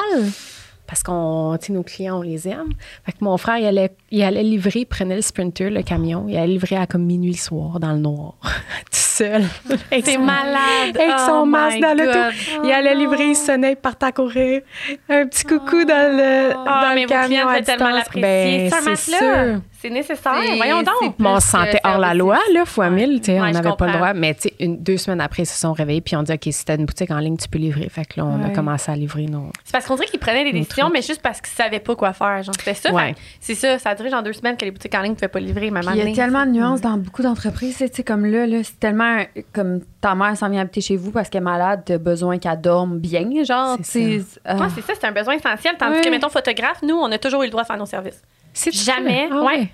[SPEAKER 5] parce qu'on, tu sais, nos clients, on les aime. Fait que mon frère, il allait, il allait livrer, il prenait le Sprinter, le camion, il allait livrer à comme minuit le soir dans le noir, tout seul. Avec
[SPEAKER 2] C'est
[SPEAKER 5] son-
[SPEAKER 2] malade.
[SPEAKER 5] Avec son
[SPEAKER 2] Oh
[SPEAKER 5] masque
[SPEAKER 2] my
[SPEAKER 5] dans le
[SPEAKER 2] God. Oh
[SPEAKER 5] tout. Il allait livrer, il sonnait, il partait à courir. Un petit coucou dans le,
[SPEAKER 2] Ah,
[SPEAKER 5] dans
[SPEAKER 2] mais
[SPEAKER 5] le
[SPEAKER 2] vos
[SPEAKER 5] camion
[SPEAKER 2] clients
[SPEAKER 5] à
[SPEAKER 2] devaient tellement
[SPEAKER 5] distance.
[SPEAKER 2] l'apprécier.
[SPEAKER 5] Ben,
[SPEAKER 2] c'est un
[SPEAKER 5] c'est
[SPEAKER 2] matelas.
[SPEAKER 5] sûr.
[SPEAKER 2] C'est nécessaire.
[SPEAKER 1] C'est-
[SPEAKER 2] Ah, Voyons
[SPEAKER 1] c'est-
[SPEAKER 2] donc.
[SPEAKER 5] Mais on
[SPEAKER 1] plus
[SPEAKER 5] se
[SPEAKER 2] euh,
[SPEAKER 5] sentait
[SPEAKER 1] que
[SPEAKER 5] hors la
[SPEAKER 1] service.
[SPEAKER 5] loi, là, fois mille. tu sais,
[SPEAKER 2] Ouais,
[SPEAKER 5] on
[SPEAKER 2] je
[SPEAKER 5] n'avait pas le
[SPEAKER 2] comprends.
[SPEAKER 5] droit. Mais tu sais, une- deux semaines après, ils se sont réveillés puis on dit OK, si t'as une boutique en ligne, tu peux livrer. Fait que là, on a
[SPEAKER 1] Ouais.
[SPEAKER 5] commencé à livrer nos.
[SPEAKER 2] C'est parce qu'on dirait qu'ils prenaient des
[SPEAKER 5] Nos
[SPEAKER 2] décisions,
[SPEAKER 5] trucs.
[SPEAKER 2] mais juste parce qu'ils savaient pas quoi faire. Genre, c'était ça.
[SPEAKER 5] Ouais.
[SPEAKER 2] Fait que C'est ça. Ça a duré genre deux semaines que les boutiques en ligne ne pouvaient pas livrer. Même
[SPEAKER 1] Puis Il y a tellement de nuances dans beaucoup d'entreprises, tu sais, comme là, là c'est tellement un- comme ta mère s'en vient habiter chez vous parce qu'elle est malade, t'as besoin qu'elle dorme bien, genre, tu
[SPEAKER 5] C'est
[SPEAKER 1] sais. ah.
[SPEAKER 2] Moi, c'est ça, c'est un besoin essentiel. Tandis
[SPEAKER 1] Ouais.
[SPEAKER 2] que, mettons, photographe, nous, on a toujours eu le droit de faire nos services.
[SPEAKER 5] C'est
[SPEAKER 2] Jamais,
[SPEAKER 5] Ah
[SPEAKER 2] ouais.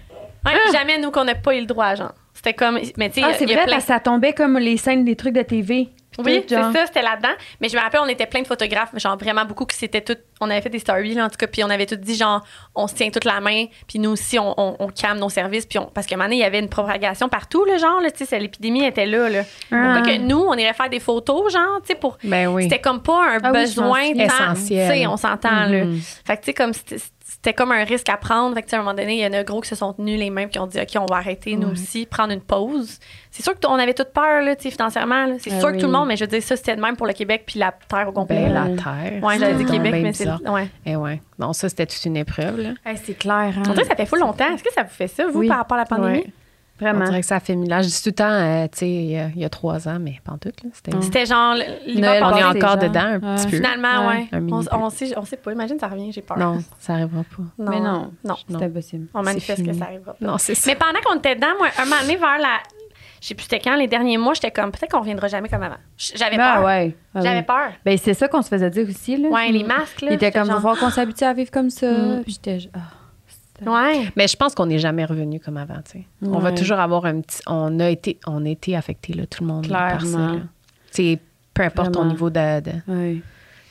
[SPEAKER 2] Ouais, Jamais, nous, qu'on n'a pas eu le droit, genre. C'était comme. Mais tu
[SPEAKER 1] Ah,
[SPEAKER 2] sais, il y a-
[SPEAKER 1] c'est
[SPEAKER 2] il y a
[SPEAKER 1] vrai,
[SPEAKER 2] plein-
[SPEAKER 1] parce que ça tombait comme les scènes des trucs de TV. puis
[SPEAKER 2] Oui,
[SPEAKER 1] tout,
[SPEAKER 2] c'est
[SPEAKER 1] genre.
[SPEAKER 2] ça, c'était là-dedans. Mais je me rappelle, on était plein de photographes, genre vraiment beaucoup, qui c'était tout. On avait fait des stories, là, en tout cas, puis on avait tout dit, genre, on se tient toute la main, puis nous aussi, on, on, on calme nos services, puis on. Parce qu'à un moment donné, il y avait une propagation partout, le genre, là, tu sais, c'est- l'épidémie était là, là.
[SPEAKER 1] Ah.
[SPEAKER 2] Fait que nous, on irait faire des photos, genre, tu sais, pour.
[SPEAKER 5] Ben oui.
[SPEAKER 2] C'était comme
[SPEAKER 1] Ah
[SPEAKER 2] pas un
[SPEAKER 1] oui, je m'en
[SPEAKER 2] besoin
[SPEAKER 1] souviens.
[SPEAKER 2] tant,
[SPEAKER 5] Essentiel.
[SPEAKER 2] Tu sais, on s'entend,
[SPEAKER 5] Mhm.
[SPEAKER 2] là. Fait que, tu sais, comme c'était- c'était comme un risque à prendre. Fait que, tu sais, à un moment donné, il y en a gros qui se sont tenus les mêmes, qui ont dit, OK, on va arrêter, nous aussi, prendre une pause. C'est sûr qu'on avait toute peur, là, tu sais, financièrement. là. C'est
[SPEAKER 5] Ah
[SPEAKER 2] sûr que tout
[SPEAKER 5] oui.
[SPEAKER 2] le monde, mais je veux dire, ça, c'était de même pour le Québec puis la terre au complet.
[SPEAKER 5] Ben,
[SPEAKER 2] là.
[SPEAKER 5] la terre.
[SPEAKER 2] Ouais, j'avais dit
[SPEAKER 5] C'était donc
[SPEAKER 2] Québec,
[SPEAKER 5] bien
[SPEAKER 2] mais c'est.
[SPEAKER 5] bizarre.
[SPEAKER 2] Ouais.
[SPEAKER 5] Eh ouais. Non, ça, c'était toute une épreuve, là.
[SPEAKER 1] Hey, c'est clair, hein?
[SPEAKER 2] On dirait que ça fait fou longtemps. Est-ce que ça vous fait ça, vous,
[SPEAKER 1] Oui.
[SPEAKER 2] par rapport à la pandémie?
[SPEAKER 5] Ouais. On
[SPEAKER 1] Vraiment.
[SPEAKER 5] dirait que ça a fait mille ans. Je dis tout le temps, euh, tu sais, il y, a- il y a trois ans, mais pas en tout, là. C'était.
[SPEAKER 2] C'était genre l- l'hiver
[SPEAKER 1] Noël
[SPEAKER 5] On
[SPEAKER 2] passé.
[SPEAKER 5] est
[SPEAKER 1] passé,
[SPEAKER 5] encore
[SPEAKER 1] genre.
[SPEAKER 5] dedans un
[SPEAKER 1] Ouais.
[SPEAKER 5] petit peu.
[SPEAKER 2] Finalement,
[SPEAKER 1] Ouais.
[SPEAKER 2] ouais.
[SPEAKER 5] Un mini
[SPEAKER 2] On,
[SPEAKER 5] peu.
[SPEAKER 2] on sait, on sait pas. Imagine, ça revient, j'ai peur.
[SPEAKER 5] Non, ça arrivera pas.
[SPEAKER 1] Mais non.
[SPEAKER 2] Non.
[SPEAKER 1] C'est impossible.
[SPEAKER 2] On manifeste que
[SPEAKER 5] fini.
[SPEAKER 2] ça arrivera pas.
[SPEAKER 5] Non, c'est ça.
[SPEAKER 2] Mais pendant qu'on était dedans, moi, un moment donné, vers la. Je sais plus c'était quand, les derniers mois, j'étais comme, peut-être qu'on reviendra jamais comme avant. J- J'avais
[SPEAKER 1] Ah
[SPEAKER 2] peur.
[SPEAKER 1] ouais. Ah
[SPEAKER 2] J'avais
[SPEAKER 1] oui.
[SPEAKER 2] peur.
[SPEAKER 1] Ben, c'est ça qu'on se faisait dire aussi, là. Mm.
[SPEAKER 2] Ouais, les masques, là.
[SPEAKER 1] Il était
[SPEAKER 2] j'étais
[SPEAKER 1] comme,
[SPEAKER 2] genre, Mm.
[SPEAKER 1] faut voir qu'on s'habitue à vivre comme ça. Puis j'étais, ah.
[SPEAKER 2] Ouais.
[SPEAKER 5] Mais je pense qu'on n'est jamais revenu comme avant. tu sais. On va
[SPEAKER 1] Ouais.
[SPEAKER 5] toujours avoir un petit. On a été, on a été affecté là, tout le monde par ça.
[SPEAKER 1] Clairement.
[SPEAKER 5] là. Tu sais, peu importe ton
[SPEAKER 1] Vraiment.
[SPEAKER 5] niveau de. de
[SPEAKER 1] Ouais.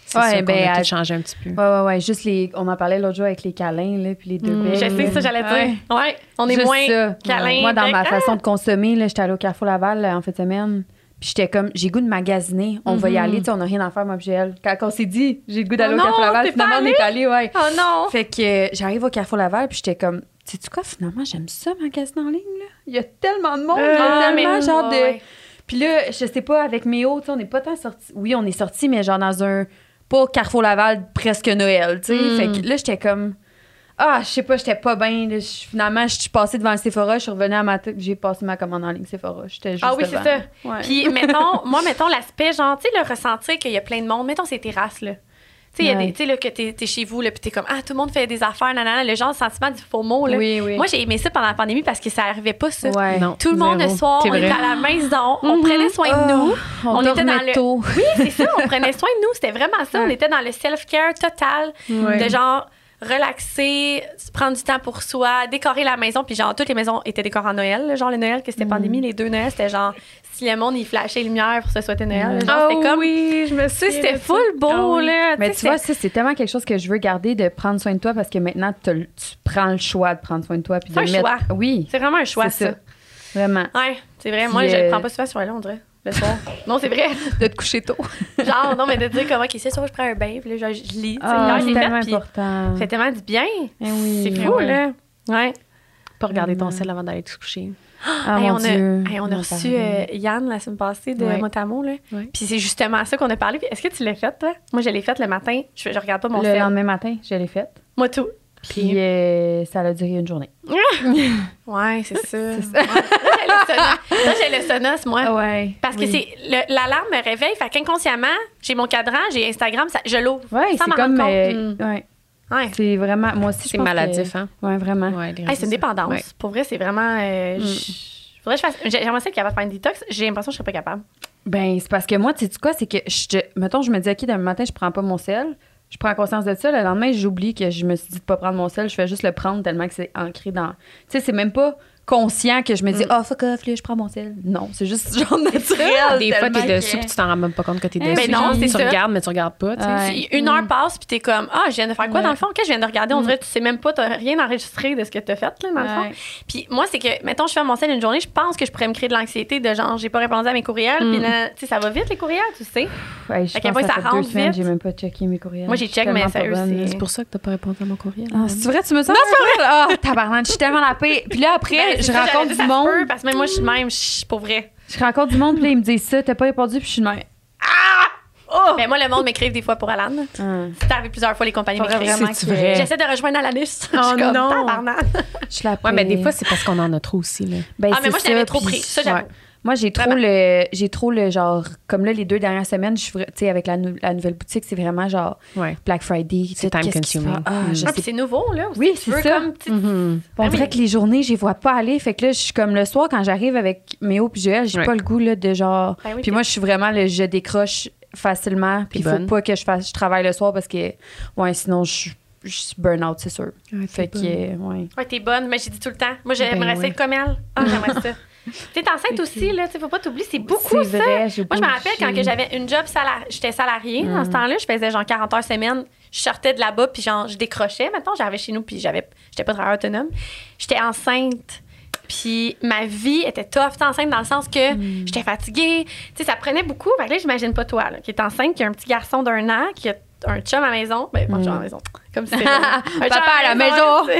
[SPEAKER 5] c'est
[SPEAKER 1] Ouais,
[SPEAKER 5] sûr qu'on
[SPEAKER 1] ben,
[SPEAKER 5] a
[SPEAKER 1] à-
[SPEAKER 5] tout changé un petit peu.
[SPEAKER 1] Ouais, ouais, ouais. Juste les. On en parlait l'autre jour avec les câlins, là, puis les deux
[SPEAKER 2] Mm. Je
[SPEAKER 1] becs,
[SPEAKER 2] sais,
[SPEAKER 1] là.
[SPEAKER 2] ça, j'allais dire. Ouais. On
[SPEAKER 1] Mm-hmm.
[SPEAKER 2] est
[SPEAKER 1] Juste
[SPEAKER 2] moins
[SPEAKER 1] ça.
[SPEAKER 2] câlin. ah,
[SPEAKER 1] Moi, dans ma
[SPEAKER 2] bec-
[SPEAKER 1] façon de consommer, là, j'étais allée au Carrefour Laval là, en fin de semaine. Puis j'étais comme, j'ai goût de magasiner. On va y
[SPEAKER 5] Mhm.
[SPEAKER 1] aller. Tu sais, on n'a rien à faire, moi, puis elle. Quand on s'est dit, j'ai le goût d'aller
[SPEAKER 2] Mm-hmm. Oh
[SPEAKER 1] au
[SPEAKER 2] non,
[SPEAKER 1] Carrefour Laval,
[SPEAKER 2] t'es pas
[SPEAKER 1] finalement, on est allé, ouais.
[SPEAKER 2] Oh non!
[SPEAKER 1] Fait que euh, j'arrive au Carrefour Laval, puis j'étais comme, sais tu quoi, finalement, j'aime ça, magasiner en ligne, là. Il y a tellement de monde, il y a
[SPEAKER 2] Ah, mais
[SPEAKER 1] tellement, genre, de.
[SPEAKER 2] ouais.
[SPEAKER 1] Puis là, je sais pas, avec Méo, tu sais, on n'est pas tant sortis. Oui, on est sortis, mais genre dans un. Pas Carrefour Laval, presque Noël, tu sais.
[SPEAKER 5] Mm.
[SPEAKER 1] Fait que là, j'étais comme. Ah, je sais pas, j'étais pas bien. là. Je- Finalement, je suis passée devant le Sephora, je suis revenue à ma. t- J'ai passé ma commande en ligne Sephora. J'étais juste.
[SPEAKER 2] Ah oui, c'est
[SPEAKER 1] devant.
[SPEAKER 2] ça.
[SPEAKER 1] Ouais.
[SPEAKER 2] Puis, mettons, moi, mettons l'aspect, genre, tu sais, le ressentir qu'il y a plein de monde. Mettons ces terrasses, là. Tu sais, il y a
[SPEAKER 1] Ouais.
[SPEAKER 2] des- tu sais, là, que t'es, t'es chez vous, là, puis t'es comme, ah, tout le monde fait des affaires, nanana, le genre, le sentiment du faux mot, là.
[SPEAKER 1] Oui, oui.
[SPEAKER 2] Moi, j'ai aimé ça pendant la pandémie parce que ça arrivait pas, ça.
[SPEAKER 1] Ouais.
[SPEAKER 5] Non,
[SPEAKER 2] Tout le monde
[SPEAKER 5] zéro.
[SPEAKER 2] le soir,
[SPEAKER 5] C'est
[SPEAKER 2] on était
[SPEAKER 5] vrai.
[SPEAKER 2] à la maison, on
[SPEAKER 5] Mhm.
[SPEAKER 2] prenait soin de
[SPEAKER 1] Ah.
[SPEAKER 2] nous.
[SPEAKER 1] on,
[SPEAKER 2] on était dans
[SPEAKER 1] dormait
[SPEAKER 2] le-
[SPEAKER 1] tôt.
[SPEAKER 2] Oui, c'est ça, on prenait soin de nous. C'était vraiment ça. On
[SPEAKER 1] Ouais.
[SPEAKER 2] était dans le self-care total,
[SPEAKER 1] Ouais.
[SPEAKER 2] de genre relaxer, se prendre du temps pour soi, décorer la maison. Puis genre, toutes les maisons étaient décorées en Noël. là. Genre, le Noël, que c'était
[SPEAKER 1] Mm.
[SPEAKER 2] pandémie, les deux Noëls, c'était genre, si le monde, il flashait les lumières pour se souhaiter Noël. là. Genre,
[SPEAKER 1] Ah
[SPEAKER 2] c'était comme,
[SPEAKER 5] oui, je me
[SPEAKER 2] tu sais, c'était full beau,
[SPEAKER 5] Ah oui.
[SPEAKER 2] là.
[SPEAKER 1] Mais
[SPEAKER 2] sais,
[SPEAKER 1] tu vois, ça, c'est tellement quelque chose que je veux garder de prendre soin de toi parce que maintenant, t'as le- tu prends le choix de prendre soin de toi. Puis de
[SPEAKER 2] C'est un
[SPEAKER 1] mettre... Oui.
[SPEAKER 2] c'est- c'est vraiment un choix,
[SPEAKER 1] c'est
[SPEAKER 2] ça.
[SPEAKER 1] Vraiment.
[SPEAKER 2] Ouais, c'est vrai. Moi,
[SPEAKER 1] Puis,
[SPEAKER 2] je
[SPEAKER 1] euh,
[SPEAKER 2] le prends pas souvent sur là, on dirait. Le soir. Non, c'est vrai.
[SPEAKER 1] De te coucher tôt.
[SPEAKER 2] Genre, non, mais de dire comment, OK, c'est sûr, je prends un bain, puis là, je, je lis. tu sais,
[SPEAKER 1] Ah,
[SPEAKER 2] hier, je
[SPEAKER 1] c'est
[SPEAKER 2] l'ai
[SPEAKER 1] tellement
[SPEAKER 2] fait, puis
[SPEAKER 1] important.
[SPEAKER 2] ça fait tellement du bien.
[SPEAKER 1] Eh oui.
[SPEAKER 2] C'est
[SPEAKER 1] Eh
[SPEAKER 2] fou,
[SPEAKER 1] oui.
[SPEAKER 2] là. Ouais.
[SPEAKER 5] Pas regarder ton sel avant d'aller te coucher.
[SPEAKER 1] Ah,
[SPEAKER 2] Hey,
[SPEAKER 1] mon
[SPEAKER 2] on, a,
[SPEAKER 1] Dieu.
[SPEAKER 2] hey, on a
[SPEAKER 1] en
[SPEAKER 2] reçu
[SPEAKER 1] parlait.
[SPEAKER 2] euh, Yann la semaine passée de
[SPEAKER 5] Ouais.
[SPEAKER 2] Motamo. Là.
[SPEAKER 5] Ouais.
[SPEAKER 2] Puis c'est justement ça qu'on a parlé. Puis Est-ce que tu l'as fait, toi? Moi, je l'ai fait le matin. Je, je regarde pas mon
[SPEAKER 1] le
[SPEAKER 2] sel.
[SPEAKER 1] lendemain matin, je l'ai faite.
[SPEAKER 2] Moi, tout.
[SPEAKER 1] Puis euh, ça a duré une journée.
[SPEAKER 2] Ouais, c'est ça. Ouais. Moi, j'ai le Sonos. Moi, j'ai le Sonos, moi.
[SPEAKER 1] Ah ouais.
[SPEAKER 2] Parce que c'est le- l'alarme me réveille. Fait qu'inconsciemment, j'ai mon cadran, j'ai Instagram, ça- je l'ouvre.
[SPEAKER 1] Ouais,
[SPEAKER 2] sans
[SPEAKER 1] c'est
[SPEAKER 2] m'en
[SPEAKER 1] comme.
[SPEAKER 2] rendre compte. Mm.
[SPEAKER 1] euh, ouais,
[SPEAKER 2] Ouais.
[SPEAKER 1] c'est vraiment. Moi aussi, je
[SPEAKER 5] C'est
[SPEAKER 1] pense que-
[SPEAKER 5] maladif, hein?
[SPEAKER 1] Ouais, vraiment.
[SPEAKER 5] Ouais, les
[SPEAKER 2] Hey, c'est une
[SPEAKER 5] réseaux
[SPEAKER 2] dépendance.
[SPEAKER 5] Ouais.
[SPEAKER 2] Pour vrai, c'est vraiment. euh,
[SPEAKER 1] Mm.
[SPEAKER 2] je- faudrait que je fasse- j'ai- J'aimerais ça être capable de faire une détox. J'ai l'impression que je serais pas capable.
[SPEAKER 1] Ben, c'est parce que moi, tu sais quoi, c'est que je te- mettons, je me dis, OK, demain matin, je prends pas mon sel. Je prends conscience de ça. Le lendemain, j'oublie que je me suis dit de pas prendre mon sel. Je fais juste le prendre tellement que c'est ancré dans. Tu sais, c'est même pas conscient que je me dis, oh, fuck off, là, je prends mon sel. Non, c'est juste genre naturel.
[SPEAKER 5] Des fois,
[SPEAKER 1] Ah, tellement
[SPEAKER 5] t'es dessus
[SPEAKER 1] que-
[SPEAKER 5] puis tu t'en rends même pas compte que t'es
[SPEAKER 1] Eh,
[SPEAKER 5] dessus.
[SPEAKER 1] ben non,
[SPEAKER 5] Puis
[SPEAKER 2] c'est
[SPEAKER 5] tu
[SPEAKER 2] ça. Ah,
[SPEAKER 5] regardes, mais tu regardes pas. tu sais.
[SPEAKER 1] Ouais. Mm.
[SPEAKER 2] Puis une heure passe, puis t'es comme Ah, je viens de faire quoi
[SPEAKER 1] Ouais.
[SPEAKER 2] dans le fond? Ok, je viens de regarder. On
[SPEAKER 1] Mm.
[SPEAKER 2] dirait que tu sais même pas, t'as rien enregistré de ce que t'as fait, là, dans le
[SPEAKER 1] Ouais.
[SPEAKER 2] fond. Puis moi, c'est que, mettons, je fais mon sel une journée, je pense que je pourrais me créer de l'anxiété de genre, j'ai pas répondu à mes courriels,
[SPEAKER 5] Mm.
[SPEAKER 2] puis là, tu sais, ça va vite, les courriels, tu sais.
[SPEAKER 1] Ouais, je
[SPEAKER 2] Fait qu'à
[SPEAKER 1] pense
[SPEAKER 2] fois,
[SPEAKER 1] que
[SPEAKER 2] ça
[SPEAKER 1] ça fait deux
[SPEAKER 2] rentre
[SPEAKER 1] semaines,
[SPEAKER 2] vite.
[SPEAKER 1] j'ai même pas checké mes courriels.
[SPEAKER 2] Moi, j'ai
[SPEAKER 1] Je suis
[SPEAKER 2] check, mais
[SPEAKER 1] tellement pas
[SPEAKER 2] sérieux,
[SPEAKER 1] bonne.
[SPEAKER 2] c'est-
[SPEAKER 5] C'est pour ça que t'as pas répondu à mon courriel.
[SPEAKER 1] Ah, c'est vrai, tu me sens. Non, c'est vrai. Ah, tabarnak, je suis tellement la paix. Puis là, après,
[SPEAKER 2] Ben, c'est
[SPEAKER 1] je
[SPEAKER 2] ça, j'allais
[SPEAKER 1] rencontre
[SPEAKER 2] dire,
[SPEAKER 1] du
[SPEAKER 2] ça se
[SPEAKER 1] monde.
[SPEAKER 2] peut, parce que même moi, je suis de même, je suis pour vrai.
[SPEAKER 1] Je rencontre du monde, puis là, ils me disent ça, t'as pas répondu, puis je suis là. Oh!
[SPEAKER 2] Mais Ben, moi, le monde m'écrive des fois pour Alan. C'est arrivé plusieurs fois, les compagnies
[SPEAKER 1] Faudrait
[SPEAKER 2] m'écrivent.
[SPEAKER 1] vraiment
[SPEAKER 5] C'est-tu
[SPEAKER 1] que-
[SPEAKER 5] vrai?
[SPEAKER 2] J'essaie de rejoindre Alanis. je
[SPEAKER 5] Oh
[SPEAKER 2] suis comme,
[SPEAKER 5] non.
[SPEAKER 2] tabarnak.
[SPEAKER 1] Je suis la
[SPEAKER 5] Ouais,
[SPEAKER 1] paix.
[SPEAKER 5] mais des fois, c'est parce qu'on en a trop aussi. Là.
[SPEAKER 1] Ben,
[SPEAKER 2] Ah, mais
[SPEAKER 1] c'est
[SPEAKER 2] moi, je l'avais
[SPEAKER 1] ça,
[SPEAKER 2] trop
[SPEAKER 1] puis-
[SPEAKER 2] pris. Ça, j'avoue.
[SPEAKER 1] Moi, j'ai trop
[SPEAKER 2] Vraiment.
[SPEAKER 1] le. J'ai trop le genre. Comme là, les deux dernières semaines, je suis vra- Tu sais, avec la, nou- la nouvelle boutique, c'est vraiment genre
[SPEAKER 5] Ouais.
[SPEAKER 1] Black Friday.
[SPEAKER 5] C'est
[SPEAKER 1] tout,
[SPEAKER 5] time
[SPEAKER 1] qu'est-ce qui se
[SPEAKER 5] consuming.
[SPEAKER 1] passe? Ah,
[SPEAKER 5] Mm.
[SPEAKER 1] je
[SPEAKER 2] Ah,
[SPEAKER 1] sais
[SPEAKER 2] puis c'est nouveau, là. aussi.
[SPEAKER 1] Oui,
[SPEAKER 2] Tu
[SPEAKER 1] c'est
[SPEAKER 2] veux
[SPEAKER 1] ça.
[SPEAKER 2] comme, tu-
[SPEAKER 5] Mhm.
[SPEAKER 1] Puis On
[SPEAKER 2] Ah oui.
[SPEAKER 1] dirait que les journées, je les vois pas aller. Fait que là, je suis comme le soir, quand j'arrive avec Méo puis Joël, j'ai
[SPEAKER 5] Ouais.
[SPEAKER 1] pas le goût là, de genre.
[SPEAKER 2] Ben oui,
[SPEAKER 1] puis moi, je suis vraiment le je décroche facilement. Puis il
[SPEAKER 5] T'es
[SPEAKER 1] faut
[SPEAKER 5] bonne.
[SPEAKER 1] pas que je fasse. Je travaille le soir parce que. Ouais, sinon, je suis- je suis burn-out, c'est sûr. Fait que. euh, Ouais.
[SPEAKER 2] Ouais, t'es bonne, mais j'ai dit tout le temps. Moi,
[SPEAKER 5] Ben
[SPEAKER 2] j'aimerais ça
[SPEAKER 5] ouais.
[SPEAKER 2] être comme elle. Ah, j'aimerais ça. T'es enceinte aussi, là. tu Faut pas t'oublier. C'est beaucoup,
[SPEAKER 1] C'est
[SPEAKER 2] ça.
[SPEAKER 1] vrai, j'ai
[SPEAKER 2] Moi, je me
[SPEAKER 1] pas
[SPEAKER 2] rappelle
[SPEAKER 1] bougé.
[SPEAKER 2] quand que j'avais une job, salari- j'étais salariée dans
[SPEAKER 1] Mm.
[SPEAKER 2] ce temps-là. Je faisais genre 40 heures semaine. Je sortais de là-bas, puis genre, je décrochais. Maintenant, j'arrivais chez nous, puis j'avais, j'étais pas travailleur autonome. J'étais enceinte. Puis ma vie était tough, t'es enceinte dans le sens que
[SPEAKER 1] Mm.
[SPEAKER 2] j'étais fatiguée. Tu sais, ça prenait beaucoup. Fait que là, j'imagine pas toi, là, qui est enceinte, qui a un petit garçon d'un an, qui a un chum à la maison. Ben, pas un chum à la maison. Comme si c'était- un chum
[SPEAKER 1] Mm. Papa à la
[SPEAKER 2] non, mais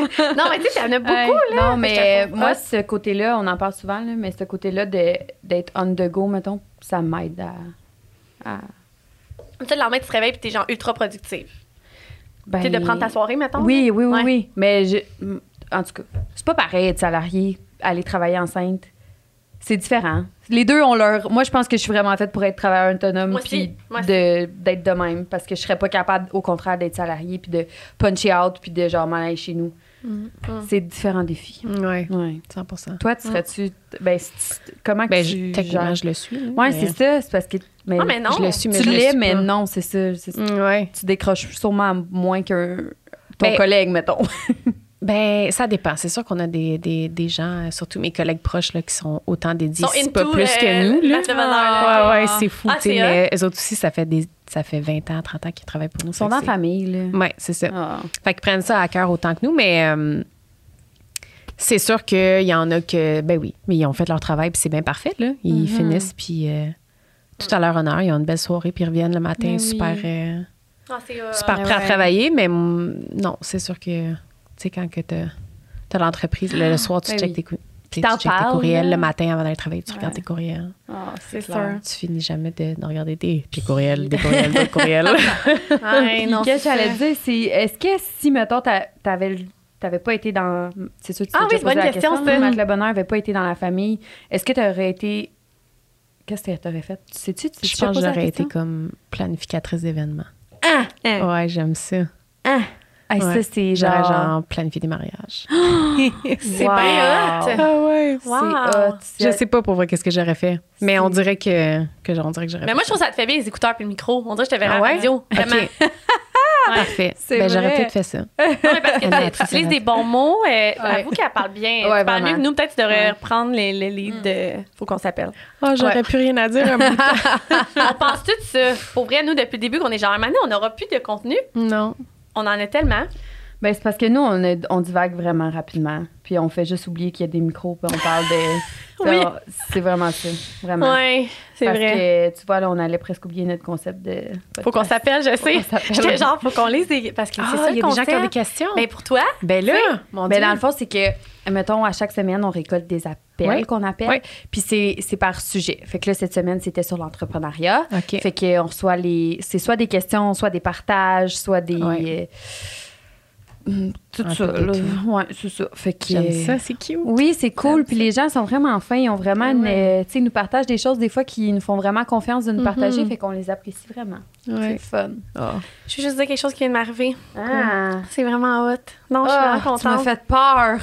[SPEAKER 2] tu sais, il y en a beaucoup,
[SPEAKER 1] Ouais.
[SPEAKER 2] là.
[SPEAKER 1] Non, mais
[SPEAKER 2] Fait que je
[SPEAKER 1] moi,
[SPEAKER 2] trouve-
[SPEAKER 1] ce côté-là, on en parle souvent, là, mais ce côté-là de- d'être on the go, mettons, ça m'aide à. à-
[SPEAKER 2] Tu sais, le lendemain, tu te réveilles puis t'es genre ultra productive.
[SPEAKER 1] ben,
[SPEAKER 2] Tu sais, de prendre ta soirée, mettons.
[SPEAKER 1] Oui, oui, oui,
[SPEAKER 2] Ouais.
[SPEAKER 1] oui. Mais je- mm, en tout cas, c'est pas pareil être salarié, aller travailler enceinte. C'est différent. Les deux ont leur. Moi, je pense que je suis vraiment faite pour être travailleur autonome
[SPEAKER 2] Moi aussi,
[SPEAKER 1] puis
[SPEAKER 2] moi aussi.
[SPEAKER 1] de- d'être de même parce que je serais pas capable, au contraire, d'être salarié puis de puncher out puis de genre m'en aller chez nous.
[SPEAKER 2] Mm-hmm.
[SPEAKER 1] C'est différents défis.
[SPEAKER 5] Ouais,
[SPEAKER 1] Ouais.
[SPEAKER 5] 100
[SPEAKER 1] Toi,
[SPEAKER 2] Mm.
[SPEAKER 1] tu serais-tu. Ben, si tu- comment que
[SPEAKER 5] ben,
[SPEAKER 1] tu.
[SPEAKER 5] je, techniquement,
[SPEAKER 1] gères-
[SPEAKER 5] je le suis. là,
[SPEAKER 1] Ouais,
[SPEAKER 5] mais-
[SPEAKER 1] c'est ça. C'est parce que. Mais,
[SPEAKER 2] Ah, mais non.
[SPEAKER 5] Je le suis, mais
[SPEAKER 1] tu
[SPEAKER 5] je le
[SPEAKER 1] l'es,
[SPEAKER 5] suis
[SPEAKER 1] mais
[SPEAKER 5] pas.
[SPEAKER 1] non, c'est ça. c'est ça.
[SPEAKER 5] Mm, Ouais.
[SPEAKER 1] Tu décroches sûrement moins que ton
[SPEAKER 5] Ben,
[SPEAKER 1] collègue, mettons.
[SPEAKER 5] Ben, ça dépend. C'est sûr qu'on a des, des, des gens, euh, surtout mes collègues proches, là, qui sont autant dédiés,
[SPEAKER 2] Ils sont
[SPEAKER 5] si pas
[SPEAKER 2] into,
[SPEAKER 5] plus
[SPEAKER 2] euh,
[SPEAKER 5] que nous. là.
[SPEAKER 2] la semaine heure,
[SPEAKER 5] ouais, ouais,
[SPEAKER 2] là.
[SPEAKER 5] c'est fou.
[SPEAKER 2] Ah,
[SPEAKER 5] tu sais,
[SPEAKER 2] c'est
[SPEAKER 5] mais eux autres aussi, ça fait, des, ça fait 20 ans, 30 ans qu'ils travaillent pour nous.
[SPEAKER 1] Ils sont dans la famille, là.
[SPEAKER 5] Oui, c'est ça.
[SPEAKER 1] Ah.
[SPEAKER 5] Fait qu'ils prennent ça à cœur autant que nous, mais euh, c'est
[SPEAKER 2] Mm-hmm.
[SPEAKER 5] sûr qu'il y en a que, ben oui, mais ils ont fait leur travail, puis c'est bien parfait, là. Ils finissent, puis euh, Tout à leur honneur, ils ont une belle soirée, puis ils reviennent le matin
[SPEAKER 2] Ben
[SPEAKER 1] Mais oui.
[SPEAKER 5] super, euh,
[SPEAKER 2] Ah, c'est, euh,
[SPEAKER 5] super
[SPEAKER 1] mais
[SPEAKER 5] prêts à
[SPEAKER 1] ouais.
[SPEAKER 5] travailler. Mais mm, non, c'est sûr que, tu sais, quand que t'as as, l'entreprise, le, le soir, tu
[SPEAKER 1] Mais
[SPEAKER 5] checkes
[SPEAKER 1] Ah, ben oui.
[SPEAKER 5] tes, cou- tu
[SPEAKER 1] t'en
[SPEAKER 5] checkes tes
[SPEAKER 1] parles,
[SPEAKER 5] courriels.
[SPEAKER 1] là.
[SPEAKER 5] Le matin, avant d'aller travailler, tu
[SPEAKER 1] Ouais.
[SPEAKER 5] regardes tes courriels.
[SPEAKER 1] Ah,
[SPEAKER 2] c'est
[SPEAKER 1] clair.
[SPEAKER 2] sûr.
[SPEAKER 5] Tu finis jamais de, de regarder des, des courriels, des courriels, des courriels.
[SPEAKER 2] ah, Ouais,
[SPEAKER 1] Puis
[SPEAKER 2] non,
[SPEAKER 1] qu'est-ce
[SPEAKER 2] c'est
[SPEAKER 1] que
[SPEAKER 2] ça.
[SPEAKER 1] j'allais te dire, c'est est-ce que si, mettons, t'a- t'avais le- t'avais pas été dans. C'est sûr que tu
[SPEAKER 2] Ah
[SPEAKER 1] t'es déjà posé
[SPEAKER 2] oui, c'est bonne
[SPEAKER 1] la
[SPEAKER 2] question,
[SPEAKER 1] question.
[SPEAKER 2] ça.
[SPEAKER 1] Quand le bonheur avait pas été dans la famille, est-ce que t'aurais été. Qu'est-ce que t'aurais fait? Tu Sais-tu? tu-
[SPEAKER 5] Je
[SPEAKER 1] tu t'es
[SPEAKER 5] pense que
[SPEAKER 1] posé la
[SPEAKER 5] j'aurais été
[SPEAKER 1] question? hein.
[SPEAKER 5] comme planificatrice d'événements.
[SPEAKER 2] Ah, ah.
[SPEAKER 5] Ouais, j'aime ça.
[SPEAKER 1] Hey,
[SPEAKER 5] Ouais.
[SPEAKER 1] Ah, Ça, c'est
[SPEAKER 5] J'aurais
[SPEAKER 1] genre.
[SPEAKER 5] genre planifié des mariages.
[SPEAKER 2] C'est
[SPEAKER 1] Wow.
[SPEAKER 2] bien hot.
[SPEAKER 5] Ah ouais.
[SPEAKER 1] C'est
[SPEAKER 2] Wow.
[SPEAKER 1] hot.
[SPEAKER 5] Je sais pas pour vrai qu'est-ce que j'aurais fait, mais on dirait que, que j- on dirait que j'aurais
[SPEAKER 2] Mais
[SPEAKER 5] fait
[SPEAKER 2] moi, je trouve que ça te fait bien les écouteurs puis le micro. On dirait que je te verrais
[SPEAKER 5] Ah
[SPEAKER 2] à
[SPEAKER 5] ouais?
[SPEAKER 2] la radio. Vraiment.
[SPEAKER 5] Ok. parfait.
[SPEAKER 1] C'est
[SPEAKER 5] Ben, j'aurais
[SPEAKER 1] vrai.
[SPEAKER 5] peut-être fait ça.
[SPEAKER 2] Non, mais parce que
[SPEAKER 5] Elle a
[SPEAKER 2] t'as- tu utilises des bons mots. euh, Avoue qu'elle parle bien.
[SPEAKER 1] Ouais,
[SPEAKER 2] tu parles
[SPEAKER 1] vraiment.
[SPEAKER 2] mieux que nous. Peut-être tu devrais reprendre les, les leads de Faut qu'on s'appelle.
[SPEAKER 5] Oh, j'aurais
[SPEAKER 1] Ouais.
[SPEAKER 5] plus rien à dire.
[SPEAKER 2] on pense tout ça. Pour vrai, nous, depuis le début qu'on est genre, maintenant, on n'aura plus de contenu.
[SPEAKER 5] non.
[SPEAKER 2] On en a tellement.
[SPEAKER 1] Ben, c'est parce que nous, on, est- on divague vraiment rapidement. Puis on fait juste oublier qu'il y a des micros, puis on parle de.
[SPEAKER 2] Oui.
[SPEAKER 1] Alors, C'est vraiment ça. Vraiment.
[SPEAKER 2] Oui, c'est
[SPEAKER 1] Parce
[SPEAKER 2] vrai.
[SPEAKER 1] que, tu vois, là, on allait presque oublier notre concept de.
[SPEAKER 2] Faut qu'on s'appelle, je sais.
[SPEAKER 1] qu'on s'appelle. Ah,
[SPEAKER 2] J'étais genre, faut qu'on lise des. Parce que c'est ça
[SPEAKER 5] il y
[SPEAKER 2] le
[SPEAKER 5] a des gens qui ont des
[SPEAKER 2] concept.
[SPEAKER 5] questions.
[SPEAKER 2] Mais pour toi,
[SPEAKER 5] ben là, mon
[SPEAKER 1] Mais
[SPEAKER 5] Dieu.
[SPEAKER 1] dans le fond, c'est que, mettons, à chaque semaine, on récolte des appels
[SPEAKER 5] Ouais.
[SPEAKER 1] qu'on appelle.
[SPEAKER 5] Ouais.
[SPEAKER 1] Puis c'est c'est par sujet. Fait que là, cette semaine, c'était sur l'entrepreneuriat.
[SPEAKER 5] OK.
[SPEAKER 1] Fait qu'on reçoit les. C'est soit des questions, soit des partages, soit des.
[SPEAKER 5] Ouais.
[SPEAKER 1] euh, hum, tout
[SPEAKER 5] Un
[SPEAKER 1] ça.
[SPEAKER 5] peu de
[SPEAKER 1] là.
[SPEAKER 5] tout.
[SPEAKER 1] Ouais, c'est ça. Fait que.
[SPEAKER 5] J'aime ça, c'est cute.
[SPEAKER 1] Oui, c'est cool. Puis les gens sont vraiment fins. Ils ont vraiment. une, euh, Tu sais, ils nous partagent des choses des fois qui nous font vraiment confiance de nous partager. Fait qu'on les apprécie vraiment. C'est
[SPEAKER 5] Ouais.
[SPEAKER 1] fun.
[SPEAKER 5] Oh.
[SPEAKER 2] je vais juste dire quelque chose qui vient de m'arriver.
[SPEAKER 1] Ah,
[SPEAKER 2] C'est vraiment hot. Non, je suis
[SPEAKER 1] Ah,
[SPEAKER 2] vraiment contente.
[SPEAKER 1] tu m'as fait peur.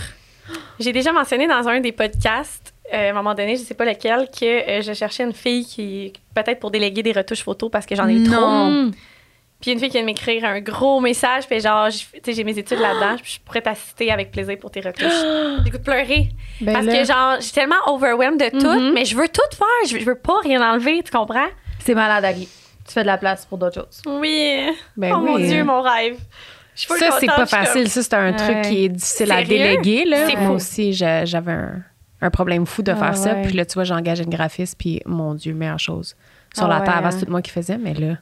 [SPEAKER 2] J'ai déjà mentionné dans un des podcasts, euh, à un moment donné, je sais pas lequel, que euh, je cherchais une fille qui, peut-être pour déléguer des retouches photos parce que j'en ai trop.
[SPEAKER 1] Non.
[SPEAKER 2] Puis une fille qui vient de m'écrire un gros message, puis genre, je- tu sais, j'ai mes études là-dedans, puis je suis prête à citer avec plaisir pour tes retouches. J'ai le goût de pleurer.
[SPEAKER 5] Ben
[SPEAKER 2] parce
[SPEAKER 5] là.
[SPEAKER 2] que genre, je suis tellement overwhelmed de tout, mais je veux tout faire, je, je veux pas rien enlever, tu comprends?
[SPEAKER 1] C'est malade, Agri. Tu fais de la place pour d'autres choses.
[SPEAKER 2] Oui.
[SPEAKER 5] Ben
[SPEAKER 2] oh mon
[SPEAKER 5] oui.
[SPEAKER 2] Dieu, mon rêve. Je suis full
[SPEAKER 5] Ça, c'est
[SPEAKER 2] contente,
[SPEAKER 5] pas
[SPEAKER 2] je suis comme-
[SPEAKER 5] facile. Ça, c'est un
[SPEAKER 1] Ouais.
[SPEAKER 5] truc qui est difficile à
[SPEAKER 2] Sérieux?
[SPEAKER 5] déléguer. Là.
[SPEAKER 2] C'est
[SPEAKER 5] Moi
[SPEAKER 2] fou.
[SPEAKER 5] aussi, j'a- j'avais un, un problème fou de
[SPEAKER 1] Ah
[SPEAKER 5] faire ça.
[SPEAKER 1] ouais.
[SPEAKER 5] Puis là, tu vois, j'engage une graphiste, puis mon Dieu, meilleure chose. Sur
[SPEAKER 1] Ah
[SPEAKER 5] la
[SPEAKER 1] ouais,
[SPEAKER 5] terre, avant,
[SPEAKER 1] hein.
[SPEAKER 5] c'est tout moi qui faisais, mais là.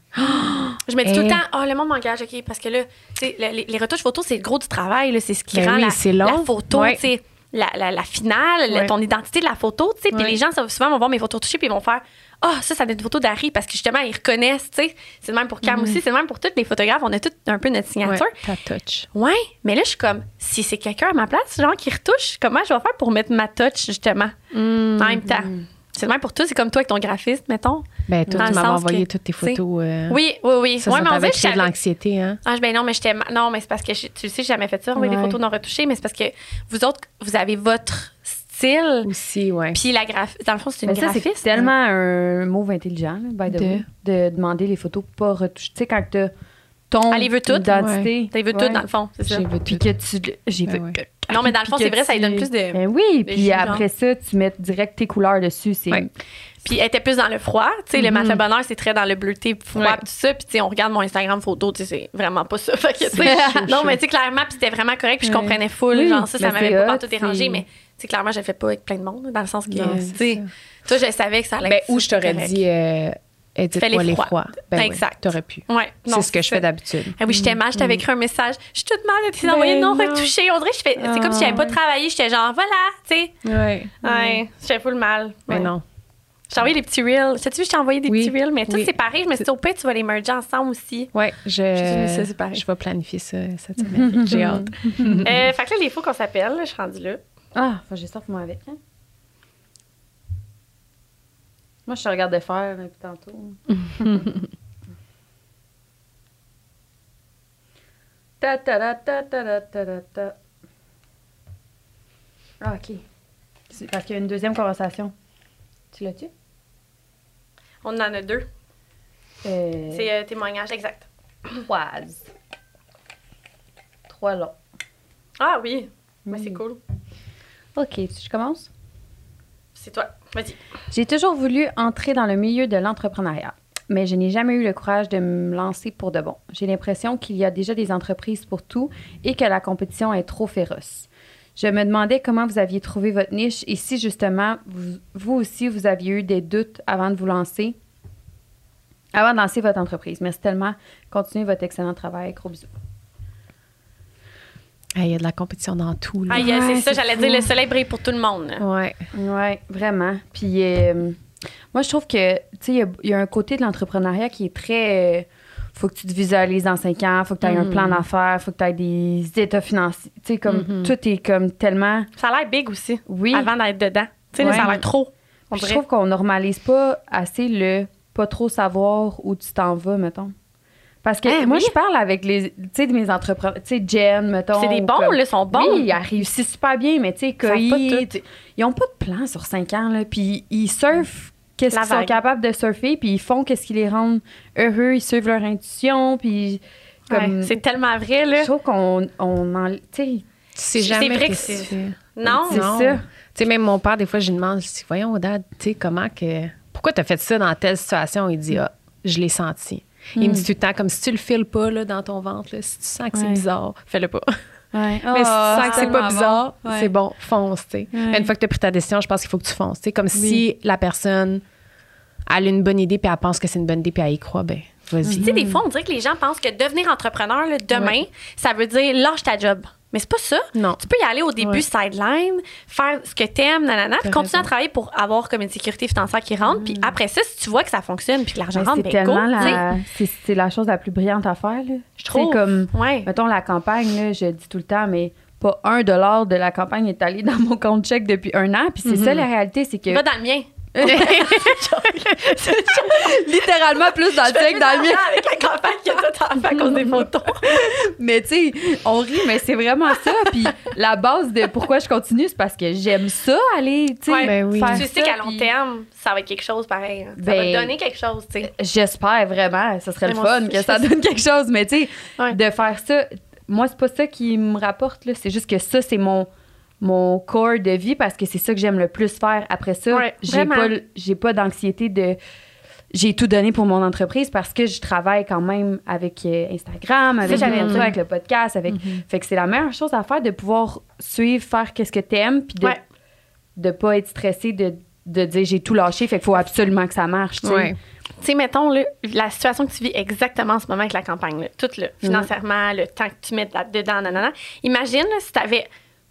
[SPEAKER 2] Je me dis tout
[SPEAKER 5] Eh.
[SPEAKER 2] le temps, ah, le monde m'engage, OK, parce que là, tu sais, le- les, les retouches photos, c'est le gros du travail, là, c'est ce qui
[SPEAKER 5] Ben
[SPEAKER 2] rend
[SPEAKER 5] oui,
[SPEAKER 2] la,
[SPEAKER 5] c'est long.
[SPEAKER 2] la photo,
[SPEAKER 5] Ouais.
[SPEAKER 2] tu sais, la, la- la finale, la-
[SPEAKER 5] Ouais.
[SPEAKER 2] ton identité de la photo, tu sais. Puis
[SPEAKER 5] Ouais.
[SPEAKER 2] les gens, ça, souvent, vont voir mes photos touchées, puis ils vont faire, ah, ça, ça doit être une photo d'Harry, parce que justement, ils reconnaissent, tu sais. C'est le même pour Cam aussi, c'est le même pour tous les photographes, on a tous un peu notre
[SPEAKER 5] Mm-hmm. Ouais,
[SPEAKER 2] signature.
[SPEAKER 5] ta touch.
[SPEAKER 2] Ouais, mais là, je suis comme, si c'est quelqu'un à ma place, genre, qui retouche, comment je vais faire pour mettre ma touch, justement,
[SPEAKER 5] Hmm.
[SPEAKER 2] en
[SPEAKER 5] Mm-hmm.
[SPEAKER 2] même temps? C'est le même pour toi, c'est comme toi avec ton graphiste, mettons.
[SPEAKER 5] Ben, toi,
[SPEAKER 2] Dans
[SPEAKER 5] tu
[SPEAKER 2] le
[SPEAKER 5] m'avais
[SPEAKER 2] sens
[SPEAKER 5] envoyé
[SPEAKER 2] que-
[SPEAKER 5] toutes tes photos. euh,
[SPEAKER 2] Oui, oui, oui.
[SPEAKER 5] Ça,
[SPEAKER 2] Ouais,
[SPEAKER 5] ça
[SPEAKER 2] mais on dirait que
[SPEAKER 5] t'avait créé de
[SPEAKER 2] j'avais-
[SPEAKER 5] l'anxiété, hein?
[SPEAKER 2] Ah, je- ben non, mais j'étais. ma- Non, mais c'est parce que je- tu le sais, j'ai jamais fait ça, envoyer des
[SPEAKER 5] Ouais.
[SPEAKER 2] photos non retouchées, mais c'est parce que vous autres, vous avez votre style.
[SPEAKER 5] Aussi, ouais.
[SPEAKER 2] Puis la graph... dans le fond, c'est une
[SPEAKER 5] Ben,
[SPEAKER 1] Mais ça, c'est hein.
[SPEAKER 2] graphiste.
[SPEAKER 1] tellement un move intelligent, là, by the
[SPEAKER 5] De?
[SPEAKER 1] way, de demander les photos pas retouchées. Tu sais, quand tu ton
[SPEAKER 2] Elle les veut toutes.
[SPEAKER 1] identité.
[SPEAKER 2] T'as vu
[SPEAKER 1] Ouais.
[SPEAKER 2] tout, dans le fond, c'est ça.
[SPEAKER 5] J'ai vu
[SPEAKER 1] Puis
[SPEAKER 5] tout.
[SPEAKER 1] que tu. J'ai
[SPEAKER 5] Ben
[SPEAKER 1] vu
[SPEAKER 5] ouais.
[SPEAKER 1] que-
[SPEAKER 2] Non, mais dans le
[SPEAKER 1] puis
[SPEAKER 2] fond,
[SPEAKER 1] que
[SPEAKER 2] c'est vrai, ça
[SPEAKER 1] tu-
[SPEAKER 2] lui donne plus de.
[SPEAKER 1] Ben oui, puis
[SPEAKER 2] jus,
[SPEAKER 1] après ça, tu mets direct tes couleurs dessus. C'est
[SPEAKER 5] Ouais.
[SPEAKER 2] Puis elle était plus dans le froid. Tu sais, le matin bonheur, c'est très dans le bleuté froid,
[SPEAKER 5] Mhm. Ouais.
[SPEAKER 2] pis tout ça. Puis tu sais, on regarde mon Instagram photo, tu sais, c'est vraiment pas ça. Fait que, tu sais,
[SPEAKER 5] C'est
[SPEAKER 2] non,
[SPEAKER 5] chaud,
[SPEAKER 2] mais tu sais, clairement, puis c'était vraiment correct, puis je
[SPEAKER 1] Ouais.
[SPEAKER 2] comprenais full.
[SPEAKER 1] Oui,
[SPEAKER 2] genre, ça, ça
[SPEAKER 1] mais
[SPEAKER 2] m'avait
[SPEAKER 1] c'est
[SPEAKER 2] pas
[SPEAKER 1] hot,
[SPEAKER 2] partout dérangé,
[SPEAKER 1] c'est-
[SPEAKER 2] mais tu sais, clairement, je le fais pas avec plein de monde, dans le sens que.
[SPEAKER 5] Non,
[SPEAKER 2] Tu
[SPEAKER 5] c'est
[SPEAKER 2] sais,
[SPEAKER 5] ça.
[SPEAKER 2] toi, je savais que ça allait
[SPEAKER 5] Ben,
[SPEAKER 2] être
[SPEAKER 5] ou je t'aurais
[SPEAKER 2] correct.
[SPEAKER 5] dit, euh,
[SPEAKER 2] Fais les
[SPEAKER 5] édite-moi les
[SPEAKER 2] froids.
[SPEAKER 5] froids. Ben, oui,
[SPEAKER 2] Exact.
[SPEAKER 5] T'aurais pu.
[SPEAKER 2] Ouais, non,
[SPEAKER 5] C'est ce que je
[SPEAKER 2] ça.
[SPEAKER 5] fais d'habitude.
[SPEAKER 2] Ah oui, j'étais mal, je t'avais écrit un message. Je suis toute mal de t'es envoyé Ben non, retouché. On dirait que je fais. C'est comme si j'avais pas travaillé, j'étais genre, voilà, tu sais.
[SPEAKER 5] Ouais.
[SPEAKER 2] Ouais, j'étais full mal.
[SPEAKER 5] Mais
[SPEAKER 2] Ouais.
[SPEAKER 5] non.
[SPEAKER 2] J'ai envoyé des petits reels. Sais-tu vu, je t'ai envoyé des
[SPEAKER 5] Oui.
[SPEAKER 2] petits reels, mais tout
[SPEAKER 5] Oui.
[SPEAKER 2] c'est pareil. Je me suis dit, au pire, tu vas les merger ensemble aussi.
[SPEAKER 5] Ouais, je,
[SPEAKER 2] mais ça, c'est pareil.
[SPEAKER 5] je vais planifier ça cette semaine. J'ai hâte.
[SPEAKER 2] euh, fait que là, les faux qu'on s'appelle, je suis rendue là.
[SPEAKER 1] Ah, faut que je sorte moi avec. hein. Moi, je te regardais faire là, depuis tantôt. ta ta ta ta ta ta ta ta ta. Ah, OK. C'est parce qu'il y a une deuxième conversation. Tu l'as-tu?
[SPEAKER 2] On en a deux.
[SPEAKER 1] Euh,
[SPEAKER 2] C'est euh, témoignage exact.
[SPEAKER 1] croise. Trois longs.
[SPEAKER 2] Ah oui, Ouais, c'est cool.
[SPEAKER 1] OK, tu- je commence?
[SPEAKER 2] C'est toi. Vas-y.
[SPEAKER 1] J'ai toujours voulu entrer dans le milieu de l'entrepreneuriat, mais je n'ai jamais eu le courage de me lancer pour de bon. J'ai l'impression qu'il y a déjà des entreprises pour tout et que la compétition est trop féroce. Je me demandais comment vous aviez trouvé votre niche et si justement vous, vous aussi vous aviez eu des doutes avant de vous lancer avant de lancer votre entreprise. Merci tellement. Continuez votre excellent travail. Gros bisous.
[SPEAKER 5] Hey, Il y a de la compétition dans tout. Là.
[SPEAKER 2] Ah, yes,
[SPEAKER 1] Ouais,
[SPEAKER 2] c'est ça,
[SPEAKER 1] c'est
[SPEAKER 2] j'allais
[SPEAKER 1] fou.
[SPEAKER 2] dire, le soleil brille pour tout le monde. là.
[SPEAKER 5] Ouais.
[SPEAKER 1] Oui, vraiment. Puis euh, moi, je trouve que, tu sais, il y a- il y, a un côté de l'entrepreneuriat qui est très. euh, faut que tu te visualises dans cinq ans, faut que tu aies un
[SPEAKER 2] Mm.
[SPEAKER 1] plan d'affaires, faut que tu aies des états financiers. Tu sais, comme
[SPEAKER 2] Mm-hmm.
[SPEAKER 1] tout est comme tellement.
[SPEAKER 2] Ça a l'air big aussi,
[SPEAKER 1] Oui.
[SPEAKER 2] avant d'être dedans. Tu sais, là,
[SPEAKER 1] Ouais.
[SPEAKER 2] ça a l'air trop. On
[SPEAKER 1] Puis je
[SPEAKER 2] dirait.
[SPEAKER 1] trouve qu'on normalise pas assez le pas trop savoir où tu t'en vas, mettons. Parce que
[SPEAKER 2] Hein,
[SPEAKER 1] moi,
[SPEAKER 2] oui.
[SPEAKER 1] je parle avec les, tu sais, de mes entrepreneurs, tu sais, Jen, mettons.
[SPEAKER 2] C'est des
[SPEAKER 1] ou
[SPEAKER 2] bons,
[SPEAKER 1] comme-
[SPEAKER 2] là, ils sont bons.
[SPEAKER 1] Oui, ils réussissent super bien, mais tu sais,
[SPEAKER 2] savent
[SPEAKER 1] Coï,
[SPEAKER 2] pas tout.
[SPEAKER 1] tu- ils ont pas de plan sur cinq ans, là, puis ils surfent qu'est-ce
[SPEAKER 2] La
[SPEAKER 1] qu'ils sont
[SPEAKER 2] vague.
[SPEAKER 1] capables de surfer, puis ils font qu'est-ce qui les rend heureux, ils suivent leur intuition, puis comme...
[SPEAKER 2] Ouais, C'est tellement vrai, là.
[SPEAKER 1] je trouve qu'on on en... Tu sais,
[SPEAKER 5] Tu sais
[SPEAKER 2] C'est
[SPEAKER 5] jamais
[SPEAKER 2] vrai que
[SPEAKER 5] qu'est-ce
[SPEAKER 2] c'est-
[SPEAKER 5] tu fais.
[SPEAKER 2] Non,
[SPEAKER 1] C'est ça.
[SPEAKER 5] Tu sais, même mon père, des fois, je lui demande, je dis, voyons, Dad, tu sais, comment que. Pourquoi t'as fait ça dans telle situation? Il dit, ah, je l'ai senti. Il
[SPEAKER 2] Hmm.
[SPEAKER 5] me dit tout le temps, comme si tu le files pas là, dans ton ventre, là, si tu sens que c'est
[SPEAKER 1] Ouais.
[SPEAKER 5] bizarre, fais-le pas.
[SPEAKER 1] ouais.
[SPEAKER 5] Mais si tu
[SPEAKER 2] Oh,
[SPEAKER 5] sens que c'est
[SPEAKER 3] tellement
[SPEAKER 5] pas bizarre,
[SPEAKER 3] bon. Ouais.
[SPEAKER 5] c'est bon, fonce, tu sais. Mais Une fois que tu as pris ta décision, je pense qu'il faut que tu fonces. tu sais. Comme si la personne, elle a une bonne idée, puis elle pense que c'est une bonne idée, puis elle y croit, ben, vas-y.
[SPEAKER 2] Tu sais,
[SPEAKER 1] Mm.
[SPEAKER 2] des fois, on dirait que les gens pensent que devenir entrepreneur, là, demain, ça veut dire lâche ta job. Mais c'est pas ça.
[SPEAKER 5] Non.
[SPEAKER 2] Tu peux y aller au début
[SPEAKER 5] Ouais.
[SPEAKER 2] sideline, faire ce que t'aimes, nanana, puis
[SPEAKER 5] T'as
[SPEAKER 2] continuer à
[SPEAKER 5] raison.
[SPEAKER 2] travailler pour avoir comme une sécurité financière qui rentre. Puis après ça, si tu vois que ça fonctionne, puis que l'argent
[SPEAKER 1] Mais
[SPEAKER 2] rentre,
[SPEAKER 1] Mm. c'est
[SPEAKER 2] ben
[SPEAKER 1] tellement
[SPEAKER 2] go, tu sais.
[SPEAKER 1] la, c'est, c'est la chose la plus brillante à faire. Là.
[SPEAKER 2] Je trouve.
[SPEAKER 1] C'est comme,
[SPEAKER 2] Ouais.
[SPEAKER 1] mettons, la campagne, là, je dis tout le temps, mais pas un dollar de la campagne est allé dans mon compte chèque depuis un an. Puis c'est
[SPEAKER 2] Mhm.
[SPEAKER 1] ça la réalité, c'est que
[SPEAKER 2] Va dans le mien.
[SPEAKER 1] littéralement plus dans le
[SPEAKER 2] Fais
[SPEAKER 1] chèque
[SPEAKER 2] plus
[SPEAKER 1] dans le
[SPEAKER 2] d'argent
[SPEAKER 1] mien.
[SPEAKER 2] Avec la campagne que t'as fait à cause des photos.
[SPEAKER 1] Mais tu sais, on rit, mais c'est vraiment ça. Puis la base de pourquoi je continue, c'est parce que j'aime ça aller, tu sais,
[SPEAKER 2] Ouais.
[SPEAKER 5] Ben oui.
[SPEAKER 1] faire
[SPEAKER 2] Tu sais
[SPEAKER 1] ça,
[SPEAKER 2] qu'à long
[SPEAKER 1] puis
[SPEAKER 2] terme, ça va être quelque chose pareil. hein. Ça
[SPEAKER 1] Ben,
[SPEAKER 2] va donner quelque chose, tu sais.
[SPEAKER 1] J'espère vraiment, ce serait
[SPEAKER 2] Mais
[SPEAKER 1] le
[SPEAKER 2] moi
[SPEAKER 1] fun
[SPEAKER 2] aussi,
[SPEAKER 1] que
[SPEAKER 2] je
[SPEAKER 1] ça
[SPEAKER 2] sais.
[SPEAKER 1] donne quelque chose, mais tu sais,
[SPEAKER 2] Ouais.
[SPEAKER 1] de faire ça, moi, c'est pas ça qui me rapporte, là. c'est juste que ça, c'est mon, mon corps de vie parce que c'est ça que j'aime le plus faire. Après ça,
[SPEAKER 2] Ouais,
[SPEAKER 1] j'ai
[SPEAKER 2] vraiment.
[SPEAKER 1] pas, le- j'ai pas d'anxiété de. J'ai tout donné pour mon entreprise parce que je travaille quand même avec euh, Instagram, avec,
[SPEAKER 2] j'avais
[SPEAKER 1] Insta,
[SPEAKER 2] aimé.
[SPEAKER 1] avec le podcast, avec.
[SPEAKER 2] Mm-hmm.
[SPEAKER 1] Fait que c'est la meilleure chose à faire de pouvoir suivre, faire qu'est-ce que t'aimes, puis de,
[SPEAKER 2] Ouais.
[SPEAKER 1] de pas être stressé de, de dire j'ai tout lâché, fait qu'il faut absolument que ça marche, tu sais.
[SPEAKER 5] Ouais.
[SPEAKER 2] tu sais, mettons, là, la situation que tu vis exactement en ce moment avec la campagne, là, tout
[SPEAKER 1] Mhm.
[SPEAKER 2] le financièrement, le temps que tu mets là- dedans, nanana. Imagine là, si tu n'avais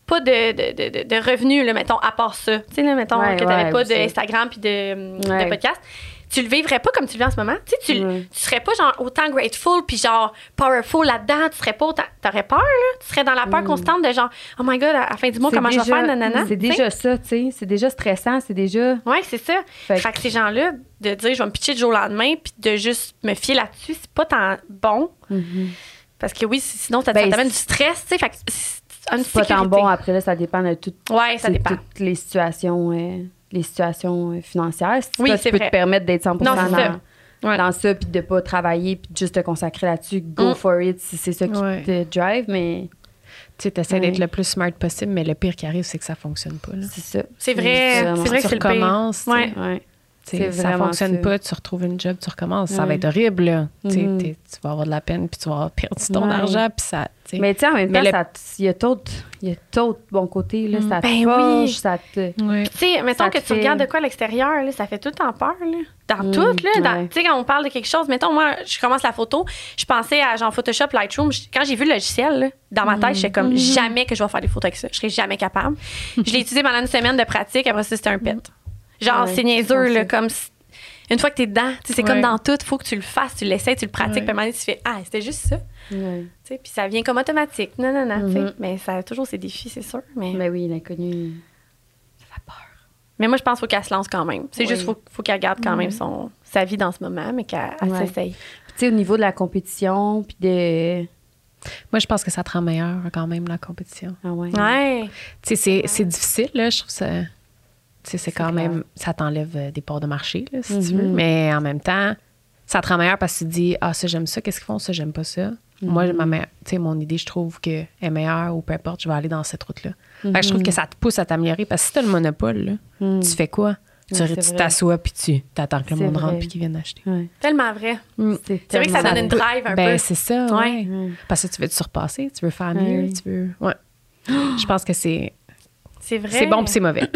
[SPEAKER 2] pas de, de, de- de- de revenus, là, mettons, à part ça. Tu sais, là, mettons,
[SPEAKER 1] Ouais,
[SPEAKER 2] que tu n'avais
[SPEAKER 1] ouais,
[SPEAKER 2] pas
[SPEAKER 1] c'est-
[SPEAKER 2] d'Instagram puis de, hum, de
[SPEAKER 1] Ouais.
[SPEAKER 2] podcast. Tu le vivrais pas comme tu le vis en ce moment. Tu sais, tu, l-
[SPEAKER 1] Ouais.
[SPEAKER 2] tu serais pas genre autant grateful puis genre powerful là-dedans. Tu serais pas autant. T'aurais peur, là. Tu serais dans la peur constante de genre, oh my god, à la fin du mois,
[SPEAKER 1] Mm. C'est
[SPEAKER 2] comment je vais
[SPEAKER 1] déjà-
[SPEAKER 2] faire, nanana.
[SPEAKER 1] C'est
[SPEAKER 2] Tu sais?
[SPEAKER 1] déjà ça, tu sais. C'est déjà stressant, c'est déjà.
[SPEAKER 2] Oui, c'est ça.
[SPEAKER 1] Fait
[SPEAKER 2] Fait,
[SPEAKER 1] que-
[SPEAKER 2] que ces gens-là, de dire je vais me pitcher du jour au lendemain, puis de juste me fier là-dessus, c'est pas tant bon. Parce que oui, si- sinon, ça, ça
[SPEAKER 1] Mm-hmm. Ben,
[SPEAKER 2] t'amène du stress, tu sais. Fait que c'est une
[SPEAKER 1] C'est pas tant bon après, là, ça dépend de tout-
[SPEAKER 2] Ouais, ça
[SPEAKER 1] c'est
[SPEAKER 2] dépend.
[SPEAKER 1] toutes les situations, euh, les situations euh, financières. Si
[SPEAKER 2] Oui,
[SPEAKER 1] toi, tu
[SPEAKER 2] c'est
[SPEAKER 1] peux
[SPEAKER 2] vrai.
[SPEAKER 1] te permettre d'être 100
[SPEAKER 2] Non, c'est
[SPEAKER 1] dans,
[SPEAKER 2] ça. Ouais.
[SPEAKER 1] dans ça, puis de pas travailler, puis de juste te consacrer là-dessus, go
[SPEAKER 2] Mm.
[SPEAKER 1] for it si c'est ça qui
[SPEAKER 5] Ouais.
[SPEAKER 1] te drive, mais
[SPEAKER 5] Tu sais, t'essaies d'être
[SPEAKER 1] Ouais.
[SPEAKER 5] le plus smart possible, mais le pire qui arrive, c'est que ça fonctionne pas. Là.
[SPEAKER 1] c'est ça.
[SPEAKER 2] C'est vrai,
[SPEAKER 1] vraiment-
[SPEAKER 2] c'est vrai
[SPEAKER 5] tu
[SPEAKER 2] que c'est le pire.
[SPEAKER 5] recommences. tu sais.
[SPEAKER 2] Ouais.
[SPEAKER 1] Ouais. C'est
[SPEAKER 5] Tu sais, ça
[SPEAKER 1] vraiment
[SPEAKER 5] fonctionne
[SPEAKER 1] ça.
[SPEAKER 5] pas, tu retrouves une job, tu recommences. Ça
[SPEAKER 1] Ouais.
[SPEAKER 5] va être horrible. là. Tu sais,
[SPEAKER 1] Mhm.
[SPEAKER 5] t'es- tu vas avoir de la peine, puis tu vas avoir perdu ton
[SPEAKER 1] Ouais.
[SPEAKER 5] argent, puis ça. tu sais.
[SPEAKER 1] Mais tu sais, en même
[SPEAKER 5] Mais
[SPEAKER 1] temps,
[SPEAKER 5] le-
[SPEAKER 1] ça t- il y a d'autres il y a d'autres bons côtés, là. Ça te
[SPEAKER 2] Ben oui.
[SPEAKER 1] forge, ça te.
[SPEAKER 5] Ouais.
[SPEAKER 2] Tu sais, mettons
[SPEAKER 1] Ça
[SPEAKER 2] que
[SPEAKER 1] te
[SPEAKER 2] tu
[SPEAKER 1] fait-
[SPEAKER 2] regardes de quoi à l'extérieur, là, ça fait tout le temps peur, là. Dans
[SPEAKER 1] Mm,
[SPEAKER 2] tout, là. dans-
[SPEAKER 1] ouais.
[SPEAKER 2] Tu sais, quand on parle de quelque chose, mettons, moi, je commence la photo, je pensais à genre Photoshop, Lightroom. Je- Quand j'ai vu le logiciel, là, dans
[SPEAKER 1] Mm.
[SPEAKER 2] ma tête, j'étais comme jamais que je vais faire des photos avec ça. Je serais jamais capable. je l'ai utilisé pendant une semaine de pratique, après ça, c'était un pet. Genre,
[SPEAKER 1] Ouais,
[SPEAKER 2] c'est niaiseux,
[SPEAKER 1] c'est
[SPEAKER 2] là,
[SPEAKER 1] ça.
[SPEAKER 2] comme. si- Une fois que t'es dedans, tu sais, c'est comme
[SPEAKER 5] Ouais.
[SPEAKER 2] dans tout, faut que tu le fasses, tu l'essayes, tu le pratiques, puis à un moment donné, tu fais Ah, c'était juste ça. Tu
[SPEAKER 1] Ouais.
[SPEAKER 2] sais, puis ça vient comme automatique. Non, non, non. tu sais.
[SPEAKER 1] Mhm.
[SPEAKER 2] Mais ça a toujours ses défis, c'est sûr. Mais...
[SPEAKER 1] Ben oui, l'inconnu.
[SPEAKER 2] Mais moi, je pense qu'il faut qu'elle se lance quand même. C'est
[SPEAKER 1] Oui.
[SPEAKER 2] juste faut, faut qu'elle garde quand même son, sa vie dans ce moment, mais qu'elle elle
[SPEAKER 1] Ouais.
[SPEAKER 2] s'essaye.
[SPEAKER 1] Tu sais, au niveau de la compétition, puis de.
[SPEAKER 5] Moi, je pense que ça te rend meilleur quand même, la compétition.
[SPEAKER 1] Ah
[SPEAKER 2] Mm.
[SPEAKER 1] ouais.
[SPEAKER 2] Ouais.
[SPEAKER 5] Tu sais, c'est- c'est difficile, là, je trouve ça. Tu sais, c'est quand
[SPEAKER 1] clair.
[SPEAKER 5] même. Ça t'enlève euh, des parts de marché, là, si tu
[SPEAKER 1] Mhm.
[SPEAKER 5] veux. Mais en même temps, ça te rend meilleur parce que tu te dis Ah, ça, j'aime ça, qu'est-ce qu'ils font, ça, j'aime pas ça.
[SPEAKER 1] Mm-hmm.
[SPEAKER 5] Moi, ma meilleure- tu sais, mon idée, je trouve que est meilleure ou peu importe, je vais aller dans cette route-là. Fait que je
[SPEAKER 1] Mm-hmm.
[SPEAKER 5] trouve que ça te pousse à t'améliorer parce que si t'as le monopole, là,
[SPEAKER 1] Mhm.
[SPEAKER 5] tu fais quoi? Tu
[SPEAKER 1] Ouais,
[SPEAKER 5] tu
[SPEAKER 1] c'est vrai.
[SPEAKER 5] t'assois puis tu t'attends que le
[SPEAKER 1] C'est
[SPEAKER 5] monde
[SPEAKER 1] vrai.
[SPEAKER 5] rentre puis qu'ils viennent acheter.
[SPEAKER 1] Ouais.
[SPEAKER 2] Tellement vrai. C'est vrai que ça
[SPEAKER 1] tellement-
[SPEAKER 2] donne une drive un
[SPEAKER 5] ben,
[SPEAKER 2] peu.
[SPEAKER 5] c'est ça, ouais.
[SPEAKER 2] Ouais.
[SPEAKER 1] Ouais.
[SPEAKER 5] Parce que tu veux te surpasser, tu veux faire
[SPEAKER 1] Ouais.
[SPEAKER 5] mieux, tu veux. Ouais. Je pense que c'est.
[SPEAKER 2] C'est vrai.
[SPEAKER 5] C'est bon puis c'est mauvais.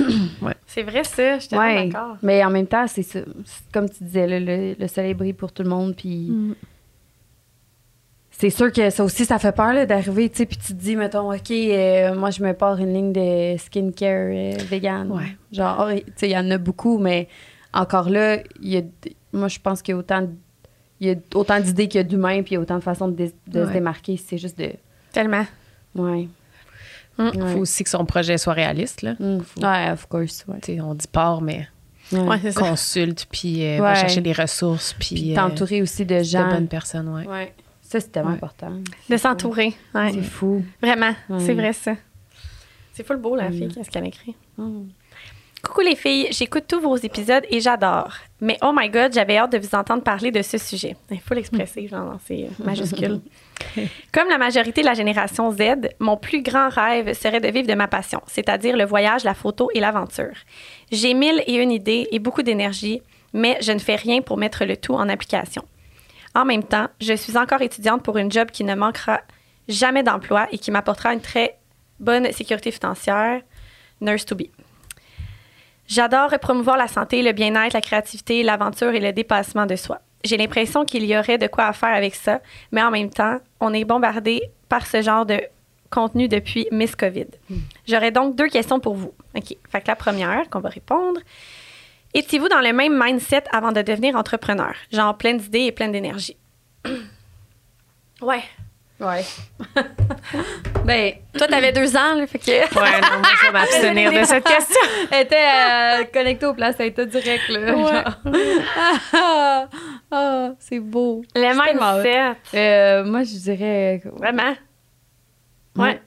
[SPEAKER 2] C'est vrai, ça. Je suis tellement
[SPEAKER 1] Ouais.
[SPEAKER 2] d'accord.
[SPEAKER 1] Mais en même temps, c'est ça. C'est Comme tu disais, le, le- le soleil brille pour tout le monde. Puis c'est sûr que ça aussi, ça fait peur là, d'arriver. tu sais, Puis tu te dis, mettons, OK, euh, moi, je me pars une ligne de skincare euh, vegan.
[SPEAKER 5] Ouais.
[SPEAKER 1] Genre, tu sais, il y en a beaucoup, mais encore là, il y a, d- moi, je pense qu'il y a autant, d- il y a autant d'idées qu'il y a d'humains, puis il y a autant de façons de, dé- de se
[SPEAKER 5] Ouais.
[SPEAKER 1] démarquer. C'est juste de.
[SPEAKER 2] Tellement.
[SPEAKER 1] Ouais.
[SPEAKER 2] Mm.
[SPEAKER 5] Il
[SPEAKER 1] Ouais.
[SPEAKER 5] faut aussi que son projet soit réaliste. Là.
[SPEAKER 1] Mm. Ouais, of course. Ouais.
[SPEAKER 5] Tu sais, On dit part, mais
[SPEAKER 1] Ouais.
[SPEAKER 2] Ouais, c'est ça.
[SPEAKER 5] consulte, puis euh, va
[SPEAKER 1] Ouais.
[SPEAKER 5] chercher des ressources, puis,
[SPEAKER 1] Puis
[SPEAKER 5] euh,
[SPEAKER 1] t'entourer aussi de
[SPEAKER 5] de
[SPEAKER 1] gens.
[SPEAKER 5] bonnes personnes. Ouais.
[SPEAKER 1] Ouais. Ça, c'est tellement
[SPEAKER 5] Ouais.
[SPEAKER 1] important.
[SPEAKER 2] De
[SPEAKER 1] C'est fou.
[SPEAKER 2] s'entourer. Ouais.
[SPEAKER 1] C'est fou.
[SPEAKER 2] Vraiment.
[SPEAKER 1] Ouais.
[SPEAKER 2] C'est vrai, ça. Mm. C'est full beau, la
[SPEAKER 1] Ouais.
[SPEAKER 2] fille, qu'est-ce qu'elle écrit.
[SPEAKER 1] Mm.
[SPEAKER 2] Coucou les filles, j'écoute tous vos épisodes et j'adore. Mais oh my god, j'avais hâte de vous entendre parler de ce sujet. Il faut l'expresser, genre, c'est euh, majuscule. Comme la majorité de la génération Z, mon plus grand rêve serait de vivre de ma passion, c'est-à-dire le voyage, la photo et l'aventure. J'ai mille et une idées et beaucoup d'énergie, mais je ne fais rien pour mettre le tout en application. En même temps, je suis encore étudiante pour une job qui ne manquera jamais d'emploi et qui m'apportera une très bonne sécurité financière, nurse to be. J'adore promouvoir la santé, le bien-être, la créativité, l'aventure et le dépassement de soi. J'ai l'impression qu'il y aurait de quoi à faire avec ça, mais en même temps, on est bombardé par ce genre de contenu depuis Miss COVID.
[SPEAKER 1] Hmm.
[SPEAKER 2] J'aurais donc deux questions pour vous. OK. Fait que la première qu'on va répondre, étiez-vous dans le même mindset avant de devenir entrepreneur? Genre plein d'idées et plein d'énergie. ouais.
[SPEAKER 1] Ouais. ben, toi, t'avais deux ans, là, fait que.
[SPEAKER 5] Ouais, non, moi, je vais m'abstenir de cette question.
[SPEAKER 1] Elle était euh, connectée au placenta direct, là. genre. ah, c'est beau.
[SPEAKER 2] Le
[SPEAKER 1] tellement hot.
[SPEAKER 2] mindset.
[SPEAKER 1] Euh, moi, je dirais. que-
[SPEAKER 2] Vraiment. Ouais.
[SPEAKER 1] Ouais.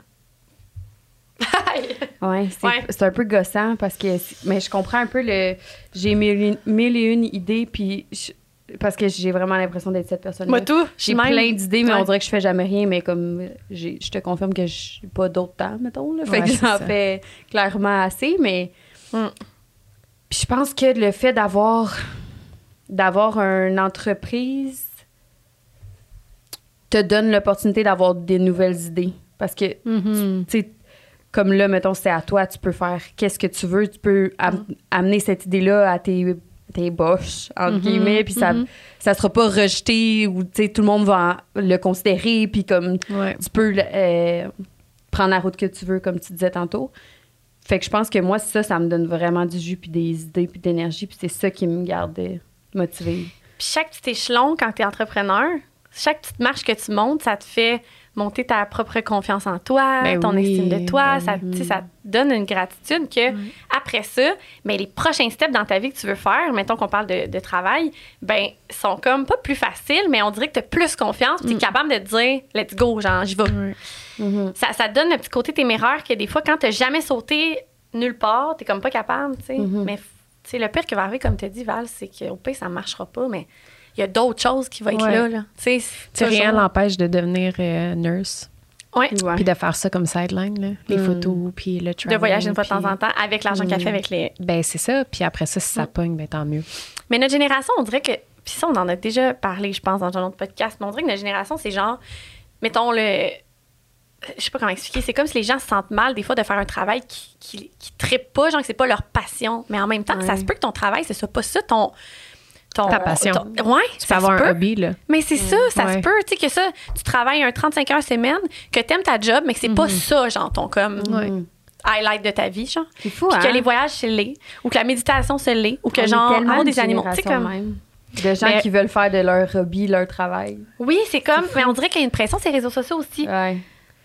[SPEAKER 1] Ouais, c'est
[SPEAKER 2] Ouais.
[SPEAKER 1] c'est un peu gossant parce que. Mais je comprends un peu le. J'ai mille, une- mille et une idées, puis. je- parce que j'ai vraiment l'impression d'être cette personne-là.
[SPEAKER 2] Moi, tout. je suis
[SPEAKER 1] J'ai
[SPEAKER 2] même-
[SPEAKER 1] plein d'idées, mais
[SPEAKER 2] Ouais.
[SPEAKER 1] on dirait que je fais jamais rien. Mais comme euh, j'ai- je te confirme que je n'ai pas d'autre temps, mettons. Là, fait
[SPEAKER 5] Ouais,
[SPEAKER 1] que
[SPEAKER 5] c'est
[SPEAKER 1] j'en
[SPEAKER 5] ça.
[SPEAKER 1] fais clairement assez. Mais
[SPEAKER 2] Mm.
[SPEAKER 1] Puis je pense que le fait d'avoir d'avoir une entreprise te donne l'opportunité d'avoir des nouvelles idées. Parce que tu
[SPEAKER 5] Mm-hmm.
[SPEAKER 1] sais, comme là, mettons, c'est à toi, tu peux faire qu'est-ce que tu veux, tu peux am-
[SPEAKER 5] Mm.
[SPEAKER 1] amener cette idée-là à tes, tes boches,
[SPEAKER 5] Mm-hmm.
[SPEAKER 1] entre guillemets, puis ça, ça sera pas rejeté ou, tu sais, tout le monde va le considérer, puis comme tu peux euh, prendre la route que tu veux, comme tu disais tantôt. Fait que je pense que moi, ça, ça me donne vraiment du jus, puis des idées, puis d'énergie, puis c'est ça qui me garde euh, motivée.
[SPEAKER 2] Puis chaque petit échelon, quand tu es entrepreneur, chaque petite marche que tu montes, ça te fait monter ta propre confiance en toi,
[SPEAKER 5] Ben
[SPEAKER 2] ton
[SPEAKER 5] oui,
[SPEAKER 2] estime de toi.
[SPEAKER 5] ben
[SPEAKER 2] ça, tu sais, ça te donne une gratitude que après ça, mais les prochains steps dans ta vie que tu veux faire, mettons qu'on parle de, de travail, ben sont comme pas plus faciles, mais on dirait que tu as plus confiance,
[SPEAKER 5] Mm.
[SPEAKER 2] tu es capable de te dire let's go, genre j'y vais. Ça, ça te donne le petit côté téméraire que des fois, quand t'as jamais sauté nulle part, t'es comme pas capable, tu sais.
[SPEAKER 5] Mm-hmm.
[SPEAKER 2] Mais tu sais, le pire qui va arriver, comme t'as dit, Val, c'est qu'au pire, ça marchera pas, mais il y a d'autres choses qui vont être
[SPEAKER 5] Ouais.
[SPEAKER 2] là, là. Tu sais,
[SPEAKER 5] Tu sais, rien
[SPEAKER 2] toujours-
[SPEAKER 5] l'empêche de devenir euh, nurse,
[SPEAKER 2] Ouais.
[SPEAKER 1] Ouais.
[SPEAKER 5] puis de faire ça comme sideline, là. les
[SPEAKER 1] Mm.
[SPEAKER 5] photos, puis le
[SPEAKER 2] De
[SPEAKER 5] travel,
[SPEAKER 2] voyager une fois de temps
[SPEAKER 5] puis-
[SPEAKER 2] en temps avec l'argent qu'elle fait avec les.
[SPEAKER 5] Ben, c'est ça. Puis après ça, si ça pogne, ben, tant mieux.
[SPEAKER 2] Mais notre génération, on dirait que. Puis ça, on en a déjà parlé, je pense, dans un autre podcast, mais on dirait que notre génération, c'est genre. Mettons le. Je sais pas comment expliquer. C'est comme si les gens se sentent mal, des fois, de faire un travail qui, qui, qui trippe pas, genre que c'est pas leur passion. Mais en même temps,
[SPEAKER 1] Ouais.
[SPEAKER 2] ça se peut que ton travail, ce soit pas ça ton. ton-
[SPEAKER 5] Ta passion.
[SPEAKER 2] ton- ouais,
[SPEAKER 5] Tu peux
[SPEAKER 2] ça
[SPEAKER 5] avoir
[SPEAKER 2] se
[SPEAKER 5] un
[SPEAKER 2] peut.
[SPEAKER 5] hobby, là.
[SPEAKER 2] Mais c'est ça, ça se
[SPEAKER 5] Ouais.
[SPEAKER 2] peut. Tu sais, que ça, tu travailles un 35 heures semaine, que t'aimes ta job, mais que c'est pas ça, genre, ton comme
[SPEAKER 5] Ouais.
[SPEAKER 2] highlight de ta vie, genre.
[SPEAKER 1] C'est fou,
[SPEAKER 2] Puis
[SPEAKER 1] hein?
[SPEAKER 2] que les voyages, c'est laid. Ou que la méditation, c'est laid. Ou que,
[SPEAKER 1] On est
[SPEAKER 2] genre,
[SPEAKER 1] tellement
[SPEAKER 2] avoir
[SPEAKER 1] une
[SPEAKER 2] des animaux. Tu sais,
[SPEAKER 1] génération
[SPEAKER 2] comme.
[SPEAKER 1] même De gens
[SPEAKER 2] Mais-
[SPEAKER 1] qui veulent faire de leur hobby leur travail.
[SPEAKER 2] Oui, c'est comme. Mais on dirait qu'il y a une pression sur les réseaux sociaux aussi.
[SPEAKER 1] Ouais.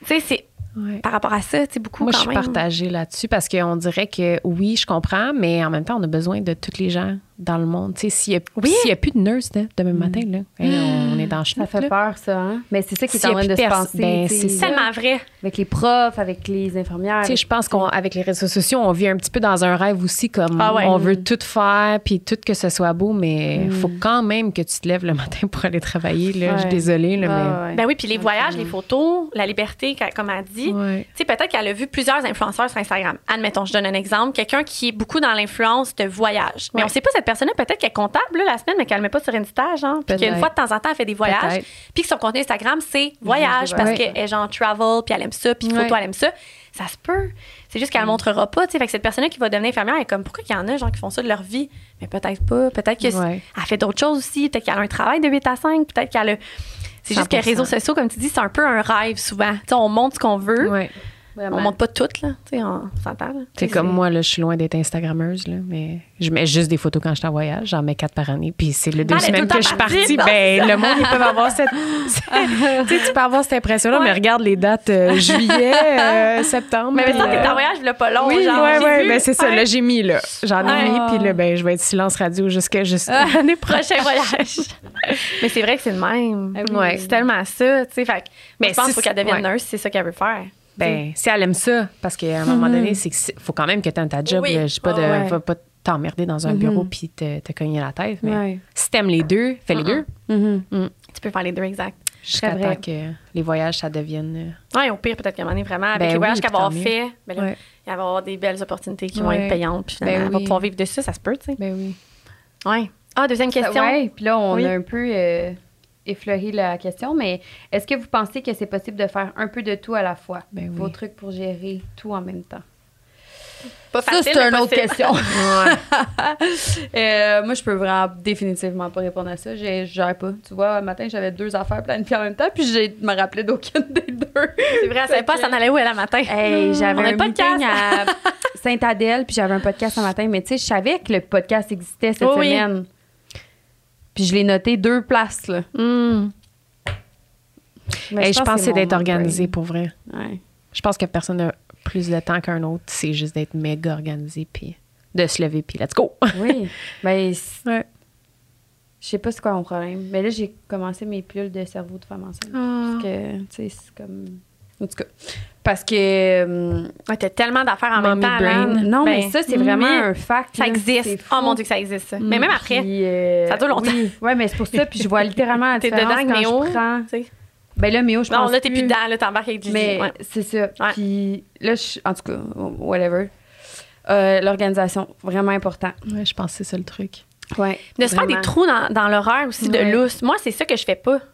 [SPEAKER 2] Tu sais, c'est
[SPEAKER 5] Ouais.
[SPEAKER 2] par rapport à ça, tu sais, beaucoup
[SPEAKER 5] Moi, je
[SPEAKER 2] quand
[SPEAKER 5] suis
[SPEAKER 2] même.
[SPEAKER 5] partagée là-dessus parce qu'on dirait que oui, je comprends, mais en même temps, on a besoin de tous les gens dans le monde. Tu sais, s'il n'y a,
[SPEAKER 2] Oui.
[SPEAKER 5] s'il y a plus de nurse là, demain matin, là, hey, on, on est dans le
[SPEAKER 1] Ça
[SPEAKER 5] chenut,
[SPEAKER 1] fait
[SPEAKER 5] là.
[SPEAKER 1] peur, ça, hein? Mais c'est ça qui est
[SPEAKER 5] S'il y
[SPEAKER 1] en
[SPEAKER 5] a
[SPEAKER 1] train de
[SPEAKER 5] plus
[SPEAKER 1] se
[SPEAKER 5] personne,
[SPEAKER 1] passer.
[SPEAKER 5] ben,
[SPEAKER 1] tu sais,
[SPEAKER 5] c'est
[SPEAKER 2] C'est
[SPEAKER 5] ça.
[SPEAKER 2] tellement vrai.
[SPEAKER 1] Avec les profs, avec les infirmières.
[SPEAKER 5] Tu sais, je pense qu'avec les réseaux sociaux, on vit un petit peu dans un rêve aussi, comme
[SPEAKER 2] Ah ouais.
[SPEAKER 5] on veut tout faire, puis tout que ce soit beau, mais il faut quand même que tu te lèves le matin pour aller travailler. Là. Je
[SPEAKER 1] Ouais.
[SPEAKER 5] suis désolée, là,
[SPEAKER 1] Ouais,
[SPEAKER 5] mais...
[SPEAKER 1] Ah, ouais.
[SPEAKER 2] Ben oui, puis les
[SPEAKER 5] euh,
[SPEAKER 2] voyages, les photos, la liberté, qu'a- comme elle dit.
[SPEAKER 5] Ouais.
[SPEAKER 2] Tu sais, peut-être qu'elle a vu plusieurs influenceurs sur Instagram. Admettons, je donne un exemple. Quelqu'un qui est beaucoup dans l'influence de voyage. Mais
[SPEAKER 5] Ouais.
[SPEAKER 2] on sait pas cette cette personne-là, peut-être qu'elle est comptable là, la semaine, mais qu'elle ne met pas sur Insta, genre. Puis
[SPEAKER 1] Peut-être.
[SPEAKER 2] qu'une fois de temps en temps, elle fait des voyages.
[SPEAKER 1] Peut-être.
[SPEAKER 2] Puis que son contenu Instagram, c'est voyage, parce
[SPEAKER 1] Ouais.
[SPEAKER 2] qu'elle est genre travel, puis elle aime ça, puis
[SPEAKER 1] Ouais. Mm.
[SPEAKER 2] photo, elle aime ça. Ça se peut. C'est juste qu'elle ne montrera pas, tu sais. Fait que cette personne-là qui va devenir infirmière, elle est comme, pourquoi il y en a, genre, qui font ça de leur vie? Mais peut-être pas. Peut-être que
[SPEAKER 1] Ouais.
[SPEAKER 2] elle fait d'autres choses aussi. Peut-être qu'elle a un travail de 8 à 5. Peut-être qu'elle a. C'est juste que les
[SPEAKER 5] 100%.
[SPEAKER 2] réseaux sociaux, comme tu dis, c'est un peu un rêve souvent. Tu sais, on montre ce qu'on veut.
[SPEAKER 5] Ouais.
[SPEAKER 2] On montre pas tout, là. Tu sais, on s'entend. là.
[SPEAKER 5] C'est comme moi, là, je suis loin d'être Instagrammeuse, là, mais je mets juste des photos quand je suis en voyage. J'en mets quatre par année. Puis c'est les deux
[SPEAKER 2] Ah, elle est
[SPEAKER 5] semaines
[SPEAKER 2] tout le
[SPEAKER 5] que je
[SPEAKER 2] temps
[SPEAKER 5] suis
[SPEAKER 2] partie,
[SPEAKER 5] partie.
[SPEAKER 2] bon.
[SPEAKER 5] Ben, le monde, ils peuvent avoir cette. tu sais, tu peux avoir cette impression-là, mais regarde les dates euh, juillet, euh, septembre.
[SPEAKER 2] Mais maintenant,
[SPEAKER 5] euh,
[SPEAKER 2] t'es en voyage, le pas long.
[SPEAKER 5] Oui,
[SPEAKER 2] genre,
[SPEAKER 5] ouais,
[SPEAKER 2] j'ai
[SPEAKER 5] ouais,
[SPEAKER 2] vu.
[SPEAKER 5] ben c'est ça.
[SPEAKER 2] Ouais.
[SPEAKER 5] Là, j'ai mis, là. J'en ai
[SPEAKER 2] Ouais. Ah.
[SPEAKER 5] mis, puis là, ben, je vais être silence radio jusqu'à jusqu'à l'année prochaine.
[SPEAKER 2] Prochain voyage. mais c'est vrai que c'est le même.
[SPEAKER 1] Ah oui. Ouais.
[SPEAKER 2] C'est tellement ça, tu sais. Fait que
[SPEAKER 5] Mais
[SPEAKER 2] je pense
[SPEAKER 5] si-
[SPEAKER 2] qu'il faut qu'elle devienne
[SPEAKER 5] ouais.
[SPEAKER 2] nurse, c'est ça qu'elle veut faire.
[SPEAKER 5] Ben, si elle aime ça, parce qu'à un moment donné, c'est que c'est- faut quand même que tu aimes ta job.
[SPEAKER 2] Mm-hmm. Oui.
[SPEAKER 5] là. Je sais pas, de,
[SPEAKER 2] Ah ouais. Mm-hmm.
[SPEAKER 5] va pas t'emmerder dans un bureau puis te, te cogner la tête. Mais
[SPEAKER 1] Ouais.
[SPEAKER 5] si t'aimes les deux, fais
[SPEAKER 2] Mm-hmm.
[SPEAKER 5] les deux.
[SPEAKER 2] Tu peux faire les deux exact.
[SPEAKER 5] Jusqu'à
[SPEAKER 1] Très vrai.
[SPEAKER 5] temps que les voyages, ça devienne. euh,
[SPEAKER 2] Ouais, au pire, peut-être qu'à un moment donné, vraiment, avec
[SPEAKER 5] Ben
[SPEAKER 2] les
[SPEAKER 5] oui,
[SPEAKER 2] voyages
[SPEAKER 5] puis
[SPEAKER 2] qu'elle va avoir
[SPEAKER 5] tant mieux.
[SPEAKER 2] fait, ben là,
[SPEAKER 1] Ouais.
[SPEAKER 2] elle va avoir des belles opportunités qui vont
[SPEAKER 1] Ouais.
[SPEAKER 2] être payantes. Puis
[SPEAKER 1] Ben
[SPEAKER 2] finalement, elle va
[SPEAKER 1] oui.
[SPEAKER 2] pouvoir vivre de ça, ça se peut, tu sais.
[SPEAKER 1] Ben oui.
[SPEAKER 2] Ouais. Ah, deuxième question.
[SPEAKER 1] Ouais, puis là, on
[SPEAKER 2] Oui.
[SPEAKER 1] a un peu euh, effleuré la question, mais est-ce que vous pensez que c'est possible de faire un peu de tout à la fois?
[SPEAKER 5] Ben oui.
[SPEAKER 1] Vos trucs pour gérer tout en même temps.
[SPEAKER 2] Pas
[SPEAKER 1] Ça,
[SPEAKER 2] facile,
[SPEAKER 1] c'est
[SPEAKER 2] mais
[SPEAKER 1] une autre
[SPEAKER 2] possible.
[SPEAKER 1] question. Euh, moi, je peux vraiment définitivement pas répondre à ça. Je je gère pas. Tu vois, un matin, j'avais deux affaires planifiées en même temps, puis je me rappelais d'aucune des deux.
[SPEAKER 2] C'est vrai, elle savait pas s'en allait où, elle, le matin.
[SPEAKER 1] Hey,
[SPEAKER 2] On a
[SPEAKER 1] j'avais un
[SPEAKER 2] pas de
[SPEAKER 1] meeting à
[SPEAKER 2] casse.
[SPEAKER 1] Sainte-Adèle, puis j'avais un podcast ce matin, mais tu sais, je savais que le podcast existait cette
[SPEAKER 2] Oui, oui.
[SPEAKER 1] semaine. Puis je l'ai noté deux places, là.
[SPEAKER 2] Hmm.
[SPEAKER 1] Mais
[SPEAKER 5] hey, je pense que c'est
[SPEAKER 1] mon
[SPEAKER 5] d'être
[SPEAKER 1] moment
[SPEAKER 5] organisé
[SPEAKER 1] brain.
[SPEAKER 5] pour vrai.
[SPEAKER 1] Ouais.
[SPEAKER 5] Je pense que personne n'a plus de temps qu'un autre. C'est juste d'être méga organisé puis de se lever puis let's go.
[SPEAKER 1] Oui. ben, c'est-
[SPEAKER 5] Ouais.
[SPEAKER 1] je sais pas c'est quoi mon problème. Mais là, j'ai commencé mes pilules de cerveau de femme enceinte.
[SPEAKER 2] Ah.
[SPEAKER 1] Parce que, tu sais, c'est comme. En tout cas. Parce que. hum,
[SPEAKER 2] Ouais, t'as tellement d'affaires en même
[SPEAKER 5] Mommy
[SPEAKER 2] temps.
[SPEAKER 5] brain.
[SPEAKER 2] Alan.
[SPEAKER 1] non, mais
[SPEAKER 2] Ben,
[SPEAKER 1] ça, c'est vraiment
[SPEAKER 2] mais
[SPEAKER 1] un fact.
[SPEAKER 2] Ça
[SPEAKER 1] là.
[SPEAKER 2] existe.
[SPEAKER 1] C'est fou.
[SPEAKER 2] Oh mon Dieu, que ça existe. ça. Mais même après,
[SPEAKER 1] Puis, euh,
[SPEAKER 2] ça dure longtemps.
[SPEAKER 1] Oui, ouais, mais c'est pour ça. Puis je vois littéralement la
[SPEAKER 2] T'es
[SPEAKER 1] différence
[SPEAKER 2] dedans avec
[SPEAKER 1] quand
[SPEAKER 2] Méo.
[SPEAKER 1] je prends.
[SPEAKER 2] tu sais.
[SPEAKER 1] Ben là, Méo, je pense
[SPEAKER 2] Non, là, t'es plus dedans, là, t'embarques avec Gigi.
[SPEAKER 1] Mais
[SPEAKER 2] ouais.
[SPEAKER 1] c'est ça. Puis là, je, en tout cas, whatever. Euh, L'organisation, vraiment important.
[SPEAKER 5] Ouais, je pense que c'est ça le truc.
[SPEAKER 1] Ouais,
[SPEAKER 2] De se faire des
[SPEAKER 1] vraiment.
[SPEAKER 2] trous dans, dans l'horaire aussi
[SPEAKER 1] Ouais.
[SPEAKER 2] de lousse. Moi, c'est ça que je fais pas. Tu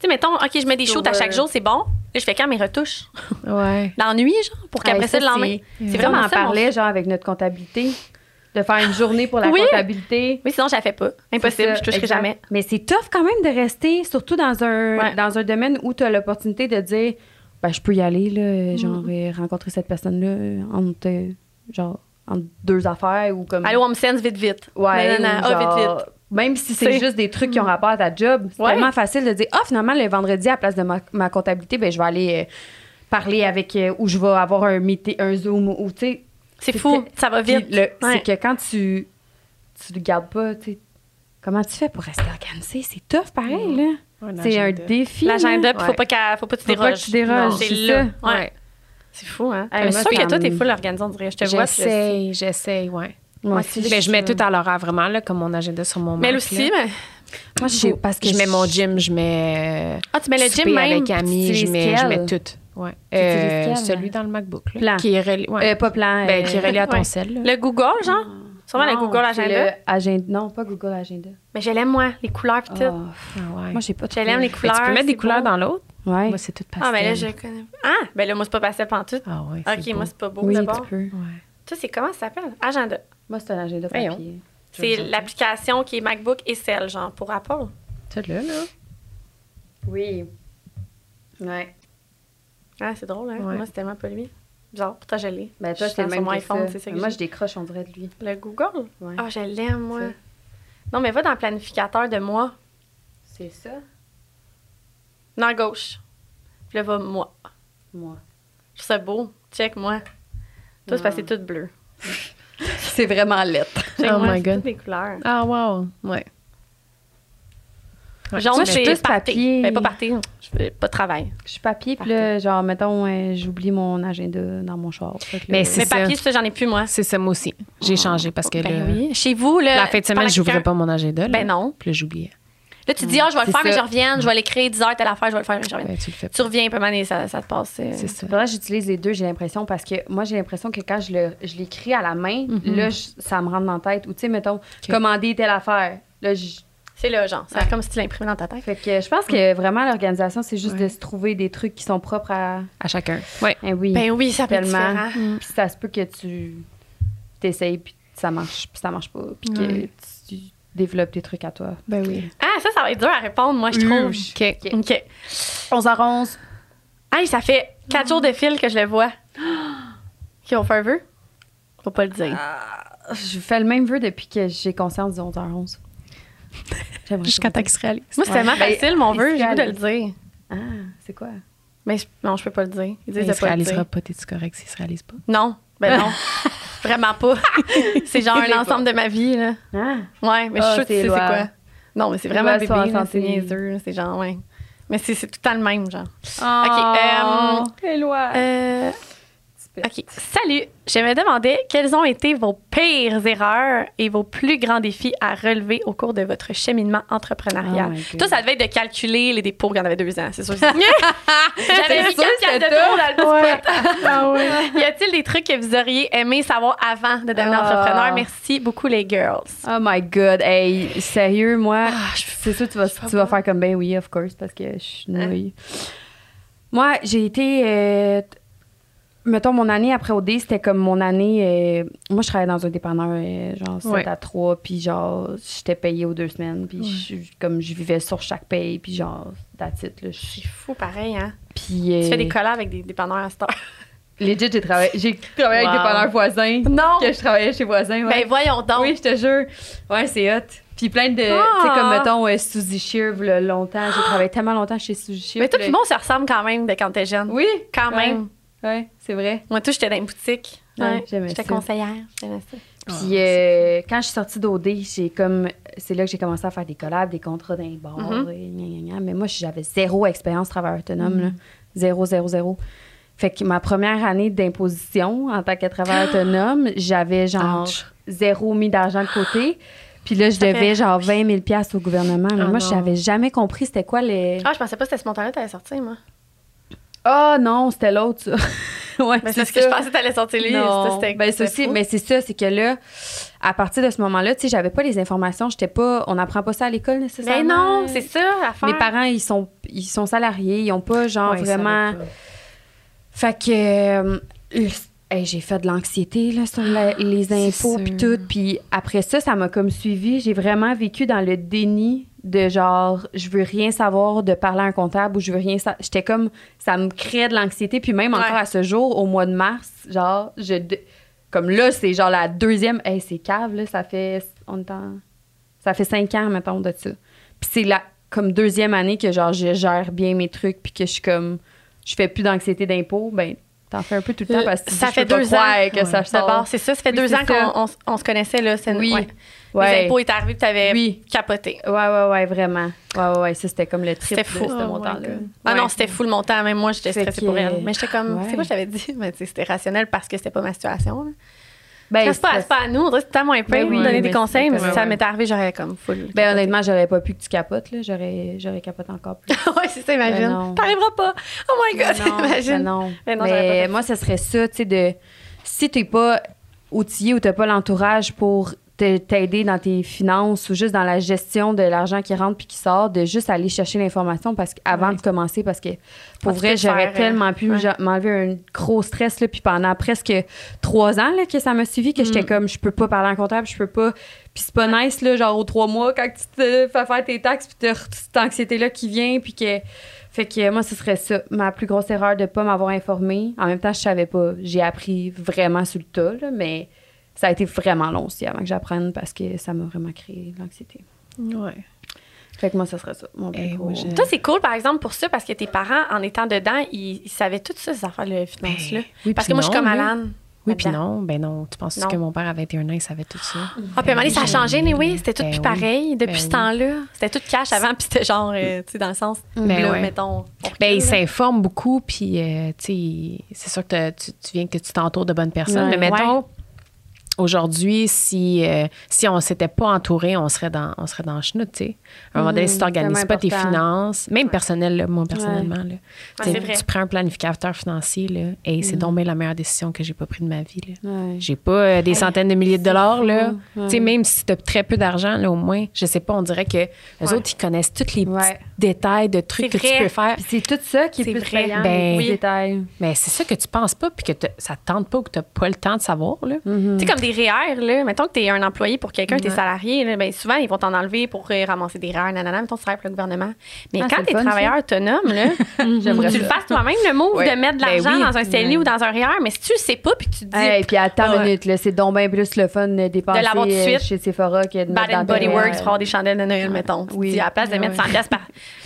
[SPEAKER 2] sais, mettons, OK, je mets des shoots à chaque jour, c'est bon. Là, je fais quand mes retouches?
[SPEAKER 5] Ouais.
[SPEAKER 2] L'ennui, genre, pour qu'après
[SPEAKER 1] Hey,
[SPEAKER 2] ça, le lendemain.
[SPEAKER 1] C'est
[SPEAKER 2] C'est
[SPEAKER 1] vraiment on
[SPEAKER 2] vraiment
[SPEAKER 1] en
[SPEAKER 2] ça. mon-
[SPEAKER 1] parlait, genre, avec notre comptabilité, de faire une journée pour la
[SPEAKER 2] Oui.
[SPEAKER 1] comptabilité.
[SPEAKER 2] Oui, sinon, je la fais pas.
[SPEAKER 1] C'est
[SPEAKER 2] Impossible,
[SPEAKER 1] ça,
[SPEAKER 2] je toucherai
[SPEAKER 1] exact.
[SPEAKER 2] jamais.
[SPEAKER 1] Mais c'est tough quand même de rester, surtout dans un,
[SPEAKER 2] Ouais.
[SPEAKER 1] dans un domaine où tu as l'opportunité de dire ben, je peux y aller, là, genre,
[SPEAKER 2] Mm.
[SPEAKER 1] euh, rencontrer cette personne-là entre, euh, genre, entre deux affaires ou comme.
[SPEAKER 2] Allô, on me sense vite, vite.
[SPEAKER 1] Ouais,
[SPEAKER 2] Non, non, non,
[SPEAKER 1] ou
[SPEAKER 2] ah,
[SPEAKER 1] genre,
[SPEAKER 2] vite, vite.
[SPEAKER 1] Même si c'est
[SPEAKER 2] C'est-
[SPEAKER 1] juste des trucs qui ont rapport à ta job, c'est
[SPEAKER 2] Ouais.
[SPEAKER 1] tellement facile de dire Ah, finalement, le vendredi, à la place de ma, ma comptabilité, ben, je vais aller euh, parler avec euh, ou je vais avoir un meeting, un Zoom ou tu sais.
[SPEAKER 2] C'est fou,
[SPEAKER 1] que-
[SPEAKER 2] ça va
[SPEAKER 1] puis
[SPEAKER 2] vite.
[SPEAKER 1] le- C'est
[SPEAKER 2] Ouais.
[SPEAKER 1] que quand tu tu le gardes pas, tu sais, comment tu fais pour rester organisé? C'est tough pareil, là. C'est un défi. là.
[SPEAKER 2] L'agenda, puis faut
[SPEAKER 5] Ouais.
[SPEAKER 2] pas qu'elle- faut pas que tu
[SPEAKER 1] Faut pas
[SPEAKER 2] déroges.
[SPEAKER 1] que tu déroges,
[SPEAKER 2] Non,
[SPEAKER 1] c'est
[SPEAKER 2] là.
[SPEAKER 1] ça.
[SPEAKER 2] Ouais. C'est fou, hein?
[SPEAKER 5] Hey,
[SPEAKER 2] Mais
[SPEAKER 5] moi,
[SPEAKER 2] c'est sûr
[SPEAKER 5] c'est
[SPEAKER 2] que toi, t'es
[SPEAKER 5] en-
[SPEAKER 2] full organisé, on dirait. Je te vois. puis je sais.
[SPEAKER 5] J'essaye, j'essaye, ouais.
[SPEAKER 1] Moi
[SPEAKER 2] Ouais,
[SPEAKER 1] aussi,
[SPEAKER 5] Ben, je mets tout à l'horaire vraiment, là, comme mon agenda sur mon
[SPEAKER 2] Mais
[SPEAKER 5] Mac,
[SPEAKER 2] elle
[SPEAKER 5] là.
[SPEAKER 2] aussi, mais.
[SPEAKER 1] Moi, je sais, parce que
[SPEAKER 5] je mets
[SPEAKER 1] je-
[SPEAKER 5] mon gym, je mets. euh,
[SPEAKER 2] Ah, tu mets le
[SPEAKER 5] souper
[SPEAKER 2] gym même.
[SPEAKER 5] avec amis,
[SPEAKER 1] Tu
[SPEAKER 5] je mets, je mets
[SPEAKER 1] utilises
[SPEAKER 5] tout. Ouais.
[SPEAKER 1] utilises
[SPEAKER 5] Euh,
[SPEAKER 1] quel?
[SPEAKER 5] celui dans le MacBook. là,
[SPEAKER 1] Plan.
[SPEAKER 5] Qui est relié, ouais.
[SPEAKER 1] Euh, pas plan.
[SPEAKER 5] Ben,
[SPEAKER 1] euh,
[SPEAKER 5] qui est relié à ton
[SPEAKER 2] ouais.
[SPEAKER 5] sel. là.
[SPEAKER 2] Le Google, genre? Sûrement Ah. le
[SPEAKER 1] non,
[SPEAKER 2] Google
[SPEAKER 1] c'est
[SPEAKER 2] Agenda.
[SPEAKER 1] le agenda. Non, pas Google Agenda.
[SPEAKER 2] Mais je l'aime, moi, les couleurs pis tout.
[SPEAKER 1] Ah,
[SPEAKER 5] Ah ouais.
[SPEAKER 1] Moi, j'ai pas de
[SPEAKER 2] je l'aime, les
[SPEAKER 5] Mais
[SPEAKER 2] couleurs.
[SPEAKER 5] tu peux mettre
[SPEAKER 2] c'est
[SPEAKER 5] des couleurs
[SPEAKER 2] beau.
[SPEAKER 5] dans l'autre. ben
[SPEAKER 1] Ouais.
[SPEAKER 5] Moi, c'est tout pastel.
[SPEAKER 2] Ah, mais là, je connais. Ah, ben là, moi, c'est pas pastel pantoute.
[SPEAKER 5] Ah ouais.
[SPEAKER 2] Ok,
[SPEAKER 5] c'est
[SPEAKER 2] moi,
[SPEAKER 5] beau.
[SPEAKER 2] c'est pas beau
[SPEAKER 1] Oui,
[SPEAKER 2] d'abord.
[SPEAKER 1] tu peux.
[SPEAKER 5] Ouais.
[SPEAKER 2] Toi, c'est comment ça s'appelle? Agenda.
[SPEAKER 1] Moi, c'est un agenda
[SPEAKER 5] Voyons.
[SPEAKER 1] papier.
[SPEAKER 2] C'est
[SPEAKER 5] Je me
[SPEAKER 2] l'application qui est MacBook et celle, genre, pour Apple.
[SPEAKER 5] T'as là, là.
[SPEAKER 1] Oui. Ouais.
[SPEAKER 2] Ah, c'est drôle, hein?
[SPEAKER 5] Ouais.
[SPEAKER 2] Moi, c'est tellement pas lui. Bizarre, pourtant, je l'ai.
[SPEAKER 1] Ben,
[SPEAKER 2] Je
[SPEAKER 1] toi,
[SPEAKER 2] suis
[SPEAKER 1] c'est le
[SPEAKER 2] dans
[SPEAKER 1] même
[SPEAKER 2] sur mon
[SPEAKER 1] que
[SPEAKER 2] iPhone,
[SPEAKER 1] ça.
[SPEAKER 2] c'est ça que
[SPEAKER 1] Moi,
[SPEAKER 2] j'ai.
[SPEAKER 1] je décroche, on dirait, de lui.
[SPEAKER 2] Le Google?
[SPEAKER 1] Ouais.
[SPEAKER 2] Ah, je l'aime, moi.
[SPEAKER 1] Ça.
[SPEAKER 2] Non, mais va dans le planificateur de moi.
[SPEAKER 1] C'est ça,
[SPEAKER 2] Non, gauche. Puis là, va moi.
[SPEAKER 1] moi.
[SPEAKER 2] Je trouve ça beau. Check moi. Toi, c'est parce que c'est tout bleu.
[SPEAKER 1] C'est vraiment lettre.
[SPEAKER 2] Check
[SPEAKER 5] Oh
[SPEAKER 2] moi,
[SPEAKER 5] my
[SPEAKER 2] c'est
[SPEAKER 5] God.
[SPEAKER 2] toutes des couleurs.
[SPEAKER 5] Ah, wow. Ouais. Ouais,
[SPEAKER 2] Jaune,
[SPEAKER 1] Moi, je suis
[SPEAKER 2] c'est
[SPEAKER 1] plus papier.
[SPEAKER 2] parti. Mais Ben, pas parti. Je fais pas de travail.
[SPEAKER 1] Je suis papier, puis là, genre, mettons, euh, j'oublie mon agenda dans mon char. Fait que là-
[SPEAKER 5] Mais c'est
[SPEAKER 2] Mais
[SPEAKER 5] ça.
[SPEAKER 2] papier, ça, j'en ai plus, moi.
[SPEAKER 5] C'est ça, moi aussi. J'ai changé parce que
[SPEAKER 2] Ben
[SPEAKER 5] là,
[SPEAKER 2] oui. Chez vous, là.
[SPEAKER 5] la fin de
[SPEAKER 2] tu parles à
[SPEAKER 5] semaine, j'ouvrais
[SPEAKER 2] quelqu'un-
[SPEAKER 5] pas mon agenda. là.
[SPEAKER 2] Ben non.
[SPEAKER 5] Puis là, j'oubliais.
[SPEAKER 2] Là, tu dis, ah, je vais le
[SPEAKER 1] Mm. C'est
[SPEAKER 2] faire, mais je
[SPEAKER 1] ça. Mm.
[SPEAKER 2] reviens. Je vais l'écrire 10 heures, telle affaire, je vais le faire, mais je reviens.
[SPEAKER 5] Ben, tu le fais pas.
[SPEAKER 2] Tu reviens, peu mané, ça, ça te passe. euh,
[SPEAKER 5] C'est ça.
[SPEAKER 1] Vraiment, j'utilise les deux, j'ai l'impression, parce que moi, j'ai l'impression que quand je le- je l'écris à la main, là, je- ça me rentre dans la tête. Ou, tu sais, mettons, commander telle affaire. Là, je-
[SPEAKER 2] C'est le genre. C'est
[SPEAKER 1] Ouais.
[SPEAKER 2] comme si tu l'imprimais dans ta tête.
[SPEAKER 1] fait que je pense que vraiment, l'organisation, c'est juste
[SPEAKER 5] Ouais.
[SPEAKER 1] de se trouver des trucs qui sont propres à.
[SPEAKER 5] À chacun. Oui.
[SPEAKER 1] Eh oui,
[SPEAKER 2] Ben oui, ça peut être
[SPEAKER 1] tellement.
[SPEAKER 2] différent.
[SPEAKER 1] Puis ça se peut que tu t'essayes, puis ça marche, puis ça marche pas, puis
[SPEAKER 5] Ouais.
[SPEAKER 1] que tu développes tes trucs à toi.
[SPEAKER 5] Ben oui.
[SPEAKER 2] Ah, ça, ça va être dur à répondre, moi, je trouve.
[SPEAKER 5] OK.
[SPEAKER 2] OK.
[SPEAKER 1] 11 à 11.
[SPEAKER 2] Hey, ça fait quatre jours de fil que je le vois. Qui ont fait un vœu? Faut pas le dire.
[SPEAKER 1] Ah. Je fais le même vœu depuis que j'ai conscience du 11 à 11. J'aimerais
[SPEAKER 5] Jusqu'à
[SPEAKER 1] ça.
[SPEAKER 5] temps qu'il se réalise.
[SPEAKER 2] Moi, c'est
[SPEAKER 1] Ouais.
[SPEAKER 2] tellement
[SPEAKER 1] Ben,
[SPEAKER 2] facile, mon vœu, j'ai le goût de
[SPEAKER 1] fiscal.
[SPEAKER 2] le dire.
[SPEAKER 1] Ah, c'est quoi?
[SPEAKER 2] Mais je- non, je peux pas le dire. Ils disent
[SPEAKER 5] Il
[SPEAKER 2] de
[SPEAKER 5] se
[SPEAKER 2] pas le
[SPEAKER 5] réalisera
[SPEAKER 2] dire.
[SPEAKER 5] pas. T'es-tu correct s'il se réalise pas?
[SPEAKER 2] Non, ben non. Vraiment pas. c'est genre un ensemble de ma vie, là.
[SPEAKER 1] Ah,
[SPEAKER 2] Ouais, mais je suis
[SPEAKER 1] Ah,
[SPEAKER 2] sûre que tu
[SPEAKER 1] c'est
[SPEAKER 2] sais c'est
[SPEAKER 1] loi.
[SPEAKER 2] quoi. Non, mais c'est vraiment
[SPEAKER 1] Loi
[SPEAKER 2] bébé, là, c'est
[SPEAKER 1] 61.
[SPEAKER 2] niaiseux, là, c'est genre, ouais. Mais c'est c'est tout le temps le même, genre.
[SPEAKER 1] Oh,
[SPEAKER 2] OK, Euh, OK. Salut. Je me demandais quelles ont été vos pires erreurs et vos plus grands défis à relever au cours de votre cheminement entrepreneurial.
[SPEAKER 1] Oh my God.
[SPEAKER 2] Toi, ça devait être de calculer les dépôts quand on avait deux ans, c'est sûr. J'avais mis
[SPEAKER 1] sûr,
[SPEAKER 2] quatre piastres de
[SPEAKER 1] c'était
[SPEAKER 2] dépôt dans le petit
[SPEAKER 1] Ouais. Ah
[SPEAKER 2] pot. Y a-t-il des trucs que vous auriez aimé savoir avant de devenir
[SPEAKER 1] Ah.
[SPEAKER 2] entrepreneur? Merci beaucoup, les girls.
[SPEAKER 1] Oh my god, hey, sérieux, moi,
[SPEAKER 2] je-
[SPEAKER 1] c'est sûr, tu vas,
[SPEAKER 2] je vois
[SPEAKER 1] tu vas
[SPEAKER 2] pas.
[SPEAKER 1] faire comme ben oui, of course, parce que je suis
[SPEAKER 2] Hein?
[SPEAKER 1] nouille. Moi, j'ai été. euh, t- mettons, mon année après OD, c'était comme mon année. euh, moi, je travaillais dans un dépanneur, euh, genre 7
[SPEAKER 5] Ouais.
[SPEAKER 1] à 3, puis genre, j'étais payée aux deux semaines, puis je- comme je vivais sur chaque paye, puis genre, that's it, là. je-
[SPEAKER 2] C'est fou, pareil, hein?
[SPEAKER 1] Puis.
[SPEAKER 2] Tu
[SPEAKER 1] euh,
[SPEAKER 2] fais des collabs avec des dépanneurs à cette heure.
[SPEAKER 1] Legit, j'ai travaillé, j'ai travaillé
[SPEAKER 2] Wow.
[SPEAKER 1] avec des dépanneurs voisins.
[SPEAKER 2] Non!
[SPEAKER 1] Que je travaillais chez voisins, ouais.
[SPEAKER 2] Ben voyons donc!
[SPEAKER 1] Oui, je te jure. Ouais, c'est hot. Puis plein de. Tu
[SPEAKER 2] Ah!
[SPEAKER 1] sais, comme mettons, euh, Suzy Shear, v'là longtemps. J'ai travaillé tellement longtemps chez Suzy Shear.
[SPEAKER 2] Mais toi, tout
[SPEAKER 1] v'là-
[SPEAKER 2] le monde se ressemble quand même de quand t'es jeune.
[SPEAKER 1] Oui.
[SPEAKER 2] Quand
[SPEAKER 1] Ouais.
[SPEAKER 2] même.
[SPEAKER 1] Ouais, c'est vrai.
[SPEAKER 2] Moi, tout, j'étais dans une boutique.
[SPEAKER 1] Ouais, j'aimais
[SPEAKER 2] J'étais
[SPEAKER 1] ça.
[SPEAKER 2] conseillère. J'aimais ça.
[SPEAKER 1] Puis euh, quand je suis sortie d'OD, j'ai comme. C'est là que j'ai commencé à faire des collabs, des contrats d'un bar.
[SPEAKER 2] Mhm.
[SPEAKER 1] et gna, gna, gna. Mais moi, j'avais zéro expérience travailleur autonome.
[SPEAKER 2] Mm.
[SPEAKER 1] là. Zéro, zéro, zéro. Fait que ma première année d'imposition en tant que travailleur autonome, j'avais genre
[SPEAKER 5] Ouch.
[SPEAKER 1] zéro mis d'argent de côté. Puis là, je devais
[SPEAKER 2] fait-
[SPEAKER 1] genre 20 000 au gouvernement. Mais
[SPEAKER 5] Ah
[SPEAKER 1] moi,
[SPEAKER 5] non.
[SPEAKER 1] je n'avais jamais compris c'était quoi les.
[SPEAKER 2] Ah, je pensais pas que c'était ce montant-là que t'allais sortir, moi.
[SPEAKER 1] Ah non, c'était l'autre, ça. ouais,
[SPEAKER 2] Mais Ben, c'est ce que je
[SPEAKER 1] ça.
[SPEAKER 2] pensais que t'allais sortir, lui.
[SPEAKER 1] Non.
[SPEAKER 2] C'était- c'était-
[SPEAKER 1] Ben, c'est
[SPEAKER 2] c'était
[SPEAKER 1] aussi,
[SPEAKER 2] fou.
[SPEAKER 1] mais c'est ça, c'est que là, à partir de ce moment-là, tu sais, j'avais pas les informations, j'étais pas, on n'apprend pas ça à l'école
[SPEAKER 2] Mais
[SPEAKER 1] nécessairement.
[SPEAKER 2] Ben, non, c'est ça, l'affaire.
[SPEAKER 1] Mes parents, ils sont, ils sont salariés, ils ont pas genre
[SPEAKER 5] Ouais, ça
[SPEAKER 1] vraiment.
[SPEAKER 5] va pas.
[SPEAKER 1] Fait que, euh, euh, hey, j'ai fait de l'anxiété là sur la- les
[SPEAKER 5] Ah, C'est
[SPEAKER 1] impôts
[SPEAKER 5] sûr.
[SPEAKER 1] puis tout, puis après ça, ça m'a comme suivi. J'ai vraiment vécu dans le déni de genre, je veux rien savoir de parler à un comptable ou je veux rien. sa- J'étais comme, ça me créait de l'anxiété, puis même encore
[SPEAKER 2] Ouais.
[SPEAKER 1] à ce jour, au mois de mars, genre, je de- comme là, c'est genre la deuxième. Hey, c'est cave là, ça fait on est en- ça fait cinq ans mettons de ça. Puis c'est la comme deuxième année que genre je gère bien mes trucs puis que je suis comme je fais plus d'anxiété d'impôts, ben t'en fais un peu tout le temps parce que tu
[SPEAKER 2] Euh, ça
[SPEAKER 1] dis, je
[SPEAKER 2] fait
[SPEAKER 1] peux pas
[SPEAKER 2] deux
[SPEAKER 1] croire
[SPEAKER 2] ans.
[SPEAKER 1] que ça sort.
[SPEAKER 2] D'abord, c'est ça, ça fait
[SPEAKER 1] Oui,
[SPEAKER 2] deux
[SPEAKER 1] c'est
[SPEAKER 2] ans
[SPEAKER 1] ça.
[SPEAKER 2] qu'on on, on se connaissait, là. c'est-
[SPEAKER 1] Oui.
[SPEAKER 2] ouais.
[SPEAKER 1] Ouais.
[SPEAKER 2] Les impôts étaient arrivés, puis t'avais
[SPEAKER 1] Oui.
[SPEAKER 2] capoté.
[SPEAKER 1] Ouais ouais ouais vraiment. Ouais ouais, ouais ça c'était comme le trip
[SPEAKER 2] C'était fou. Oh
[SPEAKER 1] de ce montant-là.
[SPEAKER 2] Ah non,
[SPEAKER 1] Ouais.
[SPEAKER 2] c'était fou le montant. Même moi, j'étais
[SPEAKER 1] Fait
[SPEAKER 2] stressée
[SPEAKER 1] que-
[SPEAKER 2] pour elle. Mais j'étais comme,
[SPEAKER 1] Ouais.
[SPEAKER 2] c'est quoi, je t'avais dit? Mais tu sais, c'était rationnel parce que c'était pas ma situation. là.
[SPEAKER 1] ben,
[SPEAKER 2] c'est pas,
[SPEAKER 1] c'était-
[SPEAKER 2] c'est pas à nous. on dirait que C'est tellement un peu
[SPEAKER 1] Ben
[SPEAKER 2] de
[SPEAKER 1] oui,
[SPEAKER 2] donner
[SPEAKER 1] mais
[SPEAKER 2] des
[SPEAKER 1] c'est
[SPEAKER 2] conseils, mais
[SPEAKER 1] pas
[SPEAKER 2] si ça
[SPEAKER 5] grave.
[SPEAKER 2] m'était arrivé, j'aurais comme full.
[SPEAKER 1] ben honnêtement, j'aurais pas pu que tu capotes là, j'aurais j'aurais capoté encore plus.
[SPEAKER 2] ouais, c'est ça,
[SPEAKER 1] Ben
[SPEAKER 2] imagine.
[SPEAKER 1] non.
[SPEAKER 2] T'arriveras pas. Oh my god,
[SPEAKER 1] Mais non, mais
[SPEAKER 2] imagine.
[SPEAKER 1] non.
[SPEAKER 2] Mais
[SPEAKER 1] Mais,
[SPEAKER 2] non, j'aurais pas fait ça.
[SPEAKER 1] moi, ce serait ça, tu sais, de. Si t'es pas outillé ou t'as pas l'entourage pour te- t'aider dans tes finances ou juste dans la gestion de l'argent qui rentre puis qui sort, de juste aller chercher l'information parce qu'avant de commencer, parce que pour
[SPEAKER 2] Ah, tu peux
[SPEAKER 1] vrai,
[SPEAKER 2] le
[SPEAKER 1] j'aurais
[SPEAKER 2] faire,
[SPEAKER 1] tellement pu
[SPEAKER 2] ouais.
[SPEAKER 1] j'a- m'enlever un gros stress là, puis pendant presque trois ans là, que ça m'a suivi, que j'étais comme je peux pas parler en comptable, je peux pas. Puis c'est pas nice là, genre aux trois mois quand tu te fais faire tes taxes puis t'as re- cette anxiété là qui vient puis que fait que euh, moi, ce serait ça. Ma plus grosse erreur de pas m'avoir informée. En même temps, je savais pas. J'ai appris vraiment sur le tas, là, mais ça a été vraiment long aussi avant que j'apprenne parce que ça m'a vraiment créé de l'anxiété.
[SPEAKER 5] Ouais.
[SPEAKER 1] Fait que moi, ce serait ça. Mon plus
[SPEAKER 5] Eh,
[SPEAKER 1] gros.
[SPEAKER 5] moi, j'ai-
[SPEAKER 2] Toi, c'est cool, par exemple, pour ça, parce que tes parents, en étant dedans, ils, ils savaient toutes ça, ces affaires-là, finances-là.
[SPEAKER 5] Ben oui,
[SPEAKER 2] parce que
[SPEAKER 5] puis
[SPEAKER 2] moi, je suis
[SPEAKER 5] non,
[SPEAKER 2] comme
[SPEAKER 5] oui.
[SPEAKER 2] Alan.
[SPEAKER 5] Oui, puis
[SPEAKER 2] là-dedans.
[SPEAKER 5] non, ben non. Tu penses
[SPEAKER 2] Non.
[SPEAKER 5] que mon père à 21 ans, il savait tout ça?
[SPEAKER 2] Ah, puis à un moment donné, ça a
[SPEAKER 5] Ben
[SPEAKER 2] changé, mais oui, c'était tout
[SPEAKER 5] ben
[SPEAKER 2] plus
[SPEAKER 5] oui,
[SPEAKER 2] pareil depuis
[SPEAKER 5] ben
[SPEAKER 2] ce
[SPEAKER 5] oui.
[SPEAKER 2] temps-là. C'était tout cash avant, puis c'était genre, euh, tu sais, dans le sens,
[SPEAKER 5] Ben
[SPEAKER 2] là,
[SPEAKER 5] ouais.
[SPEAKER 2] mettons. on recule,
[SPEAKER 5] Ben, il
[SPEAKER 2] là.
[SPEAKER 5] s'informe beaucoup, puis euh, tu sais, c'est sûr que t'as- tu, tu viens que tu t'entoures de bonnes personnes.
[SPEAKER 1] Ouais.
[SPEAKER 5] mais mettons, Aujourd'hui, si, euh, si on s'était pas entouré, on serait dans, on serait dans le chenoute, tu sais. À un moment donné,
[SPEAKER 2] Mmh,
[SPEAKER 5] si tu n'organises
[SPEAKER 3] tellement
[SPEAKER 5] pas tes
[SPEAKER 3] important.
[SPEAKER 5] finances, même personnel, là, moi, personnellement, là, tu sais,
[SPEAKER 2] c'est vrai. Mmh.
[SPEAKER 5] tu prends un planificateur financier, là, et c'est donc bien la meilleure décision que j'ai pas prise de ma vie, là.
[SPEAKER 3] Ouais.
[SPEAKER 5] J'ai pas euh, des centaines de milliers de dollars, là.
[SPEAKER 3] Ouais.
[SPEAKER 5] Tu sais, même si t'as très peu d'argent, là, au moins, je sais pas, on dirait que les
[SPEAKER 2] Ouais.
[SPEAKER 5] autres, ils connaissent tous les petits
[SPEAKER 1] Ouais.
[SPEAKER 5] détails de trucs
[SPEAKER 2] C'est
[SPEAKER 5] que tu
[SPEAKER 2] vrai.
[SPEAKER 5] peux faire.
[SPEAKER 1] Puis c'est tout ça qui est,
[SPEAKER 2] C'est
[SPEAKER 1] plus
[SPEAKER 2] vrai.
[SPEAKER 1] payant,
[SPEAKER 5] Ben,
[SPEAKER 1] les
[SPEAKER 5] oui.
[SPEAKER 1] détails.
[SPEAKER 5] Mais c'est ça que tu penses pas, puis que t'as- ça te tente pas ou que t'as pas le temps de savoir, là.
[SPEAKER 2] Tu sais, comme des REER, là, mettons que tu es un employé pour quelqu'un, tu es
[SPEAKER 5] Ouais.
[SPEAKER 2] salarié, là, ben, souvent, ils vont t'en enlever pour euh, ramasser des REER, nanana, mettons, tu travailles pour le gouvernement. Mais
[SPEAKER 1] Ah,
[SPEAKER 2] quand
[SPEAKER 1] c'est
[SPEAKER 2] tu es
[SPEAKER 1] le fun,
[SPEAKER 2] travailleur autonome, là,
[SPEAKER 1] J'aimerais
[SPEAKER 2] Mhm. tu le
[SPEAKER 1] ça.
[SPEAKER 2] fasses toi-même, le move
[SPEAKER 1] Ouais.
[SPEAKER 2] de mettre de
[SPEAKER 5] Ben
[SPEAKER 2] l'argent
[SPEAKER 5] oui.
[SPEAKER 2] dans un CELI ou dans un REER, mais si tu le sais pas, puis que tu te dis,
[SPEAKER 1] Hey, puis à ta
[SPEAKER 2] Ouais.
[SPEAKER 1] minute, là, c'est donc bien plus le fun de dépenser
[SPEAKER 2] l'avoir tout de
[SPEAKER 1] euh,
[SPEAKER 2] suite.
[SPEAKER 1] chez Sephora que de
[SPEAKER 2] Bad
[SPEAKER 1] mettre
[SPEAKER 2] and
[SPEAKER 1] dans tes-
[SPEAKER 2] Body Works
[SPEAKER 1] euh,
[SPEAKER 2] pour avoir des chandelles de Noël, mettons. Tu
[SPEAKER 1] Oui.
[SPEAKER 2] dis, à la place de
[SPEAKER 1] Ouais,
[SPEAKER 2] mettre
[SPEAKER 1] ouais.
[SPEAKER 2] 100 par,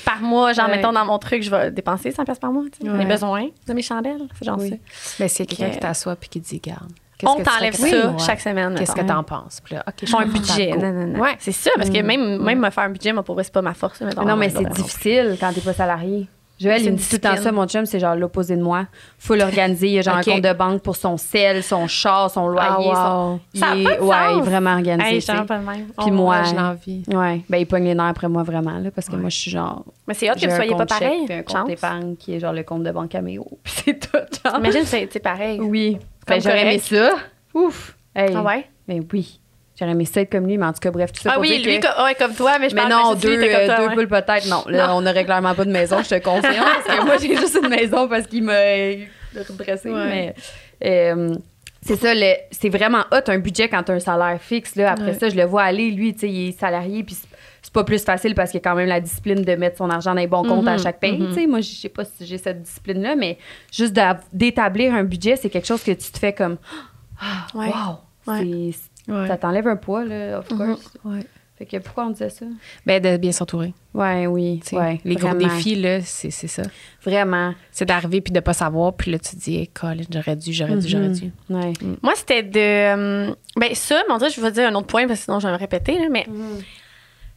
[SPEAKER 2] par mois, genre,
[SPEAKER 1] Ouais.
[SPEAKER 2] mettons, dans mon truc, je vais dépenser 100 par mois, tu sais,
[SPEAKER 1] Ouais.
[SPEAKER 2] mes besoins de mes chandelles, c'est genre
[SPEAKER 1] Oui.
[SPEAKER 2] ça.
[SPEAKER 5] Mais s'il y a quelqu'un
[SPEAKER 2] Ok.
[SPEAKER 5] qui t'assoit puis qui dit, garde.
[SPEAKER 2] On t'enlève ça chaque semaine.
[SPEAKER 5] Qu'est-ce que
[SPEAKER 2] mettons.
[SPEAKER 5] t'en penses? Puis là, OK, je
[SPEAKER 2] Ils font un
[SPEAKER 1] Ah,
[SPEAKER 5] comprends,
[SPEAKER 2] budget.
[SPEAKER 5] go.
[SPEAKER 2] Non, non, non.
[SPEAKER 5] Ouais.
[SPEAKER 2] C'est ça, parce que même, même me faire un budget, moi, pour vrai, c'est pas ma force. là, mettons.
[SPEAKER 1] Mm. Oh, Non, mais
[SPEAKER 2] Là,
[SPEAKER 1] c'est
[SPEAKER 2] là,
[SPEAKER 1] difficile quand t'es pas salarié. Joël,
[SPEAKER 2] C'est
[SPEAKER 1] il me
[SPEAKER 2] une
[SPEAKER 1] dit tout le temps
[SPEAKER 2] discipline.
[SPEAKER 1] ça, mon chum, c'est genre l'opposé de moi. Faut l'organiser. Il y a genre
[SPEAKER 5] Ok.
[SPEAKER 1] un compte de banque pour son sel, son char, son
[SPEAKER 5] Ah,
[SPEAKER 1] loyer. son-
[SPEAKER 5] wow.
[SPEAKER 1] Il
[SPEAKER 2] Ça a
[SPEAKER 1] est-
[SPEAKER 2] pas de
[SPEAKER 1] ouais, il est
[SPEAKER 2] sens.
[SPEAKER 1] vraiment organisé.
[SPEAKER 2] Hey,
[SPEAKER 1] tu sais.
[SPEAKER 2] j'en ai pas le même.
[SPEAKER 1] Puis
[SPEAKER 2] On-
[SPEAKER 1] moi,
[SPEAKER 5] Ouais, j'ai l'envie.
[SPEAKER 1] ouais, ben, il pogne les nerfs après moi vraiment, là, parce que moi, je suis genre.
[SPEAKER 2] Mais c'est hot que
[SPEAKER 1] j'ai
[SPEAKER 2] vous
[SPEAKER 1] un
[SPEAKER 2] soyez pas
[SPEAKER 1] compte chèque,
[SPEAKER 2] pareil.
[SPEAKER 1] puis un compte
[SPEAKER 2] Chance.
[SPEAKER 1] d'épargne qui est genre le compte de banque caméo. Puis c'est tout, genre.
[SPEAKER 2] Imagine, c'est c'est pareil.
[SPEAKER 1] Oui.
[SPEAKER 2] Comme
[SPEAKER 1] Ben, j'aurais aimé ça. Ouf. Hey.
[SPEAKER 2] Ah ouais?
[SPEAKER 1] Ben oui. J'aurais aimé ça être comme lui, mais en tout cas, bref, tout ça
[SPEAKER 2] Ah
[SPEAKER 1] pour
[SPEAKER 2] oui,
[SPEAKER 1] dire
[SPEAKER 2] lui,
[SPEAKER 1] que...
[SPEAKER 2] co- ouais, comme toi, mais je
[SPEAKER 1] Mais
[SPEAKER 2] parle
[SPEAKER 1] non,
[SPEAKER 2] mais c'est lui,
[SPEAKER 1] deux,
[SPEAKER 2] t'es comme
[SPEAKER 1] euh,
[SPEAKER 2] toi,
[SPEAKER 1] deux
[SPEAKER 2] ouais.
[SPEAKER 1] poules peut-être. Non, là, on n'aurait clairement pas de maison, je te confirme. parce que moi, j'ai juste une maison parce qu'il m'a euh, redressé.
[SPEAKER 2] Ouais.
[SPEAKER 1] Mais euh, c'est ça, le- c'est vraiment hot un budget quand t'as un salaire fixe. Là. Après
[SPEAKER 5] Ouais.
[SPEAKER 1] ça, je le vois aller, lui, tu sais, il est salarié, puis c'est- c'est pas plus facile parce qu'il y a quand même la discipline de mettre son argent dans les bons comptes à
[SPEAKER 2] Mm-hmm.
[SPEAKER 1] chaque paye. tu sais Moi, je sais pas si j'ai cette discipline-là, mais juste d'a- d'établir un budget, c'est quelque chose que tu te fais comme Ah,
[SPEAKER 2] Ouais.
[SPEAKER 1] wow!
[SPEAKER 2] Ouais. Mm-hmm.
[SPEAKER 1] C'est- Ça t'enlève un poids, là, of course. Fait que pourquoi on disait ça?
[SPEAKER 5] Ben, de bien s'entourer.
[SPEAKER 1] Ouais, oui.
[SPEAKER 5] tu sais.
[SPEAKER 1] Ouais,
[SPEAKER 5] les gros
[SPEAKER 1] vraiment.
[SPEAKER 5] défis, là, c'est c'est ça.
[SPEAKER 1] Vraiment.
[SPEAKER 5] C'est d'arriver puis de pas savoir, puis là, tu te dis, hey, Colin, j'aurais dû, j'aurais dû,
[SPEAKER 2] Mm-hmm.
[SPEAKER 5] j'aurais dû.
[SPEAKER 1] Ouais.
[SPEAKER 2] Moi, c'était de. euh, ben, ça, mais on dirait que je vais dire un autre point parce que sinon, je vais me répéter. là, mais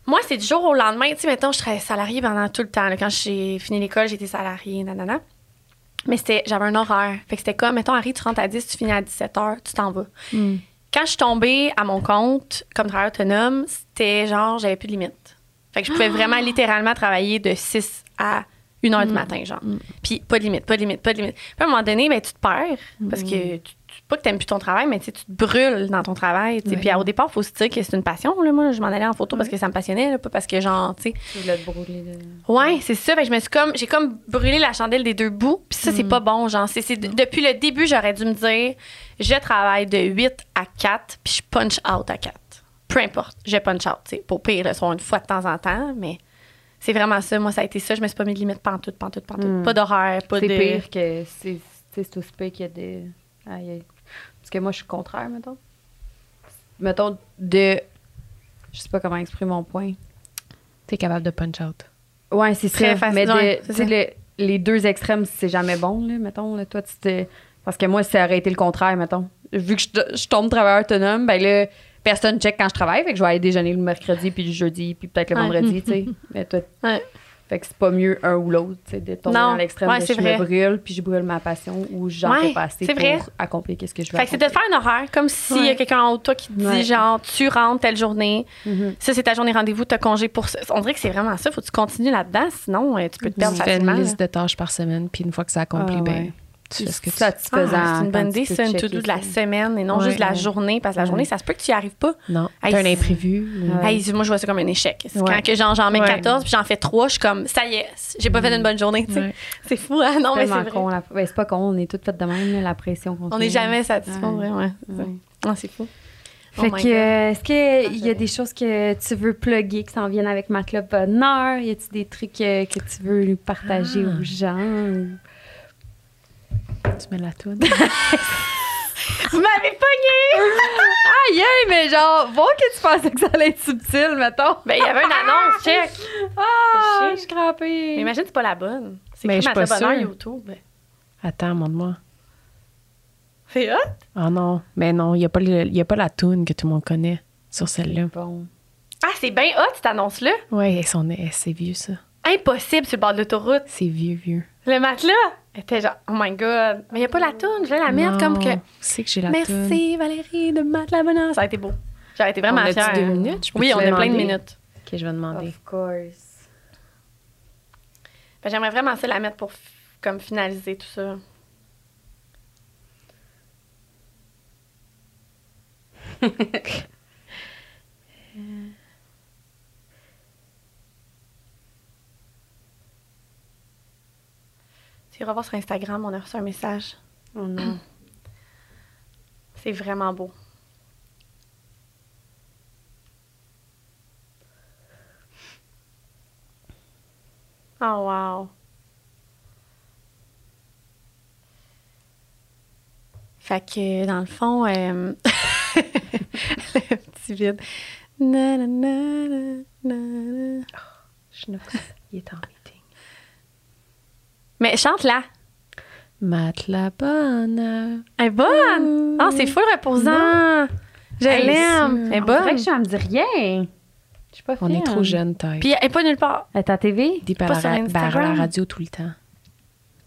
[SPEAKER 2] moi, c'est du jour au lendemain. Tu sais, mettons, je travaillais salariée pendant tout le temps. là. quand j'ai fini l'école, j'étais salariée, nanana. Mais c'était, j'avais un horaire. Fait que c'était comme, mettons, Harry, tu rentres à 10, tu finis à 17 h, tu t'en vas. Quand je suis tombée à mon compte comme travailleur autonome, c'était genre, j'avais plus de limite. Fait que je pouvais vraiment littéralement travailler de 6 à 1 h du matin, genre. Puis pas de limite, pas de limite, pas de limite. Puis à un moment donné, ben, tu te perds parce que tu, tu- pas que t'aimes plus ton travail, mais tu sais, tu te brûles dans ton travail. tu sais.
[SPEAKER 5] Ouais.
[SPEAKER 2] Puis à- au départ, faut se dire que c'est une passion. Là. Moi, je m'en allais en photo parce que ça me passionnait, là, pas parce que genre, tu sais,
[SPEAKER 1] Tu voulais te brûler. de-
[SPEAKER 2] Ouais, c'est ça. Fait que je me suis comme, j'ai comme brûlé la chandelle des deux bouts. Puis ça, c'est
[SPEAKER 1] Mm.
[SPEAKER 2] pas bon, genre. C'est, c'est- depuis le début, j'aurais dû me dire, je travaille de 8 à 4, puis je punch out à 4. Peu importe, je punch out, tu sais. Pour pire, le soir, une fois de temps en temps, mais c'est vraiment ça. Moi, ça a été ça. Je me suis pas mis de limite pantoute, pantoute, pantoute.
[SPEAKER 1] Mm.
[SPEAKER 2] Pas d'horaire, pas
[SPEAKER 1] C'est
[SPEAKER 2] de...
[SPEAKER 1] pire que. C'est tu sais, c'est aussi pire qu'il y a des. Aïe, aïe. Parce que moi, je suis contraire, mettons. Mettons de. Je sais pas comment exprimer mon point.
[SPEAKER 5] T'es capable de punch out.
[SPEAKER 1] Ouais, c'est
[SPEAKER 2] Très
[SPEAKER 1] ça.
[SPEAKER 2] facile,
[SPEAKER 1] Mais de-
[SPEAKER 2] ouais,
[SPEAKER 1] tu
[SPEAKER 2] c'est
[SPEAKER 1] sais, le- les deux extrêmes, c'est jamais bon, là, mettons. là. toi, tu te- Parce que moi, ça aurait été le contraire, mettons. Vu que je, je tombe travailleur autonome, ben là, personne check quand je travaille. Fait que je vais aller déjeuner le mercredi, puis le jeudi, puis peut-être le
[SPEAKER 2] Ouais.
[SPEAKER 1] vendredi, tu sais. Mais toi,
[SPEAKER 2] Ouais.
[SPEAKER 1] Fait que c'est pas mieux un ou l'autre, tu sais, de tomber
[SPEAKER 2] Non.
[SPEAKER 1] dans l'extrême
[SPEAKER 2] Ouais,
[SPEAKER 1] de
[SPEAKER 2] c'est
[SPEAKER 1] je
[SPEAKER 2] vrai.
[SPEAKER 1] me brûle, puis je brûle ma passion, ou j'en
[SPEAKER 2] Ouais,
[SPEAKER 1] fais pas assez
[SPEAKER 2] c'est
[SPEAKER 1] pour
[SPEAKER 2] vrai.
[SPEAKER 1] accomplir ce que je veux
[SPEAKER 2] Fait que c'est de te faire un horaire, comme s'il y a
[SPEAKER 1] Ouais.
[SPEAKER 2] quelqu'un en haut de toi qui te dit,
[SPEAKER 1] Ouais.
[SPEAKER 2] genre, tu rentres telle journée,
[SPEAKER 1] Mhm.
[SPEAKER 2] ça, c'est ta journée rendez-vous, t'as congé pour ça. On dirait que c'est vraiment ça. Faut que tu continues là-dedans, sinon, euh, tu peux te
[SPEAKER 5] Tu
[SPEAKER 2] perdre
[SPEAKER 5] fais
[SPEAKER 2] facilement.
[SPEAKER 5] une
[SPEAKER 2] là.
[SPEAKER 5] liste de tâches par semaine, puis une fois que ça accompli,
[SPEAKER 1] Ah,
[SPEAKER 5] ben,
[SPEAKER 1] ouais.
[SPEAKER 5] tu fais ce que tu
[SPEAKER 1] satisfaisant.
[SPEAKER 2] Ah, c'est une
[SPEAKER 1] quand
[SPEAKER 2] bonne
[SPEAKER 1] tu
[SPEAKER 2] idée,
[SPEAKER 1] peux
[SPEAKER 2] ça, une
[SPEAKER 1] checker
[SPEAKER 2] to-do de
[SPEAKER 1] ça.
[SPEAKER 2] la semaine et non
[SPEAKER 5] Ouais,
[SPEAKER 2] juste de la
[SPEAKER 5] ouais.
[SPEAKER 2] journée, parce que la
[SPEAKER 5] Ouais.
[SPEAKER 2] journée, ça se peut que tu n'y arrives pas.
[SPEAKER 5] Non,
[SPEAKER 2] Hey,
[SPEAKER 5] t'as un
[SPEAKER 2] c'est-
[SPEAKER 5] imprévu. ou-
[SPEAKER 1] Ouais.
[SPEAKER 2] Hey, moi, je vois ça comme un échec. C'est
[SPEAKER 1] Ouais.
[SPEAKER 2] Quand que genre, j'en mets
[SPEAKER 5] Ouais.
[SPEAKER 2] 14 puis j'en fais 3, je suis comme, ça y est, j'ai pas fait une bonne journée. tu sais.
[SPEAKER 5] Ouais.
[SPEAKER 2] C'est fou, hein? Non, mais c'est
[SPEAKER 1] Tellement
[SPEAKER 2] vrai.
[SPEAKER 1] con, la- ben, c'est pas con, on est toutes faites de même, là, la pression qu'on se
[SPEAKER 2] On
[SPEAKER 1] met.
[SPEAKER 2] n'est jamais satisfait,
[SPEAKER 1] Ouais.
[SPEAKER 2] vraiment.
[SPEAKER 1] Ouais.
[SPEAKER 2] c'est fou. Oh
[SPEAKER 1] Fait
[SPEAKER 2] my
[SPEAKER 1] que,
[SPEAKER 2] God.
[SPEAKER 1] euh, est-ce qu'il y
[SPEAKER 2] j'avais-
[SPEAKER 1] a des choses que tu veux plugger qui s'en viennent avec ma club bonheur? Y a-tu des trucs euh, que tu veux nous partager
[SPEAKER 5] Ah.
[SPEAKER 1] aux gens?
[SPEAKER 2] Ah.
[SPEAKER 5] Tu mets la toune.
[SPEAKER 2] Vous m'avez pogné!
[SPEAKER 1] Aïe, mais genre, voir que tu pensais que ça allait être subtil, mettons.
[SPEAKER 2] Ben, il y avait une annonce, check!
[SPEAKER 1] Ah,
[SPEAKER 2] je
[SPEAKER 1] je
[SPEAKER 2] suis
[SPEAKER 1] suis
[SPEAKER 2] Mais
[SPEAKER 1] crampée.
[SPEAKER 2] imagine, c'est pas la bonne. C'est
[SPEAKER 1] Ben,
[SPEAKER 2] écrit
[SPEAKER 5] Mais je suis
[SPEAKER 2] Matelas
[SPEAKER 5] pas
[SPEAKER 2] Bonheur
[SPEAKER 5] sûre.
[SPEAKER 2] YouTube.
[SPEAKER 5] Attends, montre-moi.
[SPEAKER 2] C'est hot!
[SPEAKER 5] Ah non, mais non, il n'y a, pas le- y a pas la toune que tout le monde connaît sur celle-là.
[SPEAKER 1] Bon.
[SPEAKER 2] Ah, c'est bien hot, cette annonce-là!
[SPEAKER 5] Ouais, elles sont- elles- eh, c'est vieux, ça.
[SPEAKER 2] Impossible sur le bord de l'autoroute.
[SPEAKER 5] C'est vieux, vieux.
[SPEAKER 2] Le matelas! Elle était genre, oh my God, mais il n'y a pas la toune, je vais la mettre Ah, comme que.
[SPEAKER 5] C'est que j'ai la toune.
[SPEAKER 2] Merci Valérie de mettre la bonne heure. Ça a été beau. J'aurais été
[SPEAKER 5] On
[SPEAKER 2] vraiment
[SPEAKER 5] a-tu
[SPEAKER 2] fière.
[SPEAKER 5] deux minutes? Je peux
[SPEAKER 2] Oui,
[SPEAKER 5] te
[SPEAKER 2] on a plein de
[SPEAKER 5] demander?
[SPEAKER 2] minutes.
[SPEAKER 5] OK, je vais demander.
[SPEAKER 1] Of course.
[SPEAKER 2] Fait que J'aimerais vraiment ça la mettre pour f- comme finaliser tout ça. Tu revoir sur Instagram, on a reçu un message.
[SPEAKER 5] Oh non.
[SPEAKER 2] C'est vraiment beau. Oh wow. Fait que dans le fond, euh, le petit vide. Na, na, na, na, na, na.
[SPEAKER 5] Je ne Il est en meeting.
[SPEAKER 2] Mais chante là.
[SPEAKER 5] Mat la bonne.
[SPEAKER 2] Elle est bonne. Ah, c'est fou reposant. Je
[SPEAKER 1] Mmh. Hey,
[SPEAKER 2] l'aime. Elle est
[SPEAKER 6] On dirait
[SPEAKER 2] bonne.
[SPEAKER 6] que je ne me dis rien. Je suis pas
[SPEAKER 5] On est
[SPEAKER 6] fine.
[SPEAKER 5] trop jeune, Ty.
[SPEAKER 2] Puis elle est pas nulle part.
[SPEAKER 6] À ta TV?
[SPEAKER 5] Dit par
[SPEAKER 2] pas
[SPEAKER 5] la,
[SPEAKER 2] sur
[SPEAKER 5] ra-
[SPEAKER 2] Instagram.
[SPEAKER 5] par la radio tout le temps.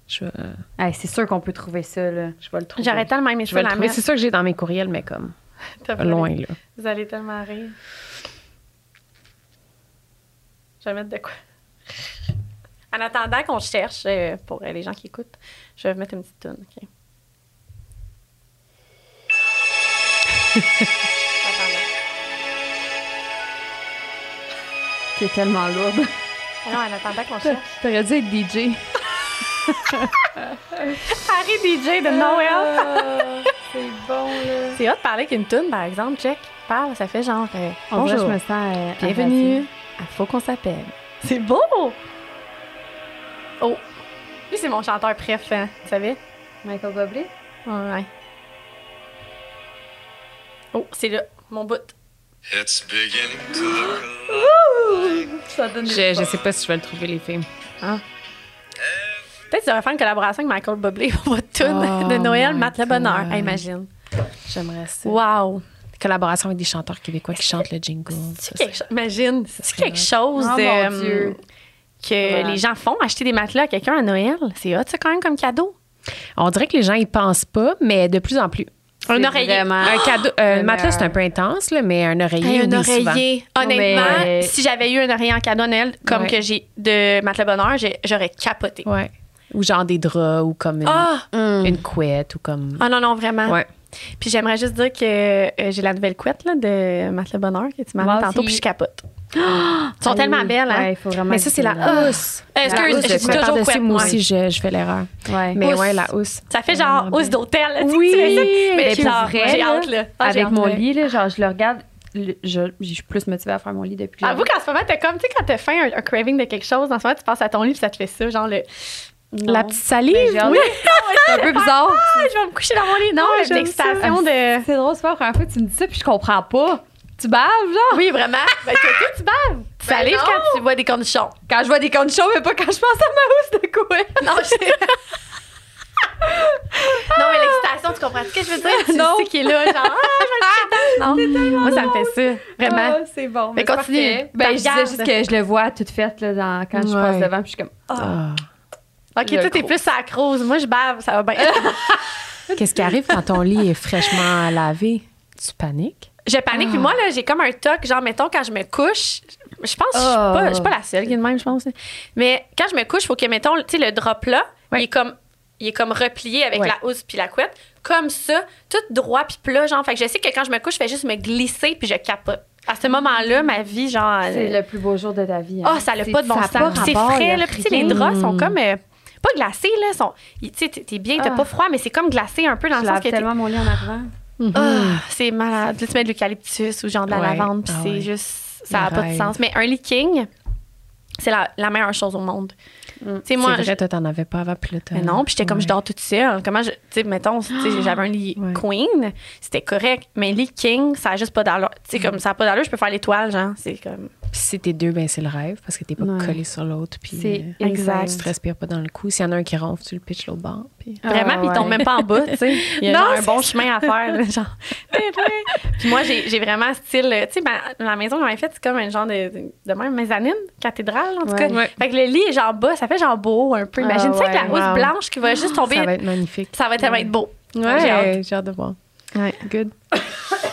[SPEAKER 5] Je, vais- euh,
[SPEAKER 6] Hey, c'est sûr qu'on peut trouver ça, là.
[SPEAKER 5] je vais le trouver.
[SPEAKER 2] J'aurais tellement aimé
[SPEAKER 5] Je
[SPEAKER 2] ça
[SPEAKER 5] vais le
[SPEAKER 2] la
[SPEAKER 5] trouver.
[SPEAKER 2] mettre.
[SPEAKER 5] C'est sûr que j'ai dans mes courriels, mais comme
[SPEAKER 2] T'as pas
[SPEAKER 5] loin,
[SPEAKER 2] les-
[SPEAKER 5] là.
[SPEAKER 2] Vous allez tellement rire. Je vais mettre de quoi. En attendant qu'on cherche, euh, pour euh, les gens qui écoutent, je vais mettre une petite toune. ok? Attendez.
[SPEAKER 6] Qui est tellement lourde.
[SPEAKER 2] Ah non, en attendant qu'on cherche.
[SPEAKER 1] T'aurais dû être DJ.
[SPEAKER 2] Harry DJ de Noël.
[SPEAKER 1] Ah, c'est bon, là.
[SPEAKER 2] C'est hot de parler qu'une toune, par exemple. Check, parle, ça fait genre euh,
[SPEAKER 6] En vrai,
[SPEAKER 2] bonjour,
[SPEAKER 6] je me sens. euh,
[SPEAKER 2] bienvenue,
[SPEAKER 6] embarrassée.
[SPEAKER 2] à Ah, faut qu'on s'appelle. C'est beau! Oh! Lui, c'est mon chanteur préf, hein, tu savais?
[SPEAKER 6] Michael Bublé?
[SPEAKER 2] Ouais. Oh, c'est là, mon bout.
[SPEAKER 7] It's beginning to look
[SPEAKER 5] Je, je sais pas si je vais le trouver, les filles.
[SPEAKER 2] Peut-être qu'ils devraient faire une collaboration avec Michael Bublé pour votre tune
[SPEAKER 5] Oh
[SPEAKER 2] de Noël,
[SPEAKER 5] my
[SPEAKER 2] Mat le bonheur.
[SPEAKER 5] God.
[SPEAKER 2] Hey, imagine.
[SPEAKER 5] J'aimerais ça.
[SPEAKER 2] Wow.
[SPEAKER 5] Collaboration avec des chanteurs québécois qui chantent le jingle. Ça,
[SPEAKER 2] C'est
[SPEAKER 5] c'est-
[SPEAKER 2] quelque chose- Imagine. C'est
[SPEAKER 5] serait
[SPEAKER 2] quelque chose
[SPEAKER 6] Oh, mon
[SPEAKER 2] euh,
[SPEAKER 6] Dieu.
[SPEAKER 2] que les gens font, acheter des matelas à quelqu'un à Noël. C'est hot, ça, quand même, comme cadeau.
[SPEAKER 5] On dirait que les gens y pensent pas, mais de plus en plus.
[SPEAKER 2] Un
[SPEAKER 6] C'est
[SPEAKER 2] oreiller.
[SPEAKER 6] vraiment-
[SPEAKER 5] un cadeau, euh,
[SPEAKER 6] le
[SPEAKER 5] le matelas,
[SPEAKER 6] meilleur.
[SPEAKER 5] c'est un peu intense, là, mais un oreiller.
[SPEAKER 2] Ah, Hey, un
[SPEAKER 5] oui, souvent.
[SPEAKER 2] oreiller. Honnêtement,
[SPEAKER 6] Non, mais-
[SPEAKER 2] si j'avais eu un oreiller en cadeau à Noël, comme
[SPEAKER 5] Ouais.
[SPEAKER 2] que j'ai de Mat le bonheur, j'ai- j'aurais capoté.
[SPEAKER 5] Ouais. Ou genre des draps, ou comme une,
[SPEAKER 2] Ah!
[SPEAKER 5] une couette, ou comme.
[SPEAKER 2] Ah non, non, vraiment.
[SPEAKER 5] Ouais.
[SPEAKER 2] Puis j'aimerais juste dire que euh, j'ai la nouvelle couette là, de Mat le Bonheur que tu m'as
[SPEAKER 6] Moi
[SPEAKER 2] amenée tantôt,
[SPEAKER 6] aussi.
[SPEAKER 2] puis je capote. Ils sont tellement belles, hein?
[SPEAKER 6] Ouais, faut vraiment
[SPEAKER 5] Mais ça, c'est la
[SPEAKER 2] Euh,
[SPEAKER 5] housse.
[SPEAKER 6] la
[SPEAKER 2] Excuse,
[SPEAKER 6] housse,
[SPEAKER 2] je
[SPEAKER 6] le
[SPEAKER 2] dis
[SPEAKER 6] couette
[SPEAKER 2] toujours couette,
[SPEAKER 5] moi
[SPEAKER 2] moi.
[SPEAKER 5] aussi, je, je fais l'erreur.
[SPEAKER 6] Ouais.
[SPEAKER 5] Mais
[SPEAKER 2] Housse.
[SPEAKER 5] ouais, la housse.
[SPEAKER 2] Ça fait genre
[SPEAKER 5] Vraiment
[SPEAKER 2] housse
[SPEAKER 5] belle.
[SPEAKER 2] d'hôtel. là, tu-
[SPEAKER 5] Oui,
[SPEAKER 2] tu fais ça? mais
[SPEAKER 6] mais pour
[SPEAKER 2] genre,
[SPEAKER 6] vrai,
[SPEAKER 2] j'ai
[SPEAKER 6] là,
[SPEAKER 2] hâte, là. Ah, j'ai
[SPEAKER 6] avec
[SPEAKER 2] hâte,
[SPEAKER 6] mon
[SPEAKER 2] là.
[SPEAKER 6] lit, là, genre, je le regarde. le- je, je suis plus motivée à faire mon lit depuis que
[SPEAKER 2] Avoue qu'en ce moment, t'as comme, tu sais, quand t'as faim, un, un craving de quelque chose, en ce moment, tu passes à ton lit, puis ça te fait ça, genre le.
[SPEAKER 5] La petite salive.
[SPEAKER 6] genre,
[SPEAKER 5] oui.
[SPEAKER 6] C'est un peu bizarre.
[SPEAKER 2] Ah, je vais me coucher dans mon lit. Non,
[SPEAKER 6] Ah,
[SPEAKER 2] j'ai
[SPEAKER 6] j'aime ça. Ah,
[SPEAKER 2] l'excitation de.
[SPEAKER 6] C'est drôle, c'est pas la première fois que tu me dis ça, puis je comprends pas. Tu baves, genre?
[SPEAKER 2] Oui, vraiment. Ben, toi, toi, tu baves. Tu salives
[SPEAKER 6] non.
[SPEAKER 2] quand tu vois des cornichons.
[SPEAKER 6] Quand je vois des conditions, mais pas quand je pense à ma housse de couette.
[SPEAKER 2] Non, je- non, mais l'excitation, tu comprends ce que je veux dire? Tu
[SPEAKER 6] Non.
[SPEAKER 2] sais qu'il est là, genre, ah, je vais le coucher dedans. Non, moi, ça me fait ça, vraiment.
[SPEAKER 6] Ah, c'est bon.
[SPEAKER 2] Mais
[SPEAKER 6] c'est
[SPEAKER 2] continue.
[SPEAKER 6] parfait. Ben,
[SPEAKER 2] T'en
[SPEAKER 6] je disais
[SPEAKER 2] regardes.
[SPEAKER 6] juste que je le vois toute faite là, dans, quand je passe
[SPEAKER 5] Ouais.
[SPEAKER 6] devant, puis je suis comme.
[SPEAKER 5] Ah.
[SPEAKER 2] Ok,
[SPEAKER 6] Le
[SPEAKER 2] toi, t'es
[SPEAKER 6] gros.
[SPEAKER 2] plus sacrose. Moi, je bave, ça va bien.
[SPEAKER 5] Qu'est-ce qui arrive quand ton lit est fraîchement lavé? Tu paniques?
[SPEAKER 2] je panique, puis moi, là, j'ai comme un toc, genre, mettons, quand je me couche, je pense, que je suis
[SPEAKER 6] Ah.
[SPEAKER 2] pas, je suis pas la seule qui est de même, je pense. Mais quand je me couche, faut que, mettons, tu sais, le drop là, il est comme. Il est comme replié avec
[SPEAKER 5] Ouais.
[SPEAKER 2] la housse puis la couette, comme ça, tout droit puis plat, genre. Fait que je sais que quand je me couche, je fais juste me glisser puis je capote. À ce moment-là, ma vie, genre.
[SPEAKER 6] C'est
[SPEAKER 2] elle-
[SPEAKER 6] le plus beau jour de ta vie.
[SPEAKER 2] Ah,
[SPEAKER 6] hein.
[SPEAKER 2] ça n'a
[SPEAKER 6] C'est-
[SPEAKER 2] pas de bon
[SPEAKER 6] ça a pas
[SPEAKER 2] sens. C'est
[SPEAKER 6] rapport, y
[SPEAKER 2] frais,
[SPEAKER 6] a
[SPEAKER 2] là. Puis, tu sais, les
[SPEAKER 6] rien.
[SPEAKER 2] draps sont comme. euh, pas glacés, là. Sont, y- tu sais, t'es t'es bien, t'as
[SPEAKER 6] Ah.
[SPEAKER 2] pas froid, mais c'est comme glacé un peu dans
[SPEAKER 6] Je
[SPEAKER 2] le sens
[SPEAKER 6] lave
[SPEAKER 2] que. t'es-
[SPEAKER 6] tellement Mmh. mon lit en avant.
[SPEAKER 2] Ah, c'est malade. Là, tu mets de l'eucalyptus ou genre de la
[SPEAKER 5] Ouais.
[SPEAKER 2] lavande, puis
[SPEAKER 5] Ah
[SPEAKER 2] c'est
[SPEAKER 5] ouais.
[SPEAKER 2] juste. Ça n'a
[SPEAKER 5] Le
[SPEAKER 2] pas de
[SPEAKER 5] rêve.
[SPEAKER 2] sens. Mais un leaking, c'est la, la meilleure chose au monde.
[SPEAKER 6] Mmh.
[SPEAKER 2] Tu sais, moi.
[SPEAKER 5] c'est
[SPEAKER 2] je-
[SPEAKER 5] vrai, toi, t'en avais pas avant, puis là, t'as-
[SPEAKER 2] mais Ben non, puis j'étais comme
[SPEAKER 5] Ah, Ouais.
[SPEAKER 2] je dors toute seule. Comment je. Tu sais, mettons, tu sais, j'avais un lit
[SPEAKER 5] Ouais.
[SPEAKER 2] queen, c'était correct, mais lit king, ça n'a juste pas d'allure. Tu sais, comme ça n'a pas d'allure, je peux faire l'étoile, genre. C'est comme.
[SPEAKER 5] Puis si t'es deux, ben c'est le rêve parce que t'es pas
[SPEAKER 6] Ouais.
[SPEAKER 5] collé sur l'autre. Puis
[SPEAKER 1] C'est
[SPEAKER 5] euh,
[SPEAKER 1] exact.
[SPEAKER 5] Tu te respires pas dans le cou. S'il y en a un qui ronfle, tu le pitches l'autre bord. Puis...
[SPEAKER 2] Vraiment,
[SPEAKER 6] Ah,
[SPEAKER 2] puis ils tombent
[SPEAKER 6] ouais.
[SPEAKER 2] même pas en bas, tu sais. Il y a
[SPEAKER 5] Non,
[SPEAKER 2] genre un bon chemin à faire, là, genre. puis moi, j'ai j'ai vraiment style, euh, tu sais, ma- la maison qu'on avait faite, c'est comme un genre de, de, de même mezzanine, cathédrale, en tout
[SPEAKER 6] Ouais.
[SPEAKER 2] cas. Fait que le lit est genre bas, ça fait genre beau un peu.
[SPEAKER 1] Ah,
[SPEAKER 2] Imagine ça avec la
[SPEAKER 1] ouais,
[SPEAKER 2] housse
[SPEAKER 5] wow.
[SPEAKER 2] blanche qui va juste tomber.
[SPEAKER 5] Ça va être magnifique.
[SPEAKER 2] Ça va être, ça va être beau. J'ai hâte.
[SPEAKER 5] Ouais, j'ai hâte de voir.
[SPEAKER 2] Ouais.
[SPEAKER 5] Good.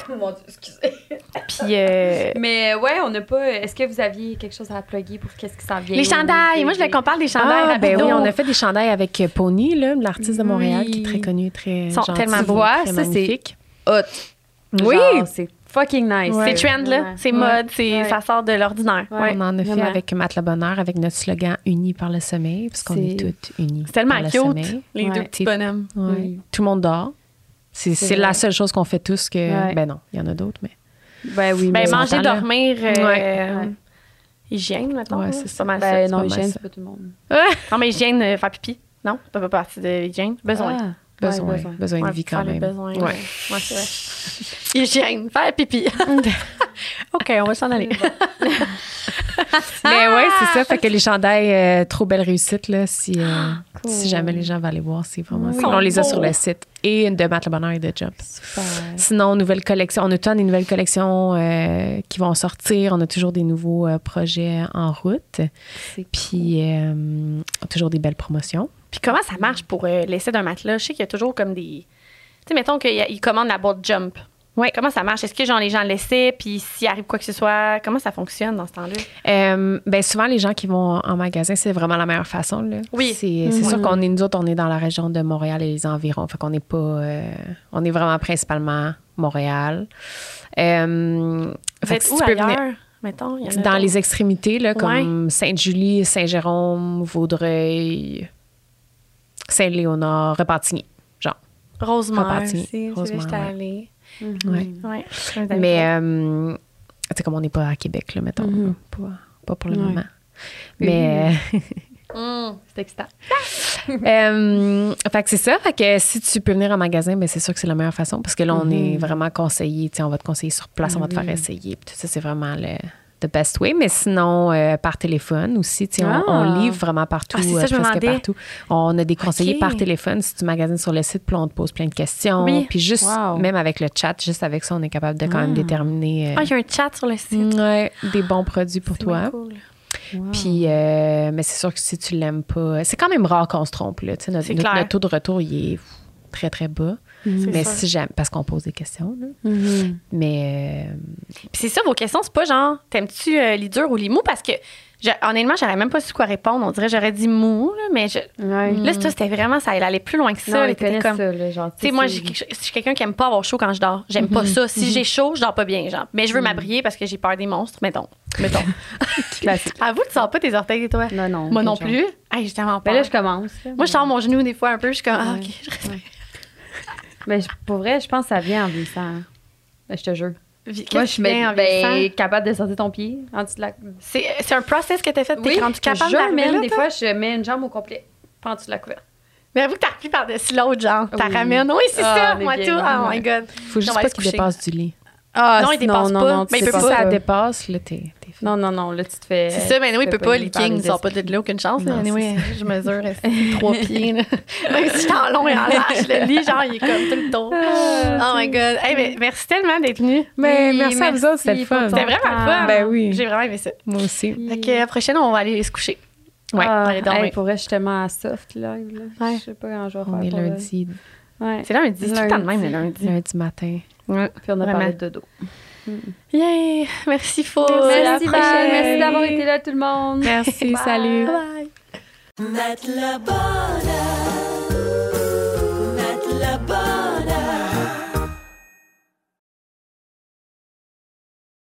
[SPEAKER 1] Mon Dieu, excusez.
[SPEAKER 2] Puis euh,
[SPEAKER 1] Mais ouais, on n'a pas. Est-ce que vous aviez quelque chose à plugger pour qu'est-ce qui s'en vient?
[SPEAKER 2] les chandails, moi, je le compare des chandails
[SPEAKER 5] Ah, ben
[SPEAKER 2] rapido.
[SPEAKER 5] oui, on a fait des chandails avec euh, Pony, là, l'artiste de Montréal,
[SPEAKER 1] Oui.
[SPEAKER 5] qui est très connu, très
[SPEAKER 2] Ils sont
[SPEAKER 5] gentil,
[SPEAKER 2] tellement
[SPEAKER 5] très
[SPEAKER 1] beaux. Ouais, ça, c'est-
[SPEAKER 5] magnifique.
[SPEAKER 1] Oui!
[SPEAKER 6] Oui!
[SPEAKER 1] C'est fucking nice.
[SPEAKER 2] C'est trend, là. C'est mode, c'est
[SPEAKER 1] Ouais.
[SPEAKER 2] ça sort de l'ordinaire.
[SPEAKER 1] Ouais.
[SPEAKER 5] On en a fait
[SPEAKER 6] vraiment.
[SPEAKER 5] avec Matt Le Bonheur, avec notre slogan Unis par le sommeil, parce qu'on est...
[SPEAKER 6] C'est-
[SPEAKER 5] toutes unies.
[SPEAKER 2] C'est tellement
[SPEAKER 5] par le
[SPEAKER 2] cute,
[SPEAKER 5] sommeil.
[SPEAKER 2] les deux
[SPEAKER 5] Ouais.
[SPEAKER 2] petits bonhommes.
[SPEAKER 5] Ouais.
[SPEAKER 6] Oui.
[SPEAKER 5] Tout le monde dort. C'est
[SPEAKER 6] C'est
[SPEAKER 5] c'est
[SPEAKER 6] vrai.
[SPEAKER 5] la seule chose qu'on fait tous que.
[SPEAKER 6] Ouais.
[SPEAKER 5] Ben non, il y en a d'autres, mais.
[SPEAKER 6] Ben oui, mais
[SPEAKER 2] Ben,
[SPEAKER 5] on
[SPEAKER 2] manger,
[SPEAKER 5] s'entend, là.
[SPEAKER 2] dormir, euh,
[SPEAKER 6] Ouais.
[SPEAKER 2] hygiène, mettons.
[SPEAKER 5] Ouais,
[SPEAKER 2] là.
[SPEAKER 5] c'est
[SPEAKER 2] c'est
[SPEAKER 5] ça.
[SPEAKER 2] pas mal ça.
[SPEAKER 6] ben,
[SPEAKER 5] c'est pas
[SPEAKER 6] non,
[SPEAKER 5] mal
[SPEAKER 6] hygiène,
[SPEAKER 5] ça.
[SPEAKER 6] c'est pas tout le monde.
[SPEAKER 2] Non, mais hygiène, euh, faire pipi. Non, ça fait pas partie de l'hygiène. Besoin.
[SPEAKER 6] Ah,
[SPEAKER 5] Besoin,
[SPEAKER 6] ouais,
[SPEAKER 5] besoin,
[SPEAKER 2] Ouais,
[SPEAKER 5] de vie
[SPEAKER 2] faire
[SPEAKER 5] quand
[SPEAKER 2] le
[SPEAKER 5] même.
[SPEAKER 2] Besoin.
[SPEAKER 5] Ouais.
[SPEAKER 2] Ouais. Ouais, c'est vrai. hygiène, faire pipi. OK, on va s'en aller.
[SPEAKER 5] Mais ouais, c'est ça. Fait que les chandails, euh, trop belle réussite, là, si, euh, si jamais les gens vont aller voir, c'est vraiment
[SPEAKER 2] Oui.
[SPEAKER 5] cool. On les a
[SPEAKER 2] Ils sont
[SPEAKER 5] sur
[SPEAKER 2] beaux.
[SPEAKER 5] le site. Et une de Matt Le Bonheur et de Jump.
[SPEAKER 6] Super.
[SPEAKER 5] Sinon, nouvelle collection. On a tant des nouvelles collections euh, qui vont sortir. On a toujours des nouveaux euh, projets en route. Puis, euh, toujours des belles promotions.
[SPEAKER 2] Puis comment ça marche pour euh, l'essai d'un matelas? Je sais qu'il y a toujours comme des... Tu sais, mettons qu'ils commandent la boîte Jump. Ouais. Comment ça marche? Est-ce que genre les gens l'essaient? Puis s'il arrive quoi que ce soit, comment ça fonctionne dans ce temps-là?
[SPEAKER 5] Euh, ben souvent, les gens qui vont en magasin, c'est vraiment la meilleure façon. Là.
[SPEAKER 2] Oui. Mhm.
[SPEAKER 5] C'est c'est sûr qu'on est, nous autres, on est dans la région de Montréal et les environs. Fait qu'on n'est pas. euh, on est vraiment principalement Montréal. Euh,
[SPEAKER 2] Vous
[SPEAKER 5] fait
[SPEAKER 2] êtes
[SPEAKER 5] que si
[SPEAKER 2] où
[SPEAKER 5] tu peux venir-
[SPEAKER 2] ailleurs? Mettons, il y en a
[SPEAKER 5] Dans
[SPEAKER 2] d'autres.
[SPEAKER 5] les extrémités, là, comme Sainte-Julie, Saint-Jérôme, Vaudreuil, Saint-Léonard, Repentigny. Genre.
[SPEAKER 2] Rosemère
[SPEAKER 5] Repentigny.
[SPEAKER 2] aussi.
[SPEAKER 5] Rosemère,
[SPEAKER 2] Rosemère,
[SPEAKER 5] ouais.
[SPEAKER 2] allée. Mhm.
[SPEAKER 5] Ouais.
[SPEAKER 2] Ouais.
[SPEAKER 5] Mais, euh, tu sais, comme on n'est pas à Québec, là, mettons. là,
[SPEAKER 2] Mhm.
[SPEAKER 5] pas, pas pour le
[SPEAKER 6] Ouais.
[SPEAKER 5] moment. Mais.
[SPEAKER 2] Mm.
[SPEAKER 1] C'est excitant.
[SPEAKER 5] Euh, fait que c'est ça. Fait que si tu peux venir en magasin, ben c'est sûr que c'est la meilleure façon parce que là, on
[SPEAKER 2] Mhm.
[SPEAKER 5] est vraiment conseillé. Tu sais, On va te conseiller sur place, on va te faire essayer. puis Tout ça, c'est vraiment le the best way. Mais sinon, euh, par téléphone aussi. tu sais, On,
[SPEAKER 6] Ah.
[SPEAKER 5] on livre vraiment partout,
[SPEAKER 2] Ah, c'est ça,
[SPEAKER 5] euh,
[SPEAKER 2] je me
[SPEAKER 5] presque
[SPEAKER 2] demandais.
[SPEAKER 5] partout. On a des conseillers
[SPEAKER 2] Ok.
[SPEAKER 5] par téléphone si tu magasines sur le site. Puis là, on te pose plein de questions.
[SPEAKER 2] Oui.
[SPEAKER 5] Puis juste,
[SPEAKER 6] Wow.
[SPEAKER 5] même avec le chat, juste avec ça, on est capable de quand même déterminer euh,
[SPEAKER 2] Ah, il y a un chat sur le site.
[SPEAKER 5] ouais, des bons produits pour Mm, toi.
[SPEAKER 2] C'est cool.
[SPEAKER 5] Puis, euh, mais c'est sûr que si tu l'aimes pas, c'est quand même rare qu'on se trompe. Là. Tu sais, Notre,
[SPEAKER 2] C'est
[SPEAKER 5] notre-
[SPEAKER 2] clair.
[SPEAKER 5] notre taux de retour, il est très, très bas.
[SPEAKER 2] Mm. C'est
[SPEAKER 5] Mais
[SPEAKER 2] ça.
[SPEAKER 5] si j'aime, parce qu'on pose des questions. là. Mais euh,
[SPEAKER 2] Puis c'est ça, vos questions, c'est pas genre, t'aimes-tu euh, les durs ou les mous? Parce que, je- honnêtement, j'aurais même pas su quoi répondre. On dirait, j'aurais dit mou, là, mais je-
[SPEAKER 6] Ouais.
[SPEAKER 5] Mm.
[SPEAKER 2] là, c'est- c'était vraiment, ça elle allait plus loin que ça.
[SPEAKER 6] non,
[SPEAKER 2] là,
[SPEAKER 6] ils
[SPEAKER 2] t'étais
[SPEAKER 6] connaissent
[SPEAKER 2] comme-
[SPEAKER 6] ça, Mhm. là, genre.
[SPEAKER 2] Tu sais, moi, j'ai quelque chose- je suis quelqu'un qui aime pas avoir chaud quand je dors. J'aime pas ça. Si j'ai chaud, je dors pas bien, genre. Mais je
[SPEAKER 6] Mhm.
[SPEAKER 2] veux m'abrier parce que j'ai peur des monstres, mettons. Mettons.
[SPEAKER 6] Classique.
[SPEAKER 2] Avoue, tu sors pas tes orteils, toi?
[SPEAKER 6] Non, non.
[SPEAKER 2] Moi non
[SPEAKER 6] genre.
[SPEAKER 2] plus. Hey, j'ai tellement
[SPEAKER 6] Ben
[SPEAKER 2] peur.
[SPEAKER 6] là, je commence. là.
[SPEAKER 2] Moi, je sors mon genou des fois un peu, je suis comme, ah, ok, je reste.
[SPEAKER 6] Mais Ben, je- pour vrai, je pense que ça vient en vieillissant. hein. Ben, je te jure.
[SPEAKER 2] Qu'est-ce
[SPEAKER 1] Moi, je
[SPEAKER 2] qui
[SPEAKER 1] suis
[SPEAKER 2] vient en
[SPEAKER 1] ben,
[SPEAKER 2] vieillissant?
[SPEAKER 6] Capable de sortir ton pied en dessous de la.
[SPEAKER 2] C'est c'est un process que t'as fait, t'es rendu
[SPEAKER 6] je te
[SPEAKER 2] capable
[SPEAKER 6] jure,
[SPEAKER 2] d'arriver
[SPEAKER 6] man,
[SPEAKER 2] là,
[SPEAKER 6] Des fois,
[SPEAKER 2] toi?
[SPEAKER 6] je mets une jambe au complet. Pas en dessous de la couverte.
[SPEAKER 2] Mais avoue que t'as repris par-dessus l'autre, genre. T'as
[SPEAKER 6] Oui.
[SPEAKER 2] ramène. Oui, c'est
[SPEAKER 6] Ah,
[SPEAKER 2] ça,
[SPEAKER 6] on est
[SPEAKER 2] moi tout.
[SPEAKER 6] bien,
[SPEAKER 2] Oh
[SPEAKER 6] ouais.
[SPEAKER 2] my God.
[SPEAKER 5] faut juste
[SPEAKER 2] va
[SPEAKER 5] pas
[SPEAKER 2] se
[SPEAKER 5] qu'il
[SPEAKER 2] coucher.
[SPEAKER 5] dépasse du lit.
[SPEAKER 6] Ah,
[SPEAKER 2] Non, il dépasse
[SPEAKER 6] non,
[SPEAKER 2] pas.
[SPEAKER 6] Non, tu
[SPEAKER 2] Mais il
[SPEAKER 6] sais
[SPEAKER 2] peut
[SPEAKER 5] Si
[SPEAKER 6] pas.
[SPEAKER 5] ça dépasse, là, t'es t'es fait.
[SPEAKER 6] Non, non, non. Là, tu te fais.
[SPEAKER 2] C'est ça, mais oui, il
[SPEAKER 6] tu
[SPEAKER 2] peut
[SPEAKER 6] fais
[SPEAKER 2] pas, les
[SPEAKER 6] par
[SPEAKER 2] kings, ils sortent pas
[SPEAKER 6] esprits.
[SPEAKER 2] de là, aucune chance.
[SPEAKER 5] Non,
[SPEAKER 2] là. Anyway, je mesure est-ce, trois pieds. là. Même si je suis en long et en large, le lit, genre, il est comme tout le tour.
[SPEAKER 6] Ah,
[SPEAKER 2] Oh my God. Hey, mais merci tellement d'être venu.
[SPEAKER 5] Mais
[SPEAKER 6] Oui,
[SPEAKER 5] merci à vous autres, c'était le
[SPEAKER 6] merci pour
[SPEAKER 5] fun.
[SPEAKER 6] ton-
[SPEAKER 2] C'était vraiment le fun.
[SPEAKER 5] Ben oui.
[SPEAKER 2] J'ai vraiment aimé ça.
[SPEAKER 5] Moi aussi.
[SPEAKER 2] Fait que la prochaine, on va aller se coucher.
[SPEAKER 5] Ouais.
[SPEAKER 6] Ah,
[SPEAKER 2] Allez, dormir.
[SPEAKER 6] hey, pour vrai, je suis tellement soft live. Là.
[SPEAKER 2] Ouais.
[SPEAKER 6] Je sais pas quand je vais faire.
[SPEAKER 5] On est
[SPEAKER 6] pour vrai.
[SPEAKER 5] lundi,
[SPEAKER 6] Ouais.
[SPEAKER 2] C'est lundi, c'est tout le temps de même, le lundi.
[SPEAKER 5] lundi matin.
[SPEAKER 6] Puis on a
[SPEAKER 2] Vraiment.
[SPEAKER 6] parlé de dodo.
[SPEAKER 2] Yay! Merci, Faux.
[SPEAKER 6] Merci, Val. Merci d'avoir été là, tout le monde.
[SPEAKER 5] Merci, salut.
[SPEAKER 2] Bye.
[SPEAKER 8] Matt Lebon.